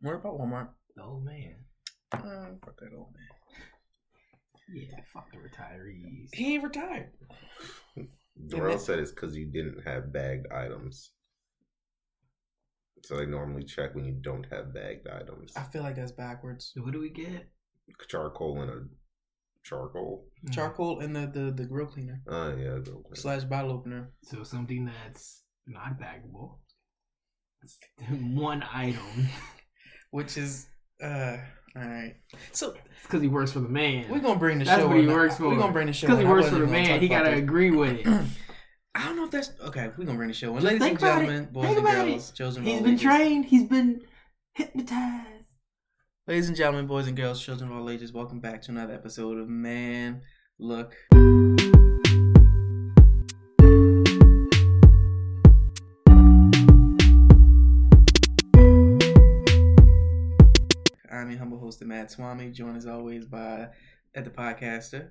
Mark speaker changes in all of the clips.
Speaker 1: What about Walmart?
Speaker 2: The old Oh, man.
Speaker 1: Uh, fuck that old man.
Speaker 2: Yeah, fuck the retirees.
Speaker 1: He ain't retired.
Speaker 3: Darrell said it's because you didn't have bagged items. So they normally check when you don't have bagged items.
Speaker 1: I feel like that's backwards.
Speaker 2: So what do we get? Hmm.
Speaker 3: Charcoal and a charcoal.
Speaker 2: Mm-hmm.
Speaker 1: Charcoal and the the, the grill cleaner
Speaker 3: Uh, yeah, go with it.
Speaker 1: slash bottle opener.
Speaker 2: So something that's not baggable. It's One item.
Speaker 1: which is uh all right. So
Speaker 2: It's because he works for the man.
Speaker 1: we're gonna bring the
Speaker 2: That's
Speaker 1: show.
Speaker 2: what he
Speaker 1: in.
Speaker 2: works for.
Speaker 1: We're gonna bring the show.
Speaker 2: Because he
Speaker 1: in. I
Speaker 2: works for
Speaker 1: wasn't
Speaker 2: the
Speaker 1: gonna talk
Speaker 2: man, he
Speaker 1: about
Speaker 2: gotta
Speaker 1: this.
Speaker 2: agree with it.
Speaker 1: I don't know if that's okay. We're gonna bring the show in, ladies
Speaker 2: think
Speaker 1: and
Speaker 2: about it.
Speaker 1: gentlemen, boys
Speaker 2: Think
Speaker 1: and
Speaker 2: about
Speaker 1: girls, children. of
Speaker 2: He's
Speaker 1: all
Speaker 2: been
Speaker 1: ages.
Speaker 2: trained. He's been hypnotized.
Speaker 1: Ladies and gentlemen, boys and girls, children of all ages, welcome back to another episode of Man Look. I'm your humble host, Matt Swami, joined as always by at the podcaster,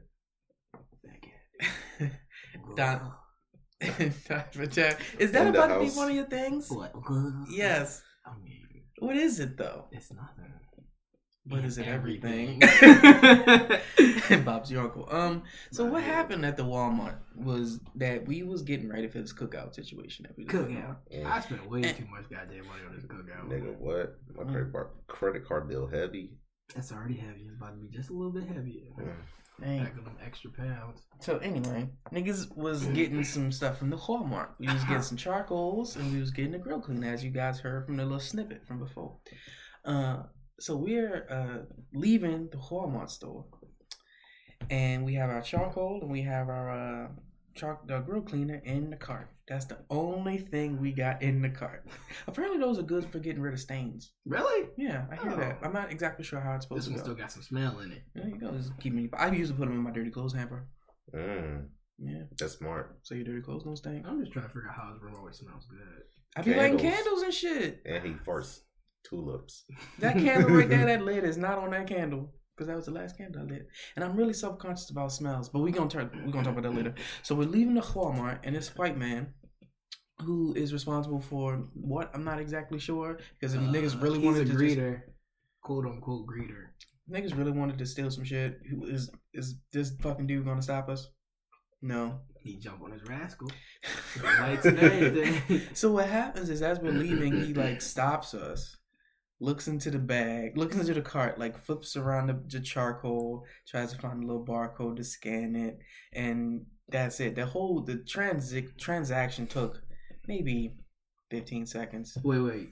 Speaker 1: Don- Dr. Jeff. Is that
Speaker 3: In the
Speaker 1: about to be
Speaker 3: house.
Speaker 1: one of your things?
Speaker 2: What?
Speaker 1: Yes.
Speaker 2: I mean,
Speaker 1: What is it though?
Speaker 2: it's nothing.
Speaker 1: What is it? Everything. Bob's your uncle. Um. So what happened at the Walmart was that we was getting ready for this cookout situation that we was going
Speaker 2: Cookout.
Speaker 1: on.
Speaker 2: I
Speaker 3: Mm.
Speaker 2: spent way too much goddamn money on this cookout.
Speaker 3: Nigga, what? My
Speaker 1: Mm.
Speaker 3: credit card, credit card bill heavy.
Speaker 2: That's already heavy. It's about to be just a little bit heavier.
Speaker 3: Mm.
Speaker 1: Dang.
Speaker 2: Back on them extra pounds.
Speaker 1: So anyway, niggas was getting some stuff from the Walmart. We was getting some charcoals and we was getting a grill clean, as you guys heard from the little snippet from before. Uh, so we're uh, leaving the Walmart store, and we have our charcoal and we have our uh, char- the grill cleaner in the cart. That's the only thing we got in the cart. Apparently, those are good for getting rid of stains.
Speaker 2: Really?
Speaker 1: Yeah, I hear that. I'm not exactly sure how it's supposed
Speaker 2: Oh. This
Speaker 1: to
Speaker 2: one
Speaker 1: go.
Speaker 2: still got some smell in it.
Speaker 1: there you go. Just keep me. I usually put them in my dirty clothes hamper.
Speaker 3: Mm,
Speaker 1: Yeah,
Speaker 3: that's smart.
Speaker 1: so your dirty clothes don't stink.
Speaker 2: I'm just trying to figure out how this room always smells good.
Speaker 1: I be lighting
Speaker 3: Candles.
Speaker 1: candles and shit.
Speaker 3: And he farts tulips.
Speaker 1: That candle right there that lit is not on that candle because that was the last candle I lit. And I'm really self conscious about smells, but we gonna talk we gonna talk about that later. So we're leaving the Walmart and this white man. Who is responsible for what? I'm not exactly sure because if niggas really
Speaker 2: he's
Speaker 1: wanted to
Speaker 2: a
Speaker 1: just,
Speaker 2: greeter, quote unquote greeter.
Speaker 1: niggas really wanted to steal some shit. Who is is this fucking dude gonna stop us? No.
Speaker 2: He jumped on his rascal. Lights and everything.
Speaker 1: So what happens is as we're leaving, he like stops us, looks into the bag, looks into the cart, like flips around the, the charcoal, tries to find a little barcode to scan it, and that's it. The whole the transi- transaction took maybe fifteen seconds.
Speaker 2: wait, wait.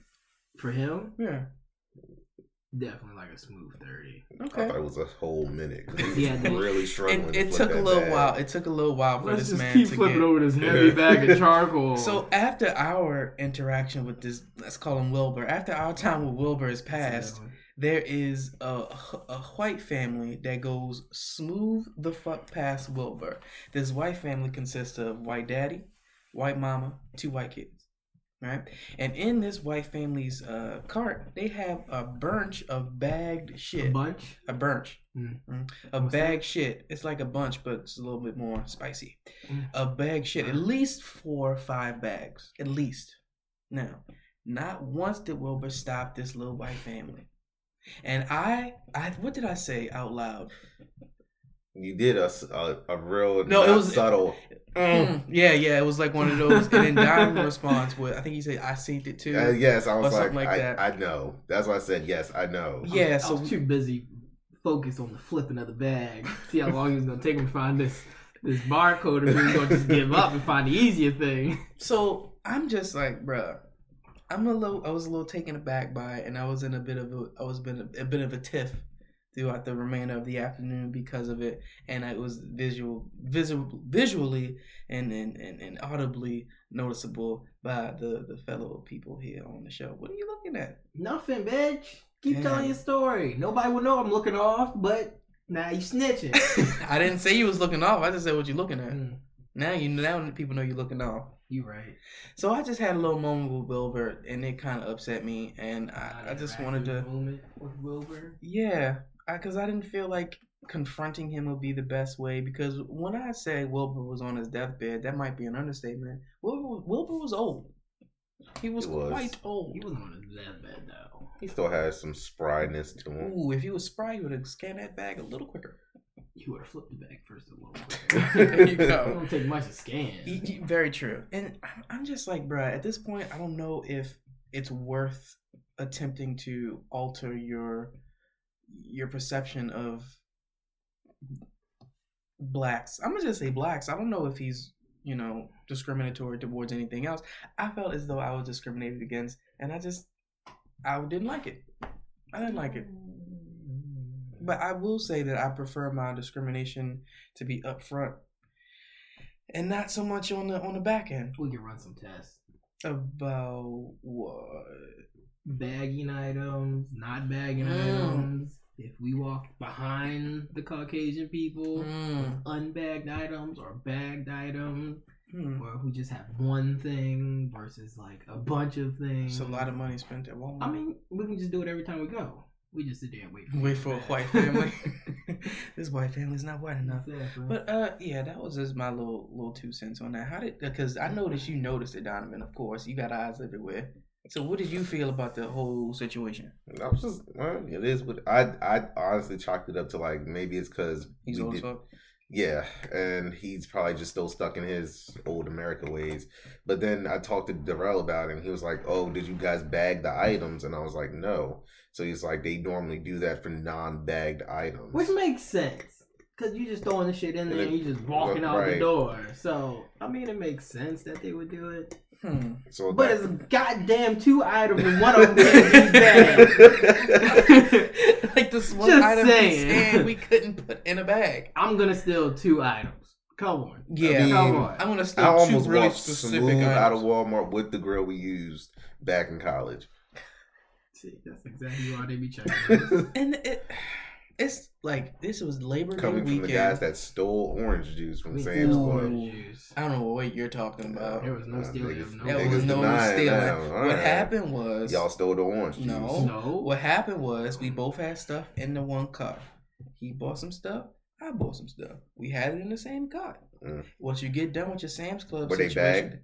Speaker 2: For him,
Speaker 1: Yeah.
Speaker 2: definitely like a smooth thirty.
Speaker 3: I
Speaker 1: Okay.
Speaker 3: thought it was a whole minute. 'cause he was
Speaker 2: Yeah, dude.
Speaker 3: really struggling.
Speaker 1: It,
Speaker 3: to
Speaker 1: it
Speaker 3: flip
Speaker 1: took a
Speaker 3: that
Speaker 1: little
Speaker 3: bag.
Speaker 1: while. It took a little while for
Speaker 2: Let's
Speaker 1: this
Speaker 2: just
Speaker 1: man
Speaker 2: keep
Speaker 1: to
Speaker 2: flipping
Speaker 1: get.
Speaker 2: over this heavy bag of charcoal.
Speaker 1: So after our interaction with this, let's call him Wilbur. After our time with Wilbur is
Speaker 2: That's
Speaker 1: past,
Speaker 2: a good one.
Speaker 1: there is a, a white family that goes smooth the fuck past Wilbur. This white family consists of white daddy, white mama, two white kids, right? And in this white family's uh, cart, they have a bunch of bagged
Speaker 2: A
Speaker 1: shit.
Speaker 2: bunch.
Speaker 1: A bunch.
Speaker 2: Mm.
Speaker 1: Mm. A
Speaker 2: What's
Speaker 1: bag shit. It's like a bunch, but it's a little bit more spicy.
Speaker 2: Mm.
Speaker 1: A bag shit. At least four or five bags. At least. Now, not once did Wilbur stop this little white family. And I, I, what did I say out loud?
Speaker 3: You did a, s- a- a real
Speaker 1: No, it
Speaker 3: not
Speaker 1: was-
Speaker 3: subtle.
Speaker 1: Mm, yeah, yeah, it was like one of those. And then Diamond response was, I think he said, "I seen it too."
Speaker 3: Uh, yes, I was like,
Speaker 1: something like
Speaker 3: I,
Speaker 1: that.
Speaker 3: I know. That's why I said yes. I know.
Speaker 1: Yeah,
Speaker 2: I was,
Speaker 1: so
Speaker 2: I was
Speaker 1: we-
Speaker 2: too busy focused on the flipping of the bag. See how long it was gonna take him to find this this barcode, or we were gonna just give up and find the easier thing.
Speaker 1: So I'm just like, bruh. I'm a little. I was a little taken aback by it, and I was in a bit of a. I was been a, a bit of a tiff throughout the remainder of the afternoon because of it, and it was visual, visible, visually, and and, and, and audibly noticeable by the the fellow people here on the show. What are you looking at?
Speaker 2: Nothing, bitch. Keep
Speaker 1: Yeah.
Speaker 2: telling your story. Nobody will know I'm looking off, but now you snitching.
Speaker 1: I didn't say you was looking off. I just said what you looking at.
Speaker 2: Mm,
Speaker 1: Now you now people know you looking off.
Speaker 2: you right.
Speaker 1: So I just had a little moment with Wilbert, and it kind of upset me, and I, I just wanted to.
Speaker 2: Moment with Wilbur.
Speaker 1: Yeah, because I, didn't feel like confronting him would be the best way. Because when I say Wilbur was on his deathbed, that might be an understatement. Wilbur, Wilbur was old. He was,
Speaker 3: He was.
Speaker 1: quite old.
Speaker 2: He wasn't on his deathbed though.
Speaker 3: He still has some spryness to him.
Speaker 1: Ooh, if you was spry, you would have scanned that bag a little quicker.
Speaker 2: You would have flipped the bag first a little
Speaker 1: there you
Speaker 2: It
Speaker 1: go.
Speaker 2: don't take much to scan.
Speaker 1: Y- y- Very true. And I'm- I'm just like, bruh, at this point, I don't know if it's worth attempting to alter your your perception of blacks. I'm gonna just say blacks. I don't know if he's, you know, discriminatory towards anything else. I felt as though I was discriminated against and I just I didn't like it. I didn't like it.
Speaker 2: Hmm.
Speaker 1: But I will say that I prefer my discrimination to be upfront and not so much on the on the back end.
Speaker 2: We can run some tests.
Speaker 1: About what?
Speaker 2: Bagging items, not bagging
Speaker 1: Mm.
Speaker 2: items. If we walk behind the Caucasian people,
Speaker 1: Mm.
Speaker 2: unbagged items or bagged items,
Speaker 1: Hmm.
Speaker 2: or if we just have one thing versus like a bunch of things.
Speaker 1: It's a lot of money spent at Walmart.
Speaker 2: I mean, we can just do it every time we go. We just sit there and wait.
Speaker 1: wait for a white family. this white family's not white enough.
Speaker 2: Exactly.
Speaker 1: But uh, yeah, that was just my little little two cents on that. How did? Because I noticed you noticed it, Donovan. Of course, you got eyes everywhere. So what did you feel about the whole situation?
Speaker 3: I was just, well, it is what I I honestly chalked it up to like maybe it's because
Speaker 1: He's old as fuck.
Speaker 3: Yeah, and he's probably just still stuck in his old America ways. But then I talked to Darrell about it, and he was like, "Oh, did you guys bag the items?" And I was like, "No." So he's like, "They normally do that for non-bagged items."
Speaker 2: Which makes sense. Because you just throwing the shit in there and you just walking out
Speaker 3: Right.
Speaker 2: the door. So, I mean, it makes sense that they would do it.
Speaker 1: Hmm.
Speaker 3: so
Speaker 2: But
Speaker 3: that-
Speaker 2: it's goddamn two items and one of them can't be bad.
Speaker 1: like this one
Speaker 2: Just
Speaker 1: item
Speaker 2: saying.
Speaker 1: we scanned, we couldn't put in a bag.
Speaker 2: I'm going to steal two items. Come on.
Speaker 1: Yeah,
Speaker 3: mean,
Speaker 2: Come on.
Speaker 1: I'm gonna
Speaker 3: I
Speaker 1: steal two
Speaker 3: almost
Speaker 1: really
Speaker 3: walked
Speaker 1: specific
Speaker 3: smooth out of
Speaker 1: items.
Speaker 3: Walmart with the girl we used back in college.
Speaker 2: See, that's exactly why they be checking.
Speaker 1: And it, it's like this was Labor Day
Speaker 3: Coming from
Speaker 1: weekend.
Speaker 3: the guys that stole orange juice from
Speaker 2: We
Speaker 3: Sam's
Speaker 2: stole
Speaker 3: Club.
Speaker 2: orange juice.
Speaker 1: I don't know what you're talking about.
Speaker 2: There was no
Speaker 3: Uh,
Speaker 2: stealing,
Speaker 3: niggas-
Speaker 2: no-
Speaker 1: That
Speaker 3: niggas
Speaker 1: was no
Speaker 3: denying
Speaker 1: stealing.
Speaker 3: now.
Speaker 1: What
Speaker 3: All right.
Speaker 1: happened was
Speaker 3: Y'all stole the orange juice.
Speaker 1: No.
Speaker 2: No.
Speaker 1: What happened was we both had stuff in the one cup. He bought some stuff. I bought some stuff. We had it in the same cup.
Speaker 3: Mm.
Speaker 1: Once you get done with your Sam's Club
Speaker 3: Were they
Speaker 1: situation,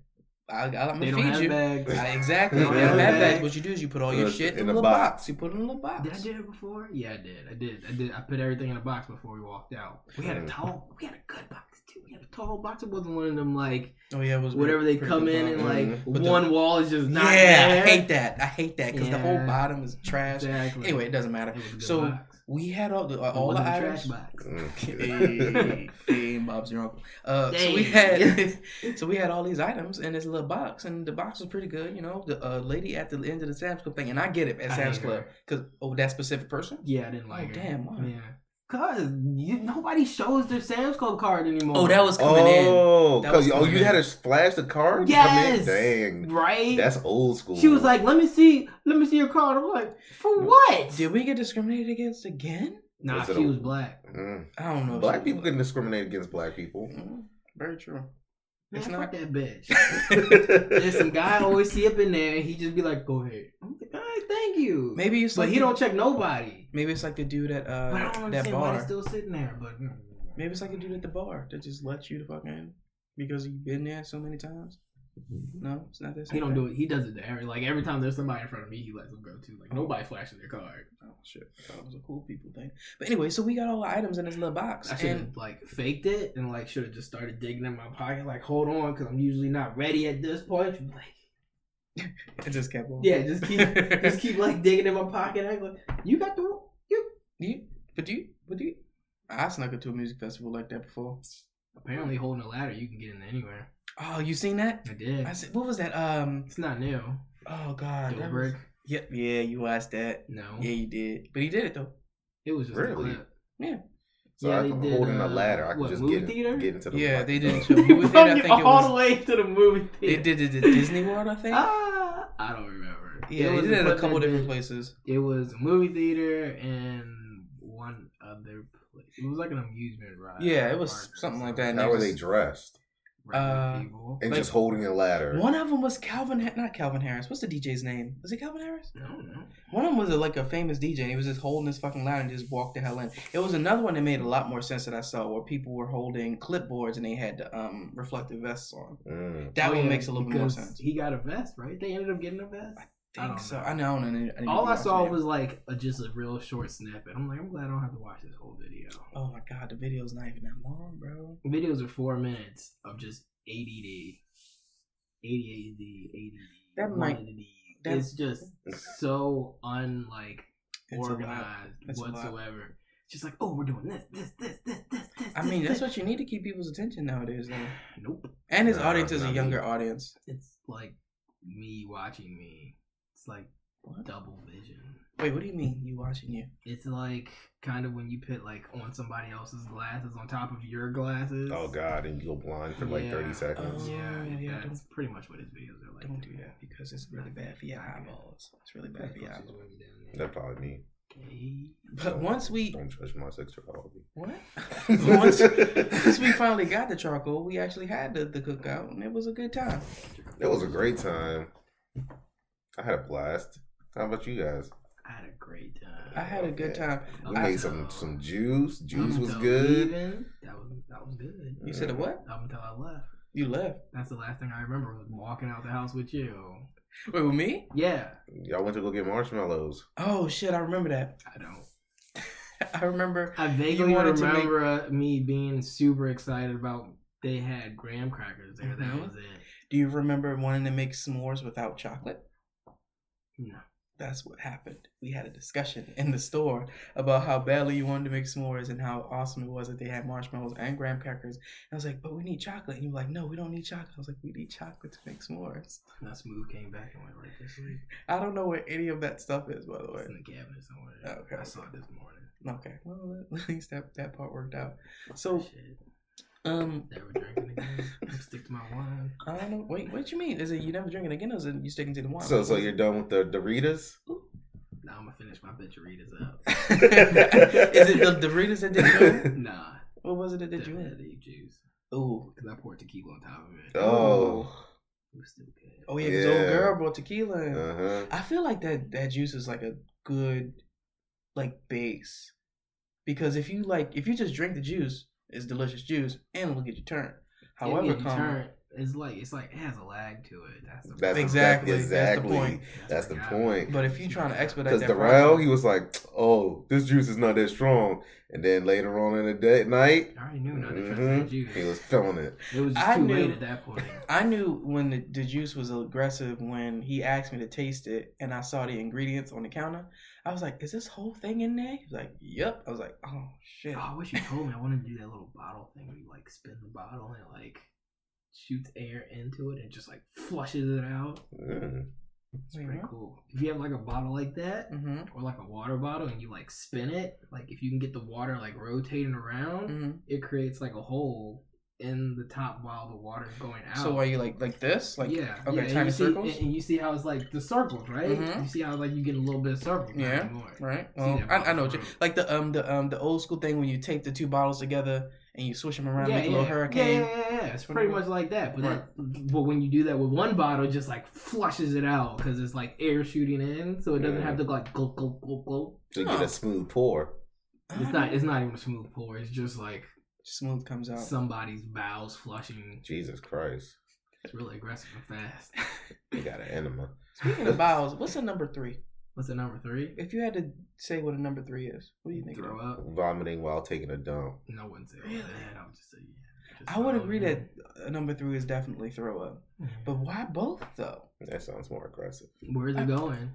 Speaker 1: I, I, am
Speaker 2: They
Speaker 1: gonna
Speaker 2: don't
Speaker 1: feed
Speaker 2: have
Speaker 1: you.
Speaker 2: bags.
Speaker 1: I- exactly.
Speaker 3: They
Speaker 1: They
Speaker 3: don't
Speaker 1: don't
Speaker 3: have
Speaker 1: have
Speaker 2: bags.
Speaker 1: bags. What you do is you put all your
Speaker 3: It's
Speaker 1: shit in,
Speaker 3: in
Speaker 1: a
Speaker 3: a
Speaker 1: little box.
Speaker 3: box.
Speaker 1: You put it in a little box.
Speaker 2: Did I do it before? Yeah, I did. I did. I did. I put everything in a box before we walked out. We had a
Speaker 3: Mm.
Speaker 2: tall. We had a good box too. We had a tall box. It wasn't one of them like
Speaker 1: Oh yeah, it was
Speaker 2: whatever they
Speaker 1: pretty
Speaker 2: come
Speaker 1: good
Speaker 2: in and
Speaker 1: box. Mm-hmm.
Speaker 2: like
Speaker 1: But the-
Speaker 2: one wall is just not
Speaker 1: yeah,
Speaker 2: there.
Speaker 1: I hate that. I hate that because the whole
Speaker 2: Yeah.
Speaker 1: bottom is trash.
Speaker 2: Exactly.
Speaker 1: Anyway, it doesn't matter.
Speaker 2: It was a good
Speaker 1: So,
Speaker 2: box.
Speaker 1: We had all the uh,
Speaker 2: It
Speaker 1: all the
Speaker 2: wasn't a
Speaker 1: items.
Speaker 2: trash box.
Speaker 3: Mm.
Speaker 1: hey, hey, Bob's your uncle. Uh, so we
Speaker 2: Dang.
Speaker 1: had so we had all these items in this little box, and the box was pretty good. You know, the uh, lady at the end of the Sam's Club thing, and I get it at
Speaker 2: I
Speaker 1: Sam's
Speaker 2: hate
Speaker 1: Club
Speaker 2: her.
Speaker 1: because oh, that specific person.
Speaker 2: Yeah, I didn't
Speaker 1: Oh
Speaker 2: like it.
Speaker 1: damn! Why?
Speaker 2: Yeah, cause you, nobody shows their Sam's Club card anymore.
Speaker 1: Oh, that was coming
Speaker 3: Oh,
Speaker 1: That
Speaker 3: 'cause-
Speaker 1: was
Speaker 3: oh,
Speaker 1: coming
Speaker 3: you
Speaker 1: in.
Speaker 3: had to flash the card. to
Speaker 2: Yes.
Speaker 3: Come in?
Speaker 2: right.
Speaker 3: Dang, that's old school.
Speaker 2: she was like, "Let me see, let me see your card." I'm like, "For what?"
Speaker 1: in. Did we get discriminated against again?
Speaker 2: Nah,
Speaker 3: Was
Speaker 2: she
Speaker 3: it a-
Speaker 2: was black.
Speaker 3: Mm.
Speaker 1: I don't know.
Speaker 3: black people can discriminate against black people.
Speaker 1: Mm, Very true.
Speaker 2: Man,
Speaker 1: It's
Speaker 2: fuck
Speaker 1: not-
Speaker 2: that bitch. There's some guy I always see up in there, and he just be like, "Go ahead." I'm like, "All right, thank you."
Speaker 1: Maybe it's
Speaker 2: but
Speaker 1: like
Speaker 2: he don't check nobody.
Speaker 1: Maybe it's like the dude at
Speaker 2: But I
Speaker 1: uh,
Speaker 2: don't
Speaker 1: that
Speaker 2: understand why
Speaker 1: bar.
Speaker 2: they're still sitting there. But mm.
Speaker 1: Maybe it's like a dude at the bar that just lets you to fucking because you've been there so many times. No, it's not that.
Speaker 2: Mm-hmm. he don't do it. He does it to every like every time there's somebody in front of me, he lets them go too. Like nobody flashes their card.
Speaker 1: Oh shit, that was a cool people thing. But anyway, so we got all the items in this little box,
Speaker 2: I should
Speaker 1: and
Speaker 2: have like faked it and like should have just started digging in my pocket. Like, hold on, because I'm usually not ready at this point. Like,
Speaker 1: it just kept on.
Speaker 2: yeah, just keep just keep like digging in my pocket. I'm like, you got the
Speaker 1: Do you, but do you, but do you? I snuck into a music festival like that before.
Speaker 2: apparently holding a ladder. You can get in anywhere.
Speaker 1: Oh, you seen that?
Speaker 2: I did.
Speaker 1: I said, what was that? Um,
Speaker 2: It's not new.
Speaker 1: oh god, that was-
Speaker 2: Dilbert?
Speaker 1: Yep, yeah, you watched that.
Speaker 2: No.
Speaker 1: Yeah, you did, but he did it though.
Speaker 2: It was just
Speaker 3: Really?
Speaker 2: a clip.
Speaker 3: so
Speaker 2: Yeah,
Speaker 3: I
Speaker 2: they
Speaker 3: can
Speaker 2: did,
Speaker 3: hold in a
Speaker 2: uh,
Speaker 3: ladder. I can
Speaker 2: what,
Speaker 3: just
Speaker 2: movie
Speaker 3: get,
Speaker 2: theater?
Speaker 3: get into the
Speaker 1: Yeah,
Speaker 3: black-
Speaker 1: they did it
Speaker 3: Oh.
Speaker 1: too. We were there, I
Speaker 2: Fuck
Speaker 1: think it
Speaker 2: all
Speaker 1: was-
Speaker 2: the way to the movie
Speaker 1: They
Speaker 2: theater.
Speaker 1: did it at Disney World, I think.
Speaker 2: Ah, I don't remember.
Speaker 1: yeah,
Speaker 2: was
Speaker 1: he did it at a
Speaker 2: clip
Speaker 1: couple
Speaker 2: that
Speaker 1: different
Speaker 2: did-
Speaker 1: places.
Speaker 2: It was a movie theater and one other place. It was like an amusement ride.
Speaker 1: Yeah, it was
Speaker 2: park or
Speaker 1: something like that.
Speaker 3: How are
Speaker 1: niggas-
Speaker 3: they dressed?
Speaker 2: Regular
Speaker 1: Uh,
Speaker 2: people.
Speaker 3: And
Speaker 1: Like-
Speaker 3: just holding a ladder.
Speaker 1: One of them was Calvin, Ha- not Calvin Harris. What's the DJ's name? Was it Calvin Harris?
Speaker 2: I don't know.
Speaker 1: One of them was a, like a famous DJ, and he was just holding his fucking line and just walked the hell in. It was another one that made a lot more sense that I saw, where people were holding clipboards and they had the um, reflective vests on.
Speaker 3: Mm.
Speaker 1: That
Speaker 2: Oh,
Speaker 1: one
Speaker 2: yeah,
Speaker 1: makes a little bit more
Speaker 2: because
Speaker 1: sense.
Speaker 2: He got a vest, right? They ended up getting a vest. I
Speaker 1: think
Speaker 2: don't
Speaker 1: so.
Speaker 2: know.
Speaker 1: I know. I don't know. I didn't
Speaker 2: All I
Speaker 1: watch
Speaker 2: saw
Speaker 1: it.
Speaker 2: was like a, just a real short snippet. I'm like, I'm glad I don't have to watch this whole video.
Speaker 1: Oh my god, the video's not even that long, bro.
Speaker 2: Videos are four minutes of just ADD, ADHD, ADD.
Speaker 1: That might-
Speaker 2: ADD.
Speaker 1: that-
Speaker 2: it's just so unlike
Speaker 1: It's a lot.
Speaker 2: organized
Speaker 1: It's a lot.
Speaker 2: whatsoever. Just like, oh, we're doing this, this, this, this, this, this.
Speaker 1: I
Speaker 2: this,
Speaker 1: mean, that's
Speaker 2: this.
Speaker 1: what you need to keep people's attention nowadays, though.
Speaker 2: Nope.
Speaker 1: And his
Speaker 3: Nah,
Speaker 1: audience is
Speaker 3: nah,
Speaker 1: a
Speaker 3: me.
Speaker 1: younger audience.
Speaker 2: It's like me watching me. It's like double vision.
Speaker 1: Wait, what do you mean? You watching you?
Speaker 2: It's like kind of when you put like on somebody else's glasses on top of your glasses.
Speaker 3: Oh god, and you go blind for like
Speaker 2: Yeah.
Speaker 3: thirty seconds.
Speaker 1: Oh,
Speaker 2: Yeah,
Speaker 1: yeah,
Speaker 2: yeah. That's pretty much what his videos are like.
Speaker 1: Don't
Speaker 2: to
Speaker 1: do
Speaker 2: me.
Speaker 1: that because it's really bad for your eyeballs. It's really bad for your
Speaker 2: Headphones is
Speaker 1: eyeballs.
Speaker 2: way down there.
Speaker 3: That probably me.
Speaker 2: Okay.
Speaker 1: But once we
Speaker 3: don't judge my sexuality.
Speaker 1: what? Once- Once we finally got the charcoal, we actually had the, the cookout, and it was a good time.
Speaker 3: It was a great time. I had a blast. How about you guys?
Speaker 2: I had a great time.
Speaker 1: I had a good time.
Speaker 3: We
Speaker 1: I-
Speaker 3: made some some juice.
Speaker 1: Mm-hmm.
Speaker 3: Juice
Speaker 2: Up
Speaker 3: was
Speaker 2: until
Speaker 3: good.
Speaker 2: leaving, that was that was good.
Speaker 1: You said a what?
Speaker 2: Up until I left.
Speaker 1: You left.
Speaker 2: That's the last thing I remember was walking out the house with you.
Speaker 1: Wait, with me?
Speaker 2: Yeah.
Speaker 3: Y'all went to go get marshmallows.
Speaker 1: Oh shit! I remember that.
Speaker 2: I don't.
Speaker 1: I remember.
Speaker 2: I vaguely
Speaker 1: wanted to make-
Speaker 2: remember uh me being super excited about they had graham crackers there. That
Speaker 1: Mhm.
Speaker 2: was it.
Speaker 1: Do you remember wanting to make s'mores without chocolate?
Speaker 2: No.
Speaker 1: That's what happened. We had a discussion in the store about how badly you wanted to make s'mores and how awesome it was that they had marshmallows and graham crackers. And I was like, but we need chocolate. And you were like, no, we don't need chocolate. I was like, we need chocolate to make s'mores.
Speaker 2: That smooth came back and went right this week.
Speaker 1: I don't know where any of that stuff is, by the way.
Speaker 2: It's in the cabinet somewhere.
Speaker 1: Okay.
Speaker 2: I saw it this morning.
Speaker 1: Okay, well, at least that, that part worked out. So,
Speaker 2: Shit.
Speaker 1: um,
Speaker 2: Never drinking again. I'm stick to my wine.
Speaker 1: I don't know. Wait, what you mean? Is it you never drinking again or is it you sticking to the wine?
Speaker 3: So so you're done with the Doritas?
Speaker 2: Now I'm gonna finish my bitcheritas up.
Speaker 1: is it the Doritas that did you in?
Speaker 2: Nah.
Speaker 1: What was it that did you in?
Speaker 2: definitely juice.
Speaker 1: Ooh.
Speaker 2: Because I poured tequila on top of it.
Speaker 3: Oh.
Speaker 2: It was still good.
Speaker 1: Oh, yeah, because old
Speaker 3: Yeah.
Speaker 1: girl brought tequila in.
Speaker 3: Uh huh.
Speaker 1: I feel like that that juice is like a good like base because if you like if you just drink the juice, it's delicious juice and it'll get you turned. However,
Speaker 2: Indian
Speaker 1: Carmen,
Speaker 2: turn, it's like it's like it has a lag to it. That's the
Speaker 3: That's
Speaker 1: Exactly,
Speaker 3: The,
Speaker 1: that's the
Speaker 3: exactly.
Speaker 1: point.
Speaker 3: That's the
Speaker 2: Yeah.
Speaker 3: point.
Speaker 1: but if you're trying to expedite
Speaker 3: Because
Speaker 1: that
Speaker 3: Darrell,
Speaker 1: process-
Speaker 3: he was like, "Oh, this juice is not that strong," and then later on in the day, night,
Speaker 2: I already knew not to trust
Speaker 3: mhm,
Speaker 2: that juice.
Speaker 3: he was feeling it.
Speaker 2: It was just
Speaker 1: I
Speaker 2: too
Speaker 1: knew-
Speaker 2: late at that point.
Speaker 1: I knew when the, the juice was aggressive when he asked me to taste it and I saw the ingredients on the counter. I was like, "Is this whole thing in there?" He was like, "Yep." I was like, "Oh shit."
Speaker 2: Oh, I wish you told me. I wanted to do that little bottle thing where you like spin the bottle and it like shoots air into it and just like flushes it out.
Speaker 3: Mm.
Speaker 2: It's pretty cool. If you have like a bottle like that
Speaker 1: Mm-hmm.
Speaker 2: or like a water bottle and you like spin it, like if you can get the water like rotating around,
Speaker 1: hmm
Speaker 2: it creates like a hole in the top while the water's going out.
Speaker 1: So are you like like this? Like
Speaker 2: yeah,
Speaker 1: okay,
Speaker 2: yeah, and
Speaker 1: tiny
Speaker 2: you see,
Speaker 1: circles?
Speaker 2: and- and you see how it's like the circles, right?
Speaker 1: Mhm.
Speaker 2: You see how like you get a little bit of circle, not
Speaker 1: Yeah,
Speaker 2: more.
Speaker 1: Right.
Speaker 2: See
Speaker 1: Well,
Speaker 2: that
Speaker 1: Oh, I, I know what you
Speaker 2: bottle
Speaker 1: like the um the um the old school thing when you take the two bottles together and you swish them around,
Speaker 2: yeah,
Speaker 1: make a
Speaker 2: yeah,
Speaker 1: little
Speaker 2: yeah,
Speaker 1: hurricane.
Speaker 2: yeah, yeah, yeah. It's
Speaker 1: That's what
Speaker 2: pretty
Speaker 1: it
Speaker 2: much like that. But
Speaker 1: Right.
Speaker 2: that, but when you do that with one bottle, it just like flushes it out because it's like air shooting in, so it doesn't
Speaker 3: Mhm.
Speaker 2: have to go like glug glug glug glug.
Speaker 3: To get
Speaker 1: Oh.
Speaker 3: a smooth pour.
Speaker 2: It's not. It's not even a smooth pour. It's just like
Speaker 1: smooth comes out.
Speaker 2: somebody's bowels flushing.
Speaker 3: Jesus Christ,
Speaker 2: It's really aggressive and fast.
Speaker 3: he got an enema.
Speaker 1: Speaking of bowels, what's a number three?
Speaker 2: What's the number three?
Speaker 1: If you had to say what a number three is, what do you think?
Speaker 2: Throw up.
Speaker 3: Vomiting while taking a dump.
Speaker 2: No, I wouldn't say
Speaker 1: Really?
Speaker 2: that. I would just say yeah. Just
Speaker 1: I would
Speaker 2: throw
Speaker 1: agree that
Speaker 2: it
Speaker 1: a number three is definitely throw up,
Speaker 2: in.
Speaker 1: but why both though?
Speaker 3: That sounds more aggressive.
Speaker 2: where's
Speaker 1: I-
Speaker 2: it going?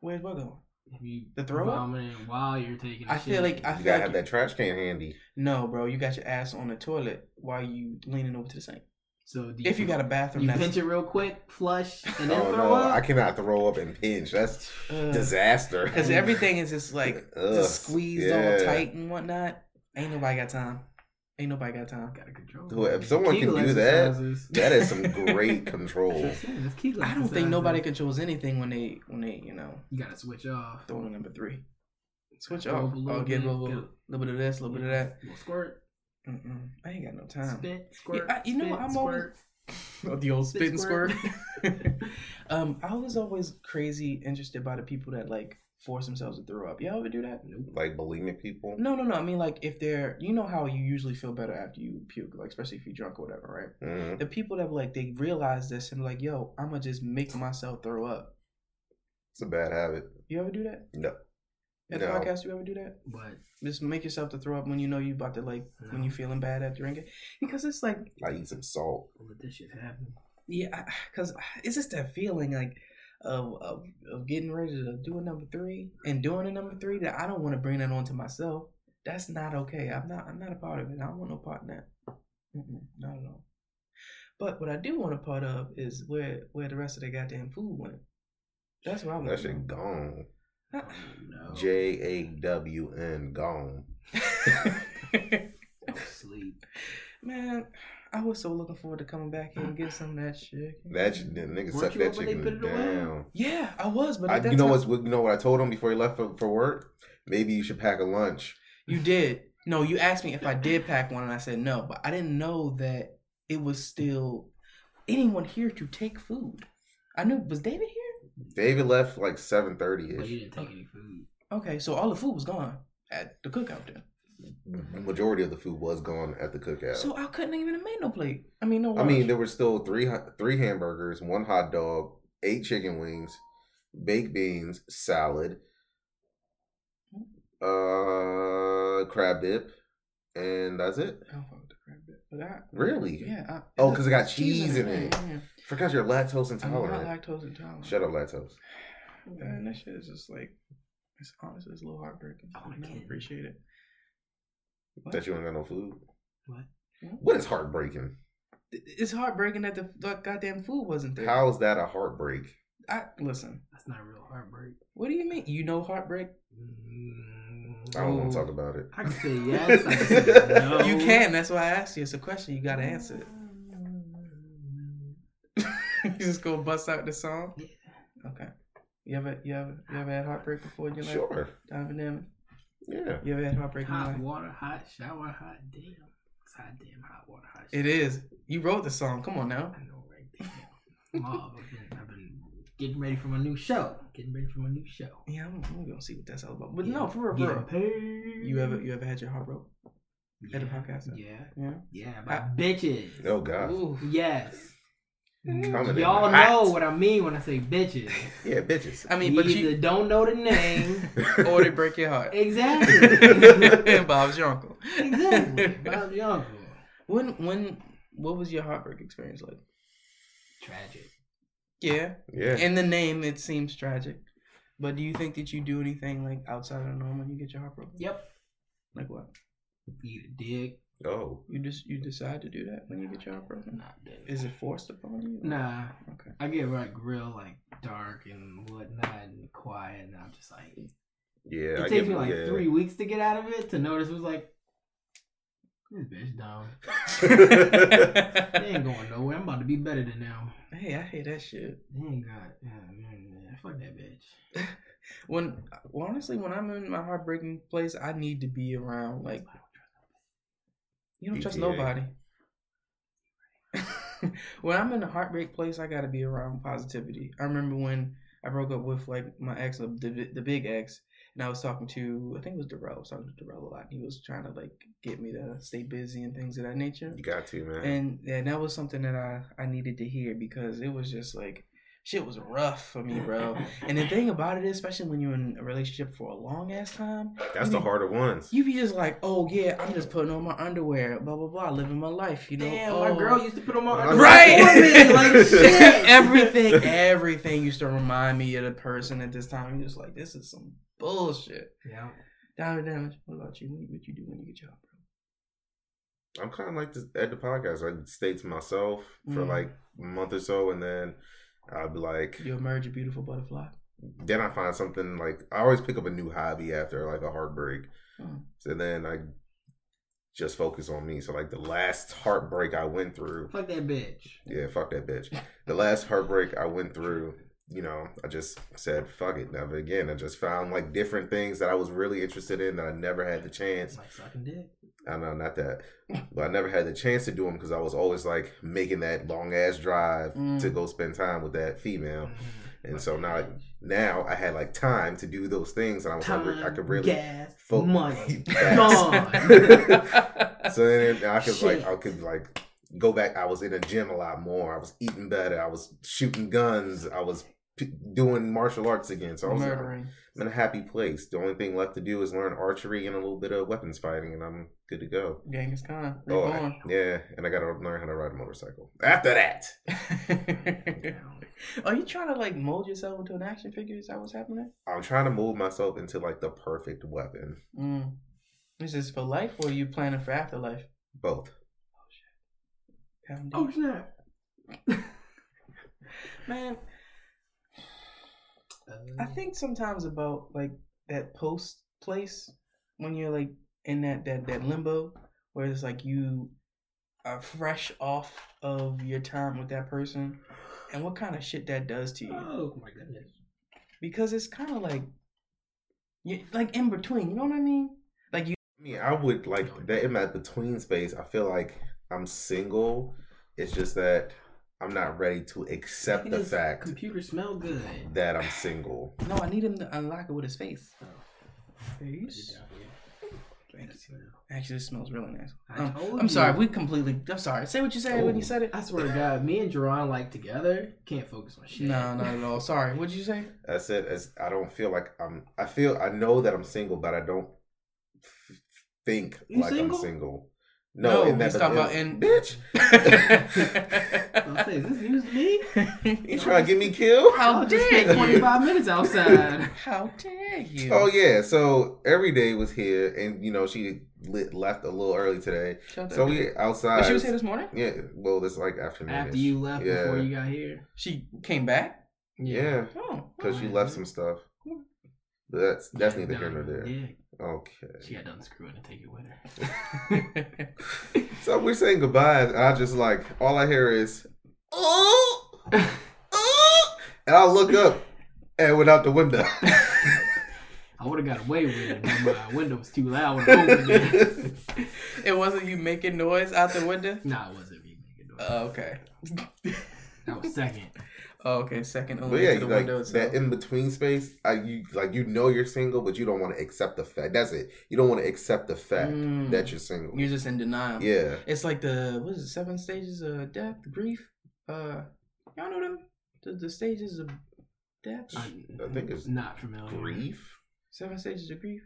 Speaker 1: Where's what going?
Speaker 2: If you
Speaker 1: The throw up?
Speaker 2: vomiting while you're taking. a
Speaker 1: I feel
Speaker 2: shit.
Speaker 1: like I
Speaker 3: you
Speaker 1: feel
Speaker 3: gotta
Speaker 1: like
Speaker 3: have that trash can handy.
Speaker 1: no, bro. You got your ass on the toilet while you leaning over to the sink.
Speaker 2: so. Do
Speaker 1: If you got a bathroom,
Speaker 2: you
Speaker 1: that's
Speaker 2: pinch it real quick, flush, and then
Speaker 3: oh
Speaker 2: throw
Speaker 3: no,
Speaker 2: up.
Speaker 3: I cannot throw up and pinch. That's
Speaker 1: Ugh.
Speaker 3: disaster.
Speaker 1: Because everything is just like
Speaker 3: Ugh,
Speaker 1: just squeezed
Speaker 3: yeah.
Speaker 1: all tight and whatnot. Ain't nobody got time. Ain't nobody got time.
Speaker 2: gotta control.
Speaker 3: Who-
Speaker 2: it.
Speaker 3: if someone can
Speaker 2: Kegel
Speaker 3: do that,
Speaker 2: exercises.
Speaker 3: that is some great control.
Speaker 2: Just saying, that's Kegel
Speaker 1: I don't think
Speaker 2: exercises.
Speaker 1: nobody controls anything when they when they you know
Speaker 2: You gotta switch off.
Speaker 1: throw in number three. Switch
Speaker 2: Throw
Speaker 1: off.
Speaker 2: up a little
Speaker 1: I'll get a
Speaker 2: bit,
Speaker 1: little,
Speaker 2: get
Speaker 1: little, bit of this, a little bit of that.
Speaker 2: Little squirt,
Speaker 1: Mm-mm. I ain't got no time.
Speaker 2: spit, squirt.
Speaker 1: I- you know
Speaker 2: spit,
Speaker 1: what, I'm
Speaker 2: squirt.
Speaker 1: always- Of the old
Speaker 2: Spit
Speaker 1: spit and squirt.
Speaker 2: squirt.
Speaker 1: um, I was always crazy interested by the people that like force themselves to throw up. Y'all ever do that?
Speaker 2: Nope.
Speaker 3: Like bulimic people.
Speaker 1: No, no, no. I mean, like if they're, you know how you usually feel better after you puke, like especially if you're drunk or whatever, right?
Speaker 3: Mhm.
Speaker 1: the people that like they realize this and like, yo, I'ma just make myself throw up.
Speaker 3: It's a bad habit.
Speaker 1: You ever do that?
Speaker 3: No.
Speaker 1: At the
Speaker 3: No.
Speaker 1: podcast, you ever do that?
Speaker 2: But
Speaker 1: Just make yourself to throw up when you know you about to like when
Speaker 2: No.
Speaker 1: you feeling bad after drinking, because it's like
Speaker 3: I eat some salt.
Speaker 2: I'll let this shit happen.
Speaker 1: yeah, because it's just that feeling like of, of of getting ready to do a number three and doing a number three that I don't want to bring that on to myself. That's not okay. I'm not I'm not a part of it. I don't want no part in that. Mm-mm, not at all. But what I do want a part of is where where the rest of the goddamn food went. That's what I want.
Speaker 3: That
Speaker 1: to
Speaker 3: shit
Speaker 1: know.
Speaker 3: gone.
Speaker 1: Uh,
Speaker 2: Oh, no.
Speaker 3: J A W N gone.
Speaker 2: Don't sleep.
Speaker 1: Man, I was so looking forward to coming back here and get some of that shit.
Speaker 3: That shit, that nigga
Speaker 2: Weren't
Speaker 3: sucked
Speaker 2: you
Speaker 3: that
Speaker 2: up when they put it
Speaker 3: chicken
Speaker 2: away?
Speaker 3: down.
Speaker 1: Yeah, I was, but
Speaker 3: I,
Speaker 1: at that
Speaker 3: you know
Speaker 1: time-
Speaker 3: what's you know what I told him before he left for, for work? Maybe you should pack a lunch.
Speaker 1: You did. No, you asked me if I did pack one, and I said no, but I didn't know that it was still anyone here to take food. I knew was David here.
Speaker 3: David left like seven thirty
Speaker 2: But you
Speaker 3: ish.
Speaker 2: didn't take any food.
Speaker 1: Okay, so all the food was gone at the cookout then.
Speaker 3: The majority of the food was gone at the cookout.
Speaker 1: So I couldn't even have made no plate. I mean, no.
Speaker 3: I
Speaker 1: lunch.
Speaker 3: mean, there were still three hu- three hamburgers, one hot dog, eight chicken wings, baked beans, salad, uh, crab dip, and that's it.
Speaker 1: I don't fuck with the crab bit, but I
Speaker 3: Really?
Speaker 1: yeah. I,
Speaker 3: Oh, 'cause it got cheese in it.
Speaker 1: Yeah, yeah.
Speaker 3: Forgot you're
Speaker 2: Oh
Speaker 3: lactose
Speaker 1: I'm not
Speaker 3: intolerant.
Speaker 1: lactose intolerant.
Speaker 3: Shut up, lactose.
Speaker 1: Man, that shit is just like it's honestly it's a little heartbreaking.
Speaker 2: I
Speaker 1: I
Speaker 2: wanna
Speaker 1: don't
Speaker 2: kid.
Speaker 1: appreciate it. What?
Speaker 3: That you ain't got no food.
Speaker 2: What?
Speaker 3: What is heartbreaking?
Speaker 1: It's heartbreaking that the the goddamn food wasn't there.
Speaker 3: How is that a heartbreak?
Speaker 1: I listen.
Speaker 2: That's not real heartbreak.
Speaker 1: What do you mean? You know heartbreak?
Speaker 2: Mm,
Speaker 3: I don't want
Speaker 1: Oh.
Speaker 3: to talk about it.
Speaker 2: I can say yes. I can say no.
Speaker 1: You can. That's why I asked you. It's a question. You gotta answer it. you just go bust out the song.
Speaker 2: Yeah.
Speaker 1: Okay. You ever you ever you ever had heartbreak before in your life?
Speaker 3: Sure.
Speaker 1: Donovan Damon?
Speaker 3: Yeah.
Speaker 1: You ever had heartbreak in your
Speaker 2: Hot
Speaker 1: life?
Speaker 2: water, hot shower, hot damn. It's hot damn hot water, hot shower.
Speaker 1: It is. You wrote the song. Come on now.
Speaker 2: I know, right? Damn. Mom, I've been, I've been getting ready for my new show. Getting ready for my new show.
Speaker 1: Yeah, I'm, I'm gonna see what that's all about. But no, for real, for
Speaker 2: Getting
Speaker 1: real.
Speaker 2: paid.
Speaker 1: You ever you ever had your heart broke?
Speaker 2: yeah.
Speaker 1: at a podcast?
Speaker 2: Yeah.
Speaker 1: Yeah.
Speaker 2: Yeah, by bitches.
Speaker 3: Oh God.
Speaker 1: Ooh.
Speaker 2: Yes.
Speaker 3: Coming in
Speaker 2: Y'all
Speaker 3: hot.
Speaker 2: know what I mean when I say bitches.
Speaker 3: Yeah, bitches.
Speaker 1: I mean, but
Speaker 2: you either
Speaker 1: you
Speaker 2: don't know the name.
Speaker 1: or they break your heart.
Speaker 2: exactly.
Speaker 1: Bob's your uncle.
Speaker 2: exactly. Bob's your uncle.
Speaker 1: When when what was your heartbreak experience like?
Speaker 2: Tragic.
Speaker 1: Yeah.
Speaker 3: yeah.
Speaker 1: In the name, it seems tragic. But do you think that you do anything like outside of normal when you get your heart broken?
Speaker 2: Yep.
Speaker 1: Like what?
Speaker 2: Eat a dick.
Speaker 3: Oh.
Speaker 1: You just you decide to do that when you get your heart broken?
Speaker 2: Not dick.
Speaker 1: Is it forced upon you?
Speaker 2: Nah.
Speaker 1: Okay.
Speaker 2: I get like real like dark and whatnot and quiet and I'm just like
Speaker 3: Yeah.
Speaker 2: it
Speaker 3: I
Speaker 2: takes
Speaker 3: give-
Speaker 2: me like
Speaker 3: yeah.
Speaker 2: three weeks to get out of it to notice it was like this bitch dumb. They ain't going nowhere. I'm about to be better than them.
Speaker 1: hey, I hate that shit.
Speaker 2: They ain't got yeah, man, yeah, fuck that bitch.
Speaker 1: When well, honestly, when I'm in my heartbreaking place, I need to be around like you don't trust
Speaker 3: PTA.
Speaker 1: nobody. when I'm in a heartbreak place, I gotta be around positivity. I remember when I broke up with like my ex, uh, the the big ex, and I was talking to I think it was Darrell. I was talking to Darrell a lot. And he was trying to like get me to stay busy and things of that nature.
Speaker 3: you got to, man.
Speaker 1: And and that was something that I I needed to hear because it was just like shit was rough for me, bro. And the thing about it is, especially when you're in a relationship for a long ass time,
Speaker 3: That's the harder ones.
Speaker 1: you be just like, oh yeah, I'm just putting on my underwear, blah blah blah, living my life, you know.
Speaker 2: Damn,
Speaker 1: oh.
Speaker 2: my girl used to put on my
Speaker 3: Right.
Speaker 2: underwear for me, like shit.
Speaker 1: everything, everything used to remind me of the person at this time. I'm just like, this is some bullshit.
Speaker 2: Yeah.
Speaker 1: Diamond damage. What about you? What, what you do when you get your heartbroken?
Speaker 3: I'm kind of like this at the podcast. I stay to myself for
Speaker 1: Mm.
Speaker 3: like a month or so, and then I'll be like,
Speaker 1: You emerge a beautiful butterfly.
Speaker 3: then I find something like I always pick up a new hobby after like a heartbreak.
Speaker 1: Mm.
Speaker 3: So then I just focus on me. So like the last heartbreak I went through,
Speaker 2: Fuck that bitch.
Speaker 3: yeah, fuck that bitch. The last heartbreak I went through, you know, I just said fuck it. Never again. I just found like different things that I was really interested in that I never had the chance.
Speaker 2: It's like sucking dick.
Speaker 3: I know, not that, but I never had the chance to do them because I was always like making that long ass drive
Speaker 1: Mm.
Speaker 3: to go spend time with that female.
Speaker 2: Mm-hmm.
Speaker 3: And so now, now I had like time to do those things, and I was like, re- I could really
Speaker 2: gas,
Speaker 3: fo-
Speaker 2: money,
Speaker 3: Facts.
Speaker 1: Oh.
Speaker 2: gone.
Speaker 3: so then I could like
Speaker 2: Shit.
Speaker 3: I could like go back. I was in a gym a lot more. I was eating better. I was shooting guns. I was p- doing martial arts again. So I was like,
Speaker 1: murdering.
Speaker 3: I'm in a happy place. The only thing left to do is learn archery and a little bit of weapons fighting, and I'm good to go.
Speaker 1: Genghis Khan.
Speaker 3: Oh,
Speaker 1: Reborn.
Speaker 3: I- yeah, and I got to learn how to ride a motorcycle. After that,
Speaker 1: Are you trying to like mold yourself into an action figure? Is that what's happening?
Speaker 3: I'm trying to mold myself into like the perfect weapon.
Speaker 1: Mm. This is for life, or are you planning for afterlife?
Speaker 3: Both.
Speaker 1: Calm down.
Speaker 2: Oh snap!
Speaker 1: man, I think sometimes about like that post place when you're like in that that that limbo where it's like you are fresh off of your time with that person, and what kind of shit that does to you.
Speaker 2: Oh my goodness!
Speaker 1: because it's kind of like you like in between. You know what I mean? Like you.
Speaker 3: I mean, I would like that in that between space. I feel like I'm single. It's just that I'm not ready to accept the
Speaker 2: His
Speaker 3: fact
Speaker 2: Computer smell good.
Speaker 3: that I'm single.
Speaker 1: No, I need him to unlock it with his face.
Speaker 2: Oh, put it
Speaker 1: Face.
Speaker 2: down here.
Speaker 1: Thank you. Actually, this smells really nice.
Speaker 2: I
Speaker 1: Um,
Speaker 2: told
Speaker 1: I'm sorry.
Speaker 2: you.
Speaker 1: We completely. I'm sorry. Say what you said when you
Speaker 3: Oh.
Speaker 1: said it.
Speaker 2: I swear to God, me and Jerron like together can't focus on shit.
Speaker 1: No, not at all. Sorry. What'd you say?
Speaker 3: That's it. It's, I don't feel like I'm. I feel I know that I'm single, but I don't f- think
Speaker 2: You
Speaker 3: like
Speaker 2: single?
Speaker 3: I'm single.
Speaker 1: No,
Speaker 3: No, in
Speaker 1: he's
Speaker 3: that,
Speaker 1: talking
Speaker 3: in-
Speaker 1: about in-
Speaker 3: bitch.
Speaker 2: I'll say, is this news to me?
Speaker 3: You trying to get me killed?
Speaker 1: How
Speaker 2: I'll just spend
Speaker 1: dare you?
Speaker 2: 25 minutes outside.
Speaker 1: How dare you?
Speaker 3: Oh yeah. So every day was here, and you know she lit, left a little early today.
Speaker 1: Shut
Speaker 3: So
Speaker 1: up.
Speaker 3: we
Speaker 1: But
Speaker 3: outside.
Speaker 1: she was here this morning.
Speaker 3: yeah. Well, this like afternoon.
Speaker 2: After you left,
Speaker 3: Yeah.
Speaker 2: before you got here.
Speaker 1: She came back.
Speaker 3: Yeah,
Speaker 1: Oh,
Speaker 3: because you
Speaker 2: Alright,
Speaker 3: left
Speaker 2: man.
Speaker 3: some stuff. But that's that's
Speaker 2: Yeah,
Speaker 3: neither here
Speaker 2: no,
Speaker 3: nor there.
Speaker 2: yeah.
Speaker 3: Okay.
Speaker 2: She got done screwing and take it with her.
Speaker 3: So we're saying goodbye, and I just like all I hear is oh, oh, and I look up and went out the window.
Speaker 2: I would have got away with it, but my window was too loud when I opened it.
Speaker 1: it wasn't you making noise out the window.
Speaker 2: Nah, it wasn't me making
Speaker 3: Uh,
Speaker 2: noise.
Speaker 1: Oh, okay.
Speaker 2: That was second.
Speaker 1: Oh, okay, second
Speaker 3: But
Speaker 1: only
Speaker 3: yeah,
Speaker 1: to the
Speaker 3: like
Speaker 1: window
Speaker 3: that
Speaker 1: itself.
Speaker 3: in between space, I you like you know you're single, but you don't want to accept the fact. That's it. You don't want to accept the fact
Speaker 1: Mm.
Speaker 3: that you're single.
Speaker 1: You're just in denial.
Speaker 3: yeah,
Speaker 1: It's like the what is it? Seven stages of death, grief. Uh, y'all know them? The, the stages of death.
Speaker 2: I,
Speaker 3: I think it's
Speaker 2: not
Speaker 1: Oh,
Speaker 2: familiar.
Speaker 3: grief.
Speaker 1: Seven stages of grief.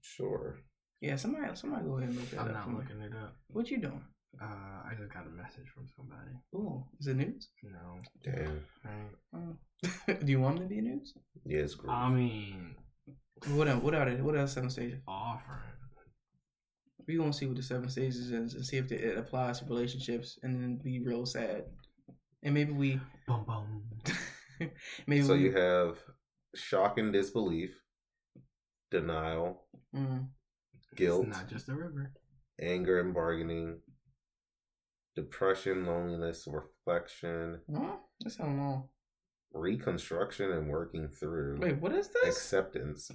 Speaker 3: Sure.
Speaker 1: Yeah, somebody, somebody, go ahead and look that
Speaker 2: I'm
Speaker 1: up.
Speaker 2: not
Speaker 1: for me.
Speaker 2: looking it up.
Speaker 1: What you doing?
Speaker 2: Uh, I just got a message from somebody.
Speaker 1: Oh, is it news?
Speaker 2: No.
Speaker 3: Damn.
Speaker 2: Right.
Speaker 1: Oh. Do you want them to be a news?
Speaker 3: Yeah, it's grief.
Speaker 2: I mean,
Speaker 1: What are, what are they? What are the seven stages?
Speaker 2: offering.
Speaker 1: We gonna see what the seven stages is and see if it applies to relationships, and then be real sad. And maybe we,
Speaker 2: Bum bum.
Speaker 1: maybe
Speaker 3: so
Speaker 1: we,
Speaker 3: you have shock and disbelief, denial,
Speaker 1: Mm,
Speaker 3: guilt,
Speaker 2: It's not just a river.
Speaker 3: anger and bargaining, depression, loneliness, reflection,
Speaker 1: huh? That's how long.
Speaker 3: reconstruction, and working through
Speaker 1: Wait, what is this?
Speaker 3: acceptance.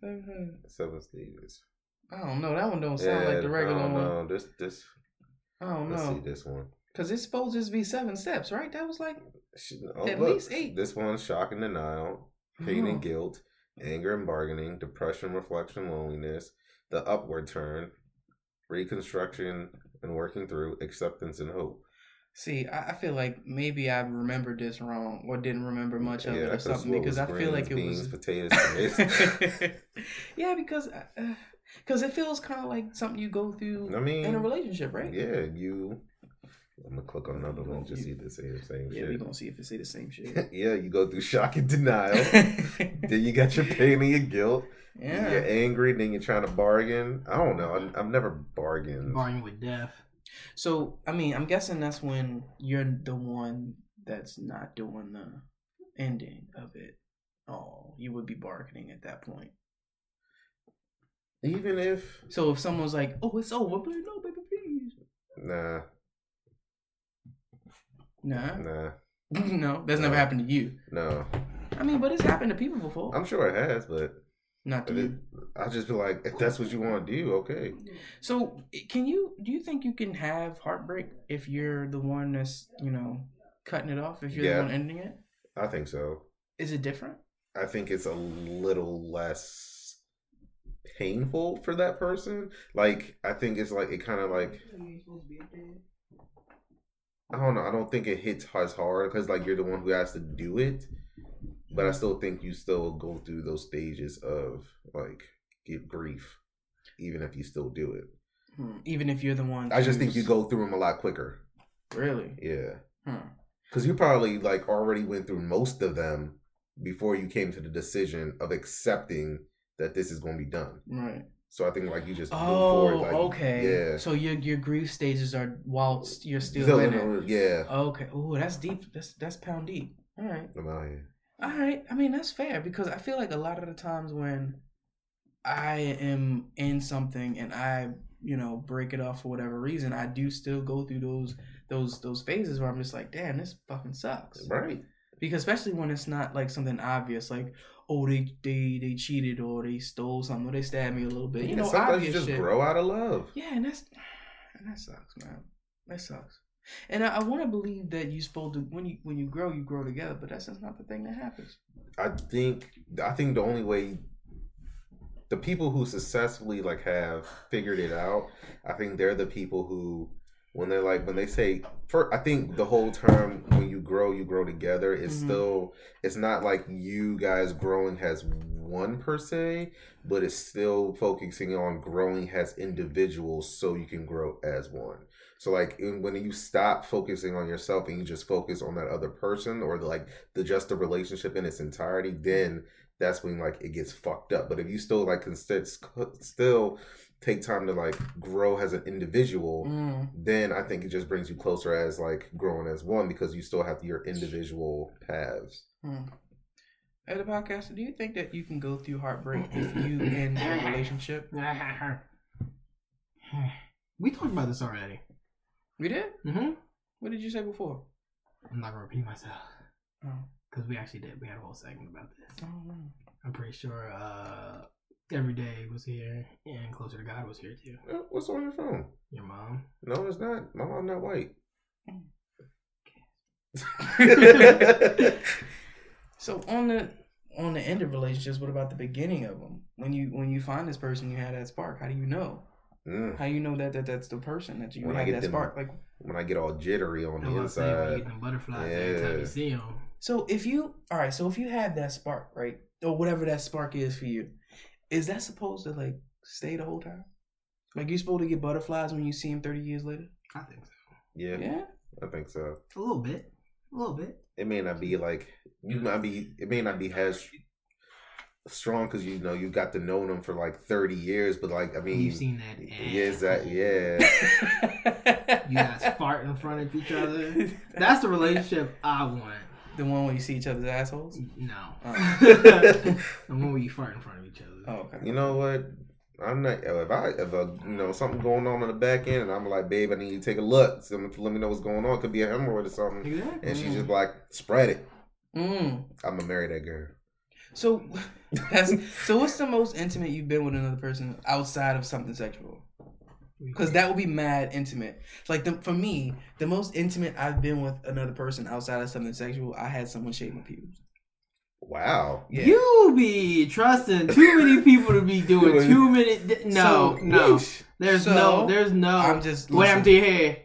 Speaker 1: Seven-
Speaker 3: Seven stages.
Speaker 1: I don't know. That one don't sound like the regular
Speaker 3: I don't
Speaker 1: one.
Speaker 3: know. This this.
Speaker 1: I don't
Speaker 3: Let's see
Speaker 1: know.
Speaker 3: this one.
Speaker 1: Cause it's supposed to just be seven steps, right? That was like
Speaker 3: She- oh,
Speaker 1: At
Speaker 3: look,
Speaker 1: least eight.
Speaker 3: This one: shock and denial, pain
Speaker 1: Oh.
Speaker 3: and guilt, anger and bargaining, depression, reflection, loneliness, the upward turn, reconstruction and working through, acceptance and hope.
Speaker 1: see, I, I feel like maybe I remembered this wrong or didn't remember much of it or
Speaker 3: that's what
Speaker 1: something because I
Speaker 3: was
Speaker 1: feel like it
Speaker 3: greens,
Speaker 1: was.
Speaker 3: beans, potatoes. tomatoes.
Speaker 1: yeah, because because it feels kind of like something you go through
Speaker 3: I mean,
Speaker 1: in a relationship, right?
Speaker 3: yeah, you. I'm gonna click on another one just see the same same
Speaker 1: Yeah, we
Speaker 3: shit.
Speaker 1: gonna see if it say the same shit.
Speaker 3: yeah, you go through shock and denial.
Speaker 1: yeah.
Speaker 3: then you got your pain and your guilt. You're angry, then you're trying to bargain. I don't know. I, I've never bargained.
Speaker 2: Barring with death.
Speaker 1: So I mean, I'm guessing that's when you're the one that's not doing the ending of it. Oh, you would be bargaining at that point.
Speaker 3: Even if
Speaker 1: So if someone's like, "Oh, it's over," but no, baby, please.
Speaker 3: nah,
Speaker 1: Nah,
Speaker 3: nah,
Speaker 1: no, that's never
Speaker 3: No.
Speaker 1: happened to you.
Speaker 3: no.
Speaker 1: I mean, but it's happened to people before.
Speaker 3: I'm sure it has, but
Speaker 1: not to
Speaker 3: if it,
Speaker 1: you.
Speaker 3: I'll just be like, if that's what you want to do, okay.
Speaker 1: So can you? Do you think you can have heartbreak if you're the one that's you know cutting it off? If you're
Speaker 3: Yeah.
Speaker 1: the one ending it,
Speaker 3: I think so.
Speaker 1: is it different?
Speaker 3: I think it's a little less painful for that person. Like, I think it's like it kind of like I don't know. I don't think it hits as hard because like you're the one who has to do it. But I still think you still go through those stages of like get grief, even if you still do it.
Speaker 1: Hmm. Even if you're the one.
Speaker 3: I just think you
Speaker 1: who's-
Speaker 3: go through them a lot quicker.
Speaker 1: Really?
Speaker 3: Yeah.
Speaker 1: Hmm.
Speaker 3: Because you probably like already went through most of them before you came to the decision of accepting that this is going to be done.
Speaker 1: Right.
Speaker 3: So I think like you just move
Speaker 1: Oh,
Speaker 3: forward. Like,
Speaker 1: okay.
Speaker 3: Yeah.
Speaker 1: So your your grief stages are whilst you're still,
Speaker 3: Still
Speaker 1: in
Speaker 3: in
Speaker 1: it.
Speaker 3: the- Yeah.
Speaker 1: Okay. Oh, that's deep. That's that's pound deep. All right.
Speaker 3: I'm out here.
Speaker 1: All right. I mean, that's fair because I feel like a lot of the times when I am in something and I, you know, break it off for whatever reason, I do still go through those those those phases where I'm just like, damn, this fucking sucks.
Speaker 3: Right.
Speaker 1: Because especially when it's not like something obvious, like oh they they they cheated or they stole something or they stabbed me a little bit. You
Speaker 3: Yeah,
Speaker 1: know,
Speaker 3: sometimes you
Speaker 1: obvious
Speaker 3: just
Speaker 1: shit.
Speaker 3: grow out of love.
Speaker 1: Yeah, and that's and that sucks, man. That sucks. And I, I want to believe that you supposed to when you when you grow you grow together, but that's just not the thing that happens.
Speaker 3: I think I think the only way the people who successfully like have figured it out, I think they're the people who when they're like when they say for I think the whole term when you grow you grow together is
Speaker 1: Mhm.
Speaker 3: still it's not like you guys growing as one per se, but it's still focusing on growing as individuals so you can grow as one. So like in- when you stop focusing on yourself and you just focus on that other person or like the just the relationship in its entirety, then that's when like it gets fucked up. But if you still like can st- still take time to like grow as an individual,
Speaker 1: Mm.
Speaker 3: then I think it just brings you closer as like growing as one because you still have your individual paths.
Speaker 1: Hey, the podcaster, do you think that you can go through heartbreak if you in a relationship?
Speaker 2: we talked about this already.
Speaker 1: We did.
Speaker 2: Mm-hmm.
Speaker 1: What did you say before?
Speaker 2: I'm not gonna repeat myself
Speaker 1: Oh,
Speaker 2: because we actually did. We had a whole segment about this.
Speaker 1: I don't know.
Speaker 2: I'm pretty sure uh, every day was here, and closer to God was here too.
Speaker 3: Uh, What's on your phone?
Speaker 2: Your mom.
Speaker 3: No, it's not. My mom not white.
Speaker 1: So on the on the end of relationships, what about the beginning of them? When you when you find this person, you had that spark. How do you know?
Speaker 3: Mm.
Speaker 1: How you know that, that that's the person that you
Speaker 3: When I
Speaker 1: had
Speaker 3: get
Speaker 1: that
Speaker 3: them-
Speaker 1: spark? Like
Speaker 3: When I get all jittery on
Speaker 2: I'm
Speaker 3: the
Speaker 2: about to say when you
Speaker 3: inside,
Speaker 2: get them butterflies every time
Speaker 3: Yeah.
Speaker 2: you see them.
Speaker 1: So if you all right, so if you have that spark, right, or whatever that spark is for you, is that supposed to like stay the whole time? Like you're supposed to get butterflies when you see him thirty years later?
Speaker 2: I think so.
Speaker 3: yeah,
Speaker 1: Yeah.
Speaker 3: I think so.
Speaker 2: A little bit. A little bit.
Speaker 3: it may not be like you might be it may not be as strong because you know you got to know them for like 30 years but like i mean
Speaker 2: You've seen that.
Speaker 3: yeah is that
Speaker 2: asshole.
Speaker 3: yeah
Speaker 2: You guys fart in front of each other. That's the relationship I want.
Speaker 1: the one where you see each other's assholes.
Speaker 2: No.
Speaker 1: Oh.
Speaker 2: the one where you fart in front of each
Speaker 1: Oh,
Speaker 2: other.
Speaker 1: okay.
Speaker 3: you know what i'm not if i if a, you know something going on in the back end and i'm like babe i need you to take a look so let me know what's going on could be an hemorrhoid or something
Speaker 2: Exactly.
Speaker 3: and she's just like spread it
Speaker 1: Mm.
Speaker 3: i'm gonna marry that girl
Speaker 1: So that's so. What's the most intimate you've been with another person outside of something sexual? Because that would be mad intimate. Like the, for me, the most intimate I've been with another person outside of something sexual, I had someone shave my pubes.
Speaker 3: wow
Speaker 1: Yeah.
Speaker 2: You be trusting too many people to be doing too many. di- No,
Speaker 1: So,
Speaker 2: no.
Speaker 1: whoosh.
Speaker 2: There's
Speaker 1: So,
Speaker 2: no. There's
Speaker 1: I'm
Speaker 2: no.
Speaker 1: just
Speaker 2: What happened to
Speaker 1: listen.
Speaker 2: your hair?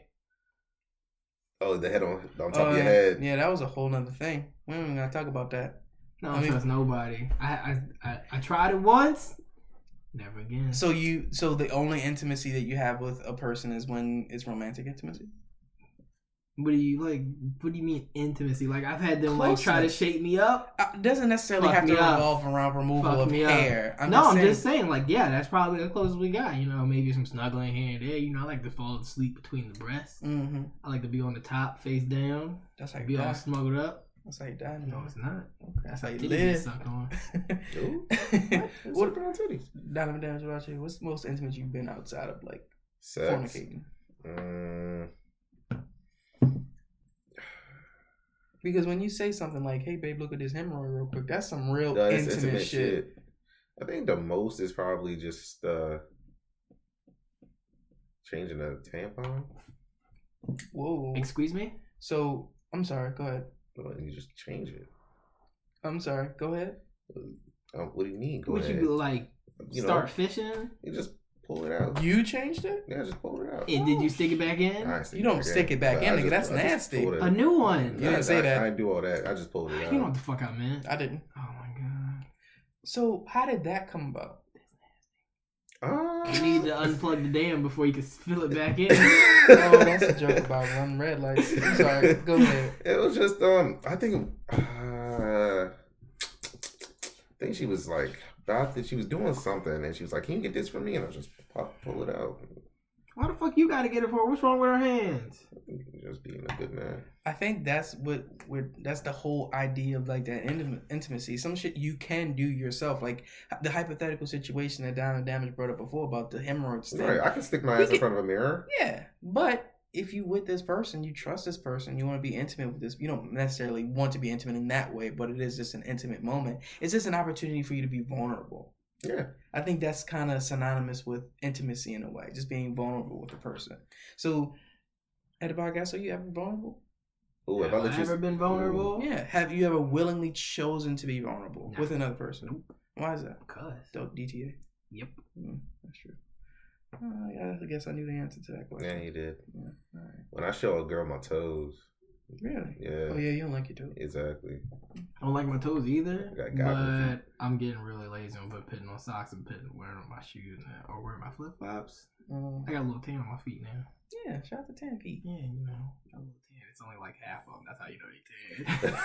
Speaker 3: oh the head on on top
Speaker 1: Oh,
Speaker 2: Uh,
Speaker 3: of your
Speaker 1: yeah.
Speaker 3: head
Speaker 1: Yeah, that was a whole nother thing. We ain't even gonna talk about that.
Speaker 2: No,
Speaker 1: I
Speaker 2: I don't
Speaker 1: mean-
Speaker 2: trust nobody. I, I I I tried it once. Never again.
Speaker 1: So you, so the only intimacy that you have with a person is when it's romantic intimacy.
Speaker 2: What do you like? What do you mean intimacy? Like I've had them like try to
Speaker 1: Closeness.
Speaker 2: shape me up.
Speaker 1: Uh, It doesn't necessarily
Speaker 2: Fuck
Speaker 1: have to
Speaker 2: me up.
Speaker 1: revolve around removal
Speaker 2: Fuck
Speaker 1: of
Speaker 2: me up.
Speaker 1: hair. I'm
Speaker 2: no,
Speaker 1: just
Speaker 2: I'm
Speaker 1: saying,
Speaker 2: just saying like yeah, that's probably the closest we got. You know, maybe some snuggling here and there. You know, I like to fall asleep between the breasts.
Speaker 1: hmm
Speaker 2: I like to be on the top, face down,
Speaker 1: That's how you
Speaker 2: be all
Speaker 1: die.
Speaker 2: snuggled up.
Speaker 1: That's how you die.
Speaker 2: No,
Speaker 1: man.
Speaker 2: it's not.
Speaker 1: Okay, That's how you
Speaker 2: Titties get
Speaker 1: live.
Speaker 2: sucked on.
Speaker 3: Ooh,
Speaker 1: what
Speaker 3: what around titties
Speaker 1: Donovan Damage about you? What's the most intimate you've been outside of like
Speaker 3: Sex.
Speaker 1: fornicating?
Speaker 3: Mm,
Speaker 1: Because when you say something like, "Hey, babe, look at this hemorrhoid real quick," that's some real
Speaker 3: No, it's
Speaker 1: intimate, shit.
Speaker 3: I think the most is probably just uh changing a tampon.
Speaker 1: Whoa.
Speaker 2: Excuse me.
Speaker 1: So I'm sorry. Go ahead.
Speaker 3: Well, You just change it.
Speaker 1: I'm sorry. Go ahead.
Speaker 3: Um, what do you mean? Go
Speaker 2: Would
Speaker 3: ahead.
Speaker 2: you be like
Speaker 3: You know,
Speaker 2: start fishing?
Speaker 3: you just pull it out.
Speaker 1: You changed it?
Speaker 3: Yeah, I just pulled it out.
Speaker 2: And did you stick it back in?
Speaker 3: I ain't stick
Speaker 1: You don't
Speaker 3: in.
Speaker 1: stick it back
Speaker 3: But
Speaker 1: in,
Speaker 3: I
Speaker 1: nigga, that's
Speaker 3: I
Speaker 1: nasty.
Speaker 3: pulled it.
Speaker 2: A new one.
Speaker 1: You didn't say
Speaker 3: I,
Speaker 1: that.
Speaker 3: I, I didn't do all that. I just pulled it out.
Speaker 2: You know what the fuck I meant.
Speaker 1: I didn't.
Speaker 2: Oh my god.
Speaker 1: So how did that come about?
Speaker 3: Ah.
Speaker 2: You need to unplug the dam before you can fill it back in.
Speaker 1: Oh, that's a joke about run red lights. I'm sorry. Go ahead.
Speaker 3: It was just um, I think, uh, I think she was like about that she was doing something, and she was like, "Can you get this for me?" And I just pop, pull it out,
Speaker 2: Why the fuck you gotta get it for? What's wrong with her hands?
Speaker 3: just being a good man.
Speaker 1: I think that's what we're. That's the whole idea of like that intim- intimacy. Some shit you can do yourself. Like the hypothetical situation that Diamond Damage brought up before about the hemorrhoids thing.
Speaker 3: Right? I can stick my
Speaker 1: We
Speaker 3: ass in
Speaker 1: can-
Speaker 3: front of a mirror.
Speaker 1: Yeah, but if you with this person, you trust this person, you want to be intimate with this. You don't necessarily want to be intimate in that way, but it is just an intimate moment. It's just an opportunity for you to be vulnerable.
Speaker 3: Yeah.
Speaker 1: I think that's kind of synonymous with intimacy in a way, just being vulnerable with the person. So, at the podcast, are you ever vulnerable?
Speaker 3: Ooh, if I
Speaker 2: Have
Speaker 3: let
Speaker 2: I
Speaker 3: you,
Speaker 2: ever been vulnerable?
Speaker 1: Yeah. Have you ever willingly chosen to be vulnerable
Speaker 2: No.
Speaker 1: with another person? Why is that?
Speaker 2: Because.
Speaker 1: Dope DTA.
Speaker 2: Yep.
Speaker 1: Mm, that's true. Uh, I guess I knew the answer to that
Speaker 3: yeah,
Speaker 1: question.
Speaker 3: you did.
Speaker 1: All right.
Speaker 3: When I show a girl my toes,
Speaker 1: Really?
Speaker 3: yeah,
Speaker 1: Oh yeah, you don't like your toes.
Speaker 3: exactly.
Speaker 2: I don't like my toes either.
Speaker 3: I got goggles.
Speaker 2: But I'm getting really lazy on put putting on socks and putting wearing on my shoes now, or wearing my flip flops.
Speaker 1: Um,
Speaker 2: I got a little tan on my feet now.
Speaker 1: yeah, shout out to Tan Pete.
Speaker 2: Yeah, you know, got a little tan. It's only like half of them. That's how you know they tan.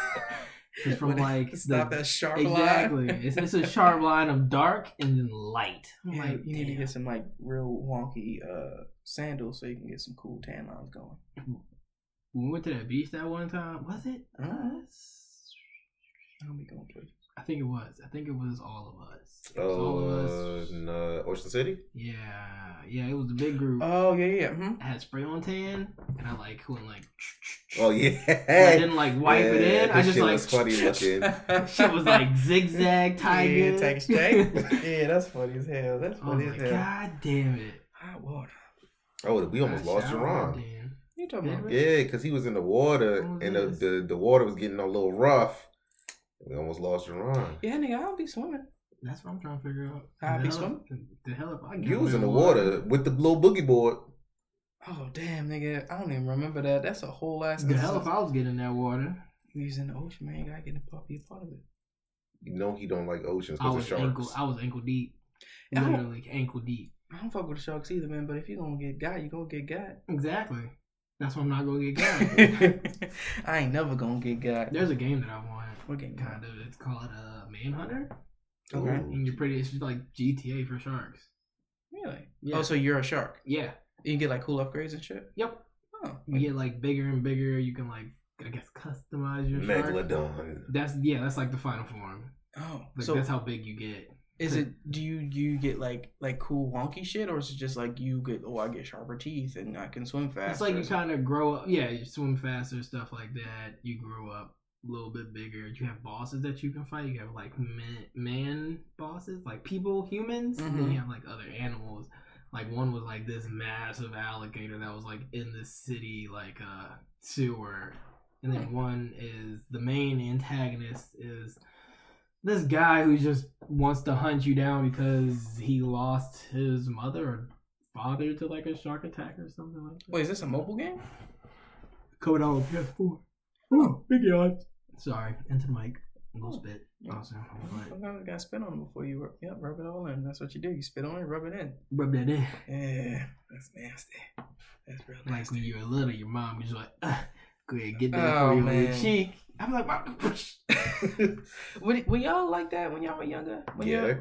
Speaker 2: it's from like
Speaker 1: stop
Speaker 2: the-
Speaker 1: that sharp line.
Speaker 2: exactly. It's, it's a sharp line of dark and then light. I'm
Speaker 1: Yeah,
Speaker 2: like,
Speaker 1: you need to
Speaker 2: damn.
Speaker 1: get some like real wonky uh sandals so you can get some cool tan lines going.
Speaker 2: When we went to that beach that one time, was it?
Speaker 3: Hmm?
Speaker 1: Uh-huh.
Speaker 2: us?
Speaker 1: I don't be going places.
Speaker 2: I think it was. I think it was all of us. It was all of
Speaker 3: Oh,
Speaker 2: us.
Speaker 3: uh, in, uh, Ocean City.
Speaker 2: Yeah, yeah. It was the big group.
Speaker 1: Oh yeah, yeah. hmm
Speaker 2: I had spray on tan, and I like went like.
Speaker 3: Oh yeah,
Speaker 2: And I didn't like wipe
Speaker 3: Yeah,
Speaker 2: it in. I
Speaker 3: this
Speaker 2: just
Speaker 3: shit
Speaker 2: like
Speaker 3: was funny looking.
Speaker 2: shit was like zigzag tiger.
Speaker 1: Yeah, take a shake. yeah, that's funny as hell. That's
Speaker 2: oh
Speaker 1: funny
Speaker 2: my
Speaker 1: as hell.
Speaker 2: god damn it!
Speaker 1: Hot water.
Speaker 3: Oh, we almost
Speaker 2: I
Speaker 3: lost
Speaker 2: showered,
Speaker 3: Jerron.
Speaker 2: damn.
Speaker 1: You talking about?
Speaker 3: Yeah, because he was in the water
Speaker 2: Oh,
Speaker 3: and the,
Speaker 2: yes.
Speaker 3: the the water was getting a little rough. We almost lost Jerron.
Speaker 1: Yeah, nigga, I don't be swimming.
Speaker 2: That's what I'm trying to figure out.
Speaker 1: How I
Speaker 2: The
Speaker 1: be
Speaker 2: hell- The hell if I get
Speaker 3: You was in
Speaker 2: in
Speaker 3: the water with the little boogie board.
Speaker 1: Oh damn, nigga, I don't even remember that. That's a whole ass.
Speaker 2: The hell if I was getting in that water.
Speaker 1: He's in the ocean, man. You gotta get a part, be a part of it.
Speaker 3: You know he don't like oceans
Speaker 2: I
Speaker 3: because of
Speaker 2: was ankle.
Speaker 3: sharks.
Speaker 2: I was ankle deep.
Speaker 1: Yeah, I don't-
Speaker 2: Literally ankle deep.
Speaker 1: I don't fuck with the sharks either, man. But if you gonna get got, you gonna get got.
Speaker 2: Exactly. That's why I'm not gonna get got.
Speaker 1: I ain't never gonna get got.
Speaker 2: There's a game that I want.
Speaker 1: We're getting got.
Speaker 2: Kind of. It's called uh, Manhunter.
Speaker 1: Okay.
Speaker 2: And you're pretty. It's just like GTA for sharks.
Speaker 1: Really?
Speaker 2: Yeah.
Speaker 1: Oh, so you're a shark.
Speaker 2: Yeah.
Speaker 1: You can get like cool upgrades and shit.
Speaker 2: Yep.
Speaker 1: Oh,
Speaker 2: You get like bigger and bigger. You can like I guess customize your shark.
Speaker 3: Megalodon.
Speaker 2: That's yeah. That's like the final form.
Speaker 1: oh.
Speaker 2: Like
Speaker 1: so
Speaker 2: that's how big you get.
Speaker 1: is it? Do you you get like like cool wonky shit, or is it just like you get? Oh, I get sharper teeth and I can swim fast.
Speaker 2: It's like you kind of grow up. Yeah, you swim faster, stuff like that. You grow up a little bit bigger. You have bosses that you can fight. You have like man, man bosses, like people, humans. And then
Speaker 1: Mhm.
Speaker 2: you have like other animals. Like one was like this massive alligator that was like in the city, like uh, sewer. And then one is the main antagonist is this guy who just wants to hunt you down because he lost his mother or father to like a shark attack or something like that.
Speaker 1: Wait, is this a mobile game?
Speaker 2: Coming out on PS4. Ooh, big odds. Sorry, into the mic. A little spit. Also, but
Speaker 1: Sometimes you gotta spit on it before you rub, yep, rub it all in. That's what you do. You spit on it, rub it in.
Speaker 2: rub that in.
Speaker 1: Yeah, that's nasty. That's real
Speaker 2: Like
Speaker 1: nasty.
Speaker 2: when you were little, your mom was like, "Ugh, go ahead, get that
Speaker 1: Oh,
Speaker 2: for your little
Speaker 1: man.
Speaker 2: cheek. I'm like, "Why-
Speaker 1: Were, were y'all like that when y'all were younger? When
Speaker 3: yeah.
Speaker 1: y'all-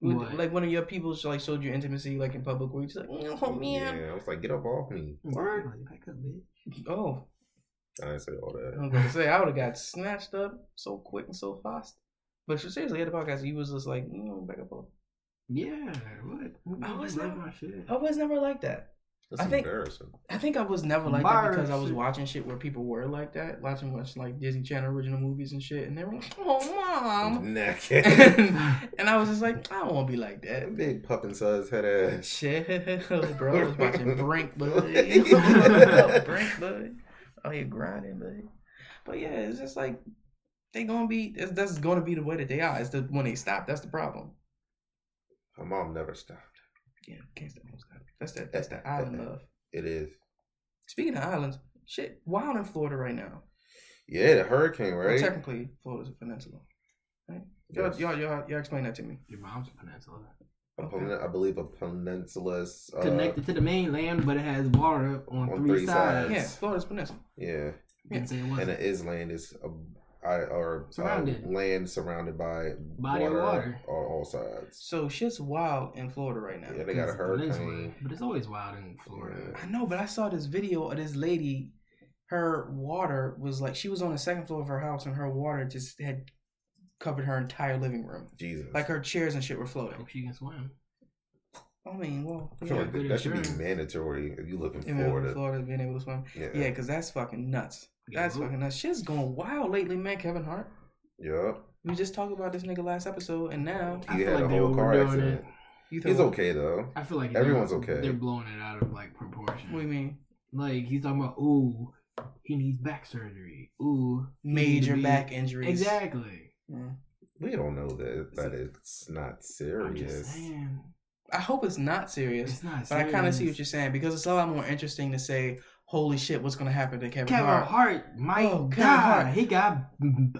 Speaker 1: would-
Speaker 2: What?
Speaker 1: like one of your people just, like showed you intimacy like in public where you just like, "Mm, oh man.
Speaker 3: Yeah, I was like, get up off me.
Speaker 1: Word.
Speaker 2: Like, Back up, bitch.
Speaker 1: Oh,
Speaker 3: I didn't say all
Speaker 1: I
Speaker 3: that.
Speaker 2: Uh,
Speaker 1: was gonna say I would have got snatched up so quick and so fast. But seriously, at the podcast, you was just like, you know, back up. off."
Speaker 2: Yeah, what?
Speaker 1: I
Speaker 2: You
Speaker 1: was oh.
Speaker 2: rub
Speaker 1: not-
Speaker 2: my shit.
Speaker 1: I was never like that.
Speaker 3: That's
Speaker 1: I think-
Speaker 3: embarrassing.
Speaker 1: I think I was never like that because I was
Speaker 2: Embarrassing.
Speaker 1: watching shit where people were like that, watching watching like Disney Channel original movies and shit, and they were like, oh mom,
Speaker 3: Naked.
Speaker 1: and I was just like, I don't want to be like that.
Speaker 3: Big pumping size head ass.
Speaker 1: Shit, bro, I was watching Brink, buddy. Brink, buddy. Oh, you grinding, buddy. But yeah, it's just like they gonna be. That's, that's gonna be the way that they are. It's the when they stop. That's the problem.
Speaker 3: My mom never stopped.
Speaker 1: Yeah, can't stand most guys. That's that. That's that island love.
Speaker 3: It is.
Speaker 1: Speaking of islands, shit, wild in Florida right now.
Speaker 3: Yeah, the hurricane,
Speaker 1: Well,
Speaker 3: right?
Speaker 1: technically, Florida's a peninsula. Y'all,
Speaker 3: Yes.
Speaker 1: y'all, y'all, y'all explain that to me.
Speaker 2: Your mom's a peninsula.
Speaker 3: A
Speaker 1: okay.
Speaker 3: penin- I believe a peninsula's uh,
Speaker 2: Connected to the mainland, but it has water on,
Speaker 3: on
Speaker 2: three,
Speaker 3: three
Speaker 2: sides.
Speaker 3: sides.
Speaker 1: Yeah,
Speaker 3: Yes.
Speaker 1: Florida's peninsula.
Speaker 3: Yeah,
Speaker 2: Didn't say it wasn't.
Speaker 3: and the island is a I, or uh,
Speaker 2: Surrounded.
Speaker 3: land surrounded by
Speaker 2: Body of water.
Speaker 3: on all sides.
Speaker 1: So shit's wild in Florida right now.
Speaker 3: Yeah, they got a
Speaker 2: It's peninsula,
Speaker 3: hurricane.
Speaker 2: But it's always wild in Florida.
Speaker 1: I know, but I saw this video of this lady. Her water was like she was on the second floor of her house, and her water just had covered her entire living room.
Speaker 3: Jesus,
Speaker 1: Like her chairs and shit were
Speaker 2: I
Speaker 1: floating.
Speaker 2: hope she can swim.
Speaker 1: I mean, well,
Speaker 3: I
Speaker 1: yeah,
Speaker 3: feel
Speaker 2: Yeah,
Speaker 3: like
Speaker 2: good
Speaker 3: that, that should be
Speaker 2: insurance.
Speaker 3: mandatory if you live in
Speaker 1: in Florida.
Speaker 3: Florida.
Speaker 1: Florida being able to swim.
Speaker 3: Yeah,
Speaker 1: Yeah, because that's fucking nuts.
Speaker 2: Yeah,
Speaker 1: That's
Speaker 2: who-
Speaker 1: fucking nuts. Shit's going wild lately, man. Kevin Hart.
Speaker 3: Yup.
Speaker 1: We just talked about this nigga last episode, and now
Speaker 2: I
Speaker 3: He
Speaker 2: feel
Speaker 3: had
Speaker 2: like
Speaker 3: a
Speaker 2: they
Speaker 3: whole car
Speaker 2: overdoing
Speaker 3: accident.
Speaker 2: it.
Speaker 1: you think
Speaker 3: He's okay though.
Speaker 2: I feel like
Speaker 3: Everyone's
Speaker 2: they're-
Speaker 3: okay.
Speaker 2: They're blowing it out of like proportion.
Speaker 1: What do you mean?
Speaker 2: Like he's talking about, ooh, he needs back surgery. Ooh, he need to
Speaker 1: Major
Speaker 2: be-
Speaker 1: back injuries.
Speaker 2: Exactly.
Speaker 1: Mm.
Speaker 3: We don't know that that it's not
Speaker 2: I'm just
Speaker 3: serious.
Speaker 2: saying,
Speaker 1: I hope it's not serious.
Speaker 2: it's not.
Speaker 1: But I kind of see what
Speaker 2: serious.
Speaker 1: you're saying because it's a lot more interesting to say, "Holy shit, what's gonna happen to Kevin,
Speaker 2: Kevin
Speaker 1: Hart?"
Speaker 2: Hart might
Speaker 1: Oh, Kevin
Speaker 2: die.
Speaker 1: Hart.
Speaker 2: He got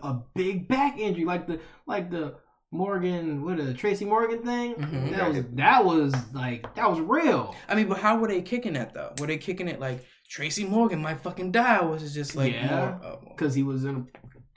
Speaker 2: a big back injury, like the like the Morgan, what a Tracy Morgan thing.
Speaker 1: Mhm.
Speaker 2: That was that was like that was real.
Speaker 1: I mean, but how were they kicking that though? Were they kicking it like Tracy Morgan might fucking die? Or was it just like,
Speaker 2: Yeah.
Speaker 1: more, oh, well,
Speaker 2: Cause he was in a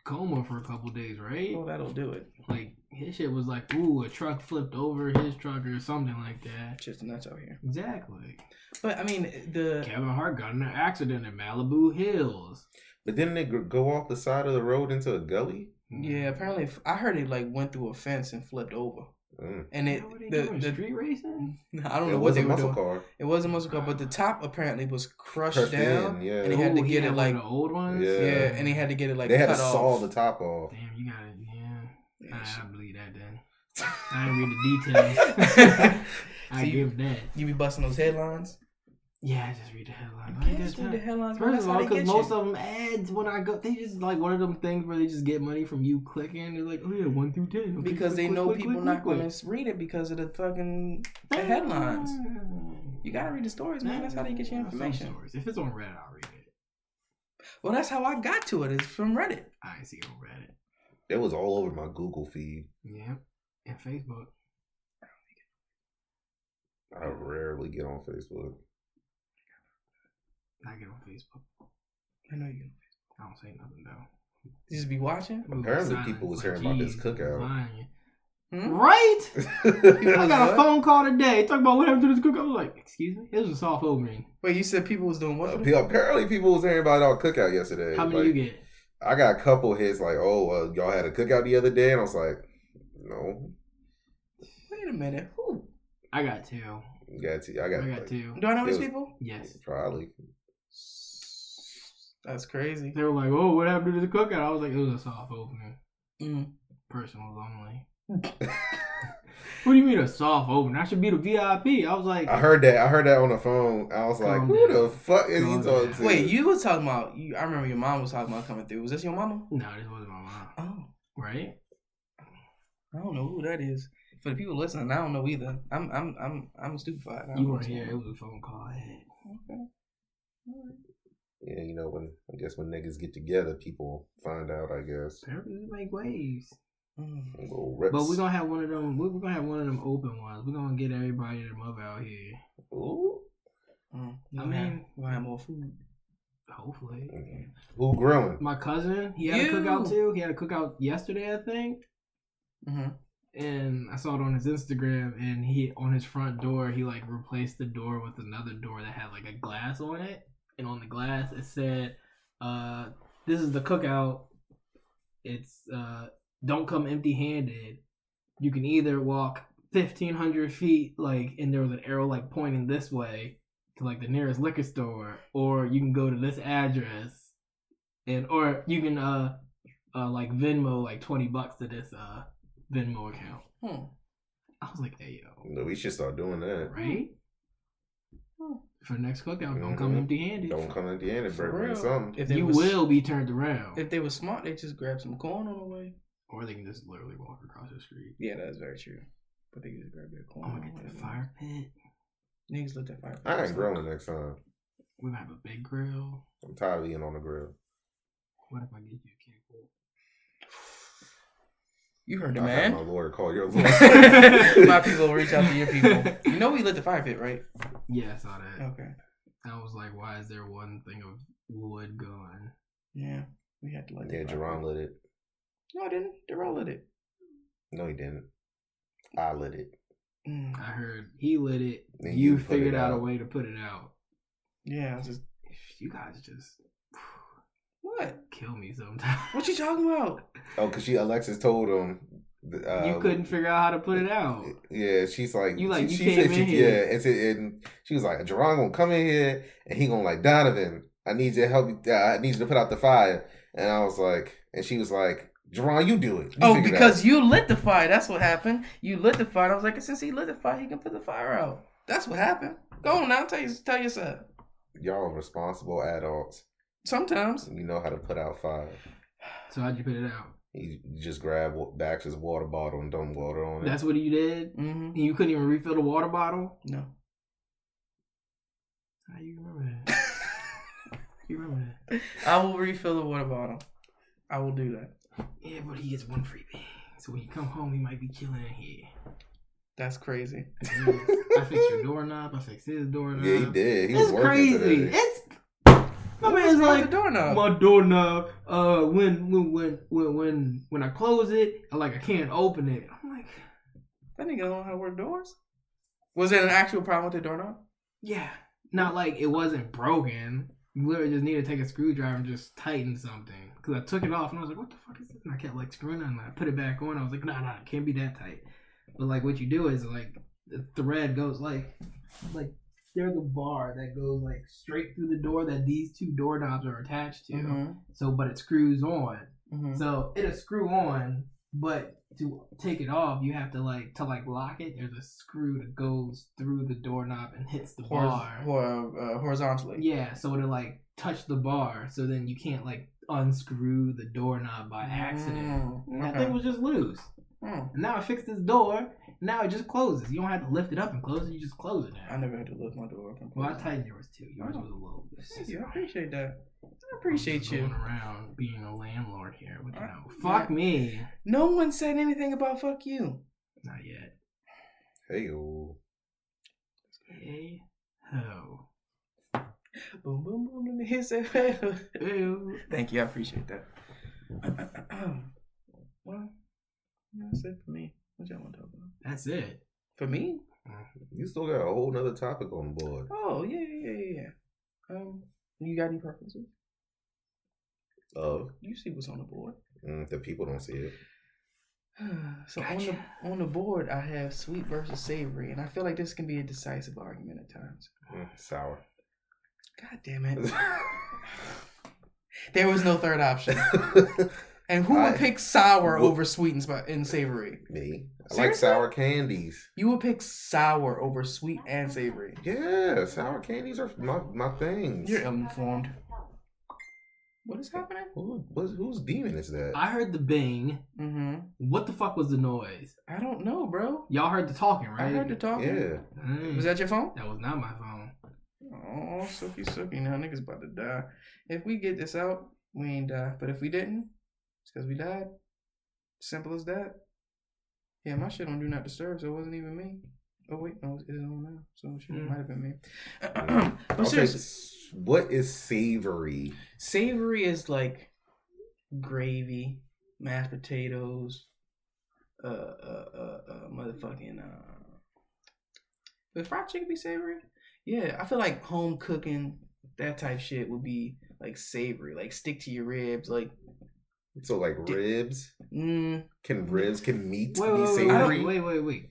Speaker 2: coma for a couple days, right?
Speaker 1: well, "Oh, that'll do it.
Speaker 2: Like his shit was like, ooh, a truck flipped over his truck or something like that.
Speaker 1: It's just nuts out here.
Speaker 2: Exactly.
Speaker 1: But I mean, the
Speaker 2: Kevin Hart got in an accident in Malibu Hills.
Speaker 3: But didn't they gr- go off the side of the road into a gully?
Speaker 1: yeah, apparently f- I heard it like went through a fence and flipped over,
Speaker 3: Mm.
Speaker 1: and it
Speaker 2: What were they
Speaker 1: the,
Speaker 2: doing?
Speaker 1: the
Speaker 2: street racing.
Speaker 1: I don't
Speaker 3: It
Speaker 1: know what
Speaker 3: was
Speaker 1: they
Speaker 3: a
Speaker 1: were
Speaker 3: muscle
Speaker 1: doing.
Speaker 3: car.
Speaker 1: It wasn't muscle car, but the top apparently was crushed,
Speaker 3: Crushed
Speaker 1: down.
Speaker 3: in, yeah.
Speaker 1: and he had to
Speaker 2: Ooh,
Speaker 1: get it, like-
Speaker 2: Oh, one of the old ones.
Speaker 3: Yeah.
Speaker 1: yeah. and he had to get it like
Speaker 3: they had
Speaker 1: cut
Speaker 3: to saw
Speaker 1: off.
Speaker 3: the top off.
Speaker 2: Damn, you got it. Yeah,
Speaker 1: Yeah,
Speaker 2: I,
Speaker 1: shit.
Speaker 2: I believe that. Then I didn't read the details. I
Speaker 1: See,
Speaker 2: give that.
Speaker 1: you be busting those headlines.
Speaker 2: Yeah, I just read the headline.
Speaker 1: You
Speaker 2: I
Speaker 1: can't
Speaker 2: guess
Speaker 1: just read the
Speaker 2: not.
Speaker 1: headlines. man.
Speaker 2: First
Speaker 1: That's
Speaker 2: of
Speaker 1: how they
Speaker 2: all,
Speaker 1: get
Speaker 2: because
Speaker 1: you.
Speaker 2: most of them ads when I go, they just like one of them things where they just get money from you clicking. They're like, oh yeah, one through ten. Okay,
Speaker 1: because
Speaker 2: click,
Speaker 1: they
Speaker 2: click,
Speaker 1: know
Speaker 2: click,
Speaker 1: people
Speaker 2: click,
Speaker 1: not
Speaker 2: click,
Speaker 1: going to read it because of the fucking the headlines.
Speaker 2: Ah.
Speaker 1: You gotta read the stories, man. That's how they get your
Speaker 2: Some
Speaker 1: information.
Speaker 2: stories. If it's on Reddit, I'll read it.
Speaker 1: Well, that's how I got to it. It's from Reddit.
Speaker 2: I ain't see it on Reddit.
Speaker 3: It was all over my Google feed.
Speaker 2: Yeah, and Facebook.
Speaker 3: I rarely get on Facebook.
Speaker 2: I get on Facebook.
Speaker 1: I know you.
Speaker 2: I don't say nothing though.
Speaker 1: You Just be watching.
Speaker 2: Ooh,
Speaker 3: Apparently
Speaker 2: silence.
Speaker 3: people was
Speaker 2: Like,
Speaker 3: hearing about this
Speaker 2: geez, people
Speaker 3: cookout.
Speaker 2: lying.
Speaker 1: Hmm?
Speaker 2: Right? I
Speaker 1: Like
Speaker 2: got
Speaker 1: what?
Speaker 3: Uh,
Speaker 2: a phone call today talking about what happened to this cookout. I was like, excuse me? It was a soft opening.
Speaker 1: Wait, you said Uh, people was doing what? for them?
Speaker 3: Apparently, people was hearing about our cookout yesterday.
Speaker 2: How many
Speaker 3: Like,
Speaker 2: you get?
Speaker 3: I got a couple hits like, "Oh, uh, y'all had a cookout the other day," and I was like, "No,
Speaker 1: Wait a minute. Who?
Speaker 2: I got two.
Speaker 3: you got to, I
Speaker 2: I
Speaker 3: got,
Speaker 2: got
Speaker 3: like,
Speaker 2: two.
Speaker 1: Do I know
Speaker 3: It
Speaker 1: these
Speaker 3: was-
Speaker 1: people?
Speaker 2: Yes.
Speaker 3: probably."
Speaker 1: That's crazy.
Speaker 2: They were like, oh, what happened to the cookout? I was like, it was a soft opening.
Speaker 1: Mm.
Speaker 2: Personal only. what do you mean a soft opening? I should be the VIP. I was like,
Speaker 3: I heard that. I heard that on the phone. I was like,
Speaker 2: Calm
Speaker 3: "Who
Speaker 2: down.
Speaker 3: the fuck is
Speaker 2: Calm
Speaker 3: he talking
Speaker 2: down.
Speaker 3: to?"
Speaker 1: Wait, you was talking about? You, I remember your mom was talking about coming through. Was this your mama?
Speaker 2: no, this wasn't my mom.
Speaker 1: Oh,
Speaker 2: Right?
Speaker 1: I don't know who that is. For the people listening, I don't know either. I'm, I'm, I'm, I'm stupefied. I don't
Speaker 2: You
Speaker 1: know
Speaker 2: weren't
Speaker 1: what's going
Speaker 2: here. It
Speaker 1: on.
Speaker 2: was a phone call I had.
Speaker 1: Okay. All right.
Speaker 3: Yeah, you know when I guess when niggas get together, people find out. I guess.
Speaker 2: Apparently, we make waves.
Speaker 1: Mm.
Speaker 3: Little rips.
Speaker 2: But we're going to have one of them. We're going to have one of them open ones. We're going to get everybody and their mother out here.
Speaker 3: Ooh.
Speaker 1: Mm.
Speaker 2: I
Speaker 1: I mean,
Speaker 2: mean-
Speaker 1: we have more food.
Speaker 2: Hopefully.
Speaker 3: Mhm. Who grilling?
Speaker 2: My cousin, he had
Speaker 1: You.
Speaker 2: a cookout too. He had a cookout yesterday, I think.
Speaker 1: hmm
Speaker 2: And I saw it on his Instagram and he on his front door he like replaced the door with another door that had like a glass on it. And on the glass it said, uh, this is the cookout. It's uh don't come empty handed. You can either walk fifteen hundred feet, like and there was an arrow like pointing this way to like the nearest liquor store, or you can go to this address and or you can uh uh like Venmo like twenty bucks to this uh Venmo account.
Speaker 1: Hmm.
Speaker 2: I was like, hey yo,
Speaker 3: No, we should start doing that.
Speaker 2: right?
Speaker 1: Hmm.
Speaker 2: For next cookout, don't come
Speaker 3: Mhm.
Speaker 2: empty handed.
Speaker 3: Don't come at the end and
Speaker 1: For
Speaker 3: bring bring
Speaker 1: real.
Speaker 3: something.
Speaker 1: If they
Speaker 2: You
Speaker 1: was-
Speaker 2: will be turned around.
Speaker 1: If they were smart, they just grab some corn on the way.
Speaker 2: or they can just literally walk across the street.
Speaker 1: Yeah, that's very true. But they just grab their corn.
Speaker 2: I'm
Speaker 1: on
Speaker 2: gonna
Speaker 1: the
Speaker 2: get
Speaker 1: way.
Speaker 2: the fire pit.
Speaker 1: Niggas looked at fireworks.
Speaker 3: I ain't grilling next time.
Speaker 2: We're gonna have a big grill.
Speaker 3: I'm tired of eating on the grill.
Speaker 2: What if I get you a can of Coke?
Speaker 1: You heard the
Speaker 3: I had
Speaker 1: man.
Speaker 3: my lawyer call your lawyer.
Speaker 1: My people will reach out to your people. You know we lit the fire pit, right?
Speaker 2: Yeah, I saw that.
Speaker 1: Okay.
Speaker 2: I was like, why is there one thing of wood gone?
Speaker 1: Yeah, we had to light. the
Speaker 3: yeah,
Speaker 1: fire
Speaker 3: Jerron
Speaker 1: pit.
Speaker 3: lit it.
Speaker 1: No, I didn't. Jerron lit it.
Speaker 3: No, he didn't. I lit it.
Speaker 1: Mm.
Speaker 2: I heard he lit it.
Speaker 3: Then
Speaker 2: you
Speaker 3: you put
Speaker 2: figured
Speaker 3: it
Speaker 2: out a
Speaker 3: out.
Speaker 2: way to put it out.
Speaker 1: Yeah, I was just
Speaker 2: You guys just
Speaker 1: what?
Speaker 2: kill me sometimes.
Speaker 1: What you talking about?
Speaker 3: Oh, because she Alexis told him. th- Uh,
Speaker 2: you couldn't figure out how to put it out.
Speaker 3: Yeah, she's like,
Speaker 2: Oh. You like,
Speaker 3: she,
Speaker 2: you
Speaker 3: she
Speaker 2: came
Speaker 3: said
Speaker 2: in
Speaker 3: she,
Speaker 2: here.
Speaker 3: yeah, and, said- and she was like, Jerron gonna come in here and he gonna like Donovan. I need you to help. me- Uh, I need you to put out the fire. And I was like, and she was like, Jerron, you do it. You
Speaker 1: Oh,
Speaker 3: figure it
Speaker 1: because you lit the fire. That's what happened. You lit the fire. I was like, since he lit the fire, he can put the fire out. That's what happened. Go on now. Tell you, tell yourself.
Speaker 3: out. y'all are responsible adults.
Speaker 1: Sometimes.
Speaker 3: You know how to put out fire.
Speaker 2: So how'd you put it out?
Speaker 3: You you just grab wa- Baxter's water bottle and dump water on it.
Speaker 2: That's what you did.
Speaker 1: Mm-hmm.
Speaker 2: You couldn't even refill the water bottle.
Speaker 1: No.
Speaker 2: How you remember that? You remember that?
Speaker 1: I will refill the water bottle. I will do that.
Speaker 2: Yeah, but he gets one freebie. So when you come home, he might be killing in here.
Speaker 1: That's crazy.
Speaker 2: I fixed your doorknob. I fixed his doorknob.
Speaker 3: yeah, he did. He
Speaker 2: It's
Speaker 3: was working
Speaker 2: crazy.
Speaker 3: today.
Speaker 2: It's my
Speaker 1: What was
Speaker 2: man's
Speaker 1: wrong with
Speaker 2: like
Speaker 1: the doorknob.
Speaker 2: my doorknob. Uh, when when when when when when I close it, I, like I can't open it. I'm like,
Speaker 1: That nigga don't know how to work doors. Was it an actual problem with the doorknob?
Speaker 2: yeah, not like it wasn't broken. You literally just need to take a screwdriver and just tighten something. Cause I took it off and I was like, what the fuck is this? And I kept like screwing it and I put it back on. I was like, nah, nah, it can't be that tight. But like what you do is like the thread goes like like there's a bar that goes like straight through the door that these two doorknobs are attached to. So but it screws on.
Speaker 1: Mm-hmm.
Speaker 2: So it'll screw on, but to take it off, you have to like to like lock it. There's a screw that goes through the doorknob and hits the bar.
Speaker 1: uh, horizontally.
Speaker 2: Yeah, so it'll like touch the bar. So then you can't like unscrew the doorknob by accident.
Speaker 1: Mm,
Speaker 2: And That
Speaker 1: okay.
Speaker 2: thing was just loose.
Speaker 1: Mm.
Speaker 2: And now I fixed this door. Now it just closes. You don't have to lift it up and close it. You just close it
Speaker 1: I
Speaker 2: now.
Speaker 1: never had to lift my door open.
Speaker 2: Well, I tightened yours too. Yours was a little.
Speaker 1: Thank you. I appreciate that. I appreciate
Speaker 2: I'm just
Speaker 1: you.
Speaker 2: Going around being a landlord here, but you
Speaker 1: Uh,
Speaker 2: know, fuck me.
Speaker 1: No one said anything about fuck you.
Speaker 2: Not yet.
Speaker 3: Hey, ooh.
Speaker 2: Hey, ho.
Speaker 1: Boom, boom, boom. Let me hit that.
Speaker 2: Ew.
Speaker 1: Thank you. I appreciate that. well, that's it for me. What y'all want to talk about?
Speaker 2: That's it.
Speaker 1: For me?
Speaker 3: you still got a whole nother topic on board.
Speaker 1: Oh, yeah, yeah, yeah, yeah, yeah. Um, you got any preferences? Oh,
Speaker 3: Of
Speaker 1: You see what's on the board.
Speaker 3: mm, the people don't see it.
Speaker 1: so on
Speaker 2: Gotcha.
Speaker 1: the on the board, I have sweet versus savory, and I feel like this can be a decisive argument at times.
Speaker 3: Mm, sour.
Speaker 1: God damn it! there was no third option. And who would
Speaker 3: I-
Speaker 1: pick sour
Speaker 3: Well-
Speaker 1: over sweet and, spi- and savory?
Speaker 3: Me. I like
Speaker 1: Seriously?
Speaker 3: sour candies.
Speaker 1: You would pick sour over sweet and savory.
Speaker 3: Yeah, sour candies are my, my things.
Speaker 1: You're ill-informed. What is happening?
Speaker 3: Who, what's, whose demon is that?
Speaker 2: I heard the bing.
Speaker 1: Mm-hmm.
Speaker 2: What the fuck was the noise?
Speaker 1: I don't know, bro.
Speaker 2: Y'all heard the talking, right?
Speaker 1: I heard the talking.
Speaker 3: yeah.
Speaker 2: Mm.
Speaker 1: Was that your phone?
Speaker 2: That was not my phone.
Speaker 1: Oh, sookie sookie. Now niggas about to die. If we get this out, we ain't die. But if we didn't, it's because we died. Simple as that. Yeah, my shit on Do Not Disturb, so it wasn't even me. Oh, wait, no, it's on now. So shit, it
Speaker 2: Mm.
Speaker 1: might have been me. but
Speaker 3: Okay,
Speaker 1: seriously,
Speaker 3: s- what is savory?
Speaker 1: savory is like gravy, mashed potatoes, uh, uh, uh, uh motherfucking. Uh, would fried chicken be savory? Yeah, I feel like home cooking that type shit would be like savory, like stick to your ribs, like
Speaker 3: So like
Speaker 1: Di-
Speaker 3: ribs?
Speaker 1: mm,
Speaker 3: Can ribs? Can meat
Speaker 2: Wait,
Speaker 3: be
Speaker 2: wait, wait,
Speaker 3: savory?
Speaker 2: wait, wait, wait, wait.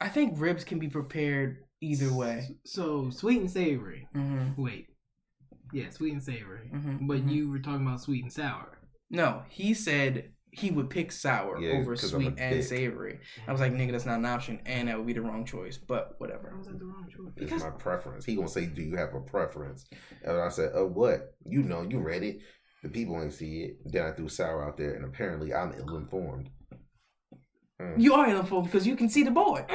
Speaker 1: I think ribs can be prepared either way.
Speaker 2: S- So sweet and savory.
Speaker 1: Mm-hmm.
Speaker 2: Wait. Yeah, sweet and savory.
Speaker 1: Mhm,
Speaker 2: But
Speaker 1: mhm.
Speaker 2: you were talking about sweet and sour.
Speaker 1: No, he said he would pick sour
Speaker 3: Yeah,
Speaker 1: over
Speaker 3: 'cause I'm a
Speaker 1: sweet and
Speaker 3: dick.
Speaker 1: savory. I was like, nigga, that's not an option, and that would be the wrong choice. But whatever.
Speaker 2: I was like the wrong choice.
Speaker 3: It's
Speaker 2: Because
Speaker 3: my preference. He gonna say, "Do you have a preference?" And I said, "Of what? You know, you read it. The people ain't see it." Then I threw sour out there, and apparently I'm ill informed. Hmm.
Speaker 1: You are ill informed because you can see the board.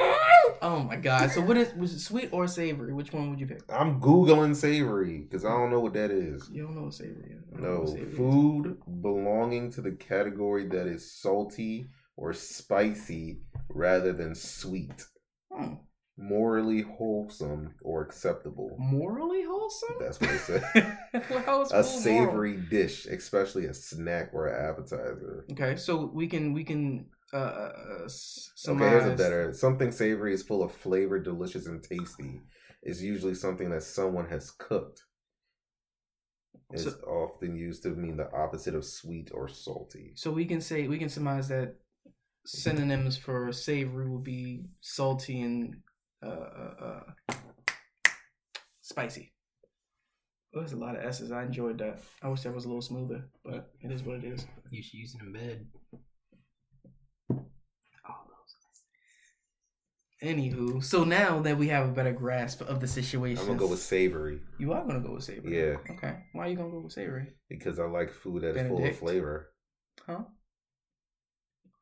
Speaker 1: Oh my god! So what is was it sweet or savory? Which one would you pick?
Speaker 3: I'm googling savory because I don't know what that is.
Speaker 1: You don't know what savory is. I don't know
Speaker 3: No
Speaker 1: what savory is.
Speaker 3: food belonging to the category that is salty or spicy rather than sweet,
Speaker 1: Hmm.
Speaker 3: morally wholesome or acceptable.
Speaker 1: Morally wholesome.
Speaker 3: That's what it said.
Speaker 1: well, how is
Speaker 3: a
Speaker 1: food moral?
Speaker 3: savory dish, especially a snack or an appetizer.
Speaker 1: Okay, so we can we can uh, uh uh, s-
Speaker 3: Okay, here's a
Speaker 1: surmise-
Speaker 3: better. Something savory is full of flavor, delicious, and tasty. It's usually something that someone has cooked. It's
Speaker 1: So-
Speaker 3: often used to mean the opposite of sweet or salty.
Speaker 1: So we can say we can surmise that synonyms for savory will be salty and uh, uh, uh spicy. Oh, there's a lot of s's. I enjoyed that. I wish that was a little smoother, but it is what it is.
Speaker 2: You should use it in bed. All those.
Speaker 1: Anywho, so now that we have a better grasp of the situation,
Speaker 3: I'm gonna go with savory.
Speaker 1: you are gonna go with savory.
Speaker 3: Yeah,
Speaker 1: Okay. Why are you gonna go with savory?
Speaker 3: because I like food that is full of
Speaker 1: Benedict.
Speaker 3: flavor.
Speaker 1: Huh?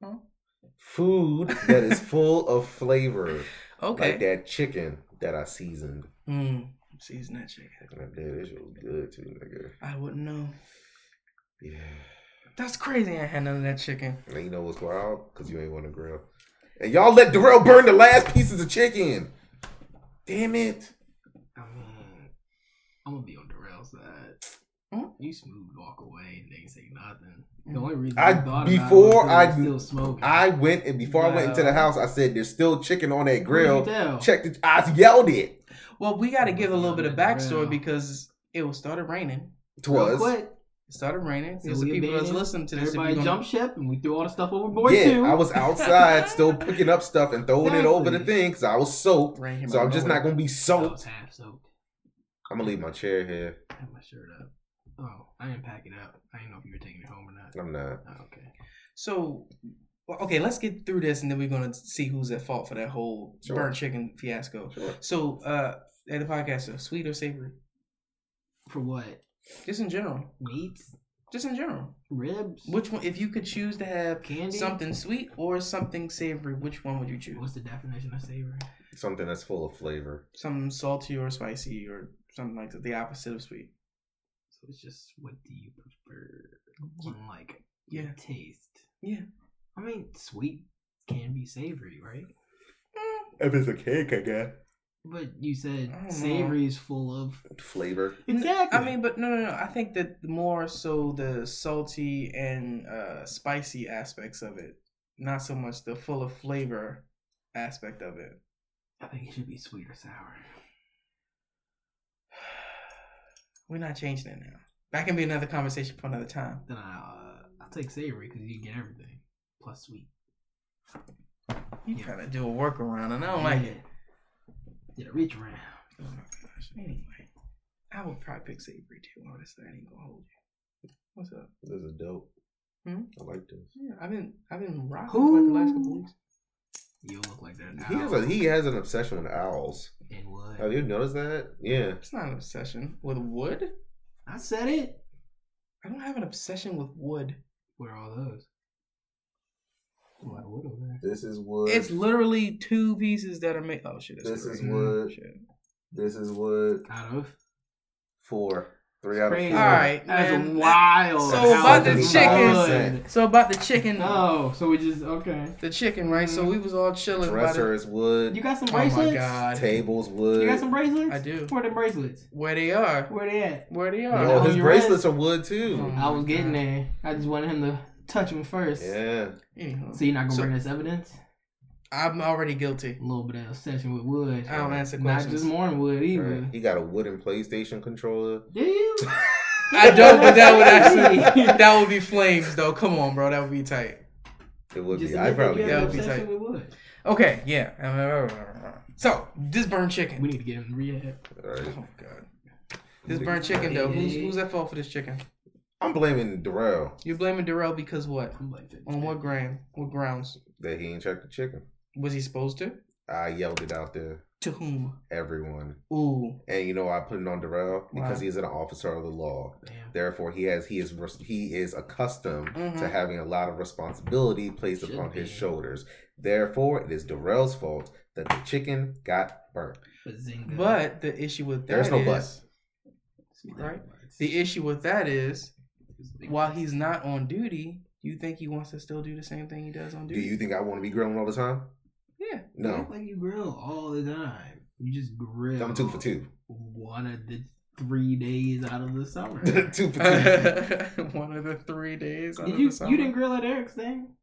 Speaker 1: Huh?
Speaker 3: Food that is full of flavor,
Speaker 1: Okay.
Speaker 3: like that chicken that I seasoned.
Speaker 1: Mm, season that chicken.
Speaker 3: That dude, this shit was good too, nigga.
Speaker 1: I wouldn't know.
Speaker 3: Yeah.
Speaker 1: That's crazy. I had none of that chicken.
Speaker 3: And you know what's wild? Because you ain't want to grill. And y'all let Darrell burn the last pieces of chicken. Damn it.
Speaker 2: I mean, I'm gonna be on Darrell's side.
Speaker 1: Hmm?
Speaker 2: You smooth walk away and they ain't say nothing. The
Speaker 1: Mm.
Speaker 2: only reason
Speaker 3: I-
Speaker 2: I thought
Speaker 3: before
Speaker 2: about it
Speaker 3: I-
Speaker 2: was 'cause you were still smoking.
Speaker 3: I went and before I went into the
Speaker 2: Wow.
Speaker 3: house, I said there's still chicken on that
Speaker 2: What
Speaker 3: grill.
Speaker 2: did you tell?
Speaker 3: Check the I yelled it.
Speaker 1: Well, we got to give a little bit of backstory
Speaker 2: Wow.
Speaker 1: because it was started raining.
Speaker 2: Real
Speaker 3: Twas.
Speaker 2: quick,
Speaker 1: It started raining.
Speaker 2: So
Speaker 1: There's some
Speaker 2: we
Speaker 1: people that's
Speaker 2: abandoned-
Speaker 1: listening to this. if
Speaker 2: everybody
Speaker 1: you gonna-
Speaker 2: jumped ship and we threw all the stuff overboard
Speaker 3: yeah,
Speaker 2: too.
Speaker 3: I was outside still picking up stuff and throwing it over the
Speaker 2: Exactly.
Speaker 3: thing because I was soaked.
Speaker 1: Rain came
Speaker 3: So
Speaker 1: out
Speaker 3: I'm
Speaker 1: of
Speaker 3: just
Speaker 1: nowhere.
Speaker 3: not gonna be
Speaker 2: I was
Speaker 3: soaked.
Speaker 2: half soaked.
Speaker 3: I'm gonna leave my chair here.
Speaker 2: I had my shirt up. Oh, I didn't pack it up. I didn't know if you were taking it home or not.
Speaker 3: I'm not.
Speaker 2: Oh, okay.
Speaker 1: So, well, okay, let's get through this, and then we're gonna see who's at fault for that whole
Speaker 3: Sure.
Speaker 1: burnt chicken fiasco.
Speaker 3: Sure.
Speaker 1: So, uh, at the podcast, so sweet or savory?
Speaker 2: For what?
Speaker 1: Just in general.
Speaker 2: Meats,
Speaker 1: Just in general.
Speaker 2: ribs,
Speaker 1: Which one, if you could choose to have
Speaker 2: candy.
Speaker 1: something sweet or something savory, which one would you choose?
Speaker 2: What's the definition of savory?
Speaker 3: Something that's full of flavor.
Speaker 1: Something salty or spicy or something like that, the opposite of sweet.
Speaker 2: So it's just what do you prefer? On like
Speaker 1: Yeah.
Speaker 2: taste.
Speaker 1: Yeah.
Speaker 2: I mean, sweet can be savory, right?
Speaker 1: Mm,
Speaker 3: If it's a cake, I guess.
Speaker 2: But you said
Speaker 1: I don't know.
Speaker 2: savory is full of
Speaker 3: Flavor.
Speaker 2: exactly.
Speaker 1: I mean, but no, no, no. I think that more so the salty and uh, spicy aspects of it, not so much the full of flavor aspect of it.
Speaker 2: I think it should be sweet or sour.
Speaker 1: We're not changing it now. That can be another conversation for another time.
Speaker 2: Then I uh, I'll take savory because you get everything plus sweet.
Speaker 1: You
Speaker 2: Yeah.
Speaker 1: trying to do a workaround, and I don't like it.
Speaker 2: Did a reach around.
Speaker 1: Oh my gosh. Anyway, I would probably pick savory too. Honestly, I ain't gonna hold you. What's up?
Speaker 3: This is dope.
Speaker 1: Hmm?
Speaker 3: I like this.
Speaker 1: Yeah, I've been I've been rocking for like the last couple
Speaker 2: Who?
Speaker 1: weeks.
Speaker 2: You look like that
Speaker 3: He has, a, he Oh, has an obsession with owls.
Speaker 2: and wood.
Speaker 3: Have you noticed that? Yeah.
Speaker 1: It's not an obsession with wood.
Speaker 2: I said it.
Speaker 1: I don't have an obsession with wood.
Speaker 2: Where are all those? A lot of wood over there.
Speaker 3: This is wood.
Speaker 1: It's literally two pieces that are made. Oh shit! that's
Speaker 3: This
Speaker 1: three.
Speaker 3: is wood.
Speaker 1: Shit.
Speaker 3: this is wood.
Speaker 2: Out of.
Speaker 3: Four. Three out of
Speaker 2: Crazy.
Speaker 3: four.
Speaker 1: Alright,
Speaker 2: That's
Speaker 1: man.
Speaker 2: wild.
Speaker 1: So
Speaker 2: How
Speaker 1: about the
Speaker 2: is
Speaker 1: chicken-
Speaker 2: wood?
Speaker 1: So about the chicken,
Speaker 2: Oh, so we just okay.
Speaker 1: the chicken, right? So we was all chilling. about
Speaker 3: Dresser
Speaker 1: it.
Speaker 3: is wood.
Speaker 2: You got some
Speaker 1: Oh
Speaker 2: bracelets?
Speaker 1: my god!
Speaker 3: Tables
Speaker 2: You
Speaker 3: wood.
Speaker 2: got some bracelets?
Speaker 1: I do.
Speaker 2: Where the bracelets?
Speaker 1: Where they are?
Speaker 2: Where they at?
Speaker 1: Where they
Speaker 3: No,
Speaker 1: are?
Speaker 2: Oh,
Speaker 3: his
Speaker 2: you're
Speaker 3: bracelets are wood too.
Speaker 1: Oh.
Speaker 2: I was
Speaker 1: my
Speaker 2: getting
Speaker 1: God.
Speaker 2: there. I just wanted him to touch him first.
Speaker 3: Yeah.
Speaker 1: Anyhow,
Speaker 2: So you're not gonna
Speaker 1: So-
Speaker 2: bring this evidence?
Speaker 1: I'm already guilty.
Speaker 2: A little bit of obsession with wood.
Speaker 1: I don't answer
Speaker 2: Not
Speaker 1: questions.
Speaker 2: just morning wood
Speaker 3: Right.
Speaker 2: either.
Speaker 3: He got a wooden PlayStation controller.
Speaker 2: Do you?
Speaker 1: I don't, but that would actually that would be flames though. Come on, bro, that would be tight.
Speaker 3: It would
Speaker 2: Just
Speaker 3: be. I
Speaker 2: admit that
Speaker 3: probably
Speaker 2: you
Speaker 1: Yeah, it
Speaker 2: have an
Speaker 1: would be
Speaker 2: obsession
Speaker 1: tight.
Speaker 2: with wood.
Speaker 1: Okay, yeah. So this burned chicken.
Speaker 2: We need to get him to rehab.
Speaker 3: All right.
Speaker 1: Oh god. This burnt chicken though. Who's, who's at fault for this chicken?
Speaker 3: I'm blaming Darrell
Speaker 1: You're blaming Darrell because what?
Speaker 2: I'm like 50.
Speaker 1: On what ground? What grounds?
Speaker 3: that he ain't checked the chicken.
Speaker 1: Was he supposed to?
Speaker 3: I yelled it out there.
Speaker 1: To whom?
Speaker 3: Everyone.
Speaker 1: Ooh.
Speaker 3: And you know why I put it on Darrell? Because
Speaker 1: Why?
Speaker 3: he's an officer of the law.
Speaker 2: Damn.
Speaker 3: Therefore, he has he is he is accustomed
Speaker 1: Mhm.
Speaker 3: to having a lot of responsibility placed
Speaker 2: Should
Speaker 3: upon his
Speaker 2: be.
Speaker 3: shoulders. Therefore, it is Darrell's fault that the chicken got burnt.
Speaker 2: Bazinga.
Speaker 1: But the issue with that
Speaker 3: There's no
Speaker 1: is-
Speaker 3: bus.
Speaker 1: right? The issue with that is while he's not on duty, you think he wants to still do the same thing he does on
Speaker 3: Do
Speaker 1: duty?
Speaker 3: you think I want to be grilling all the time?
Speaker 1: yeah.
Speaker 2: You
Speaker 3: No.
Speaker 2: act like you grill all the time. You just grill.
Speaker 3: I'm two for two.
Speaker 2: One of the three days out of the summer.
Speaker 3: two for
Speaker 2: Did
Speaker 3: two.
Speaker 1: One of the three days. out of
Speaker 2: you?
Speaker 1: the summer.
Speaker 2: You didn't grill at Eric's thing.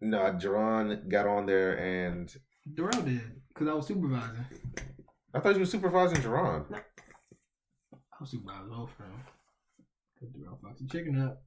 Speaker 3: No, Jaron got on there and
Speaker 2: Darrell did because I was supervising.
Speaker 3: I thought you were supervising Jaron.
Speaker 2: I was supervising both of them. Cause Darrell fucks the chicken up.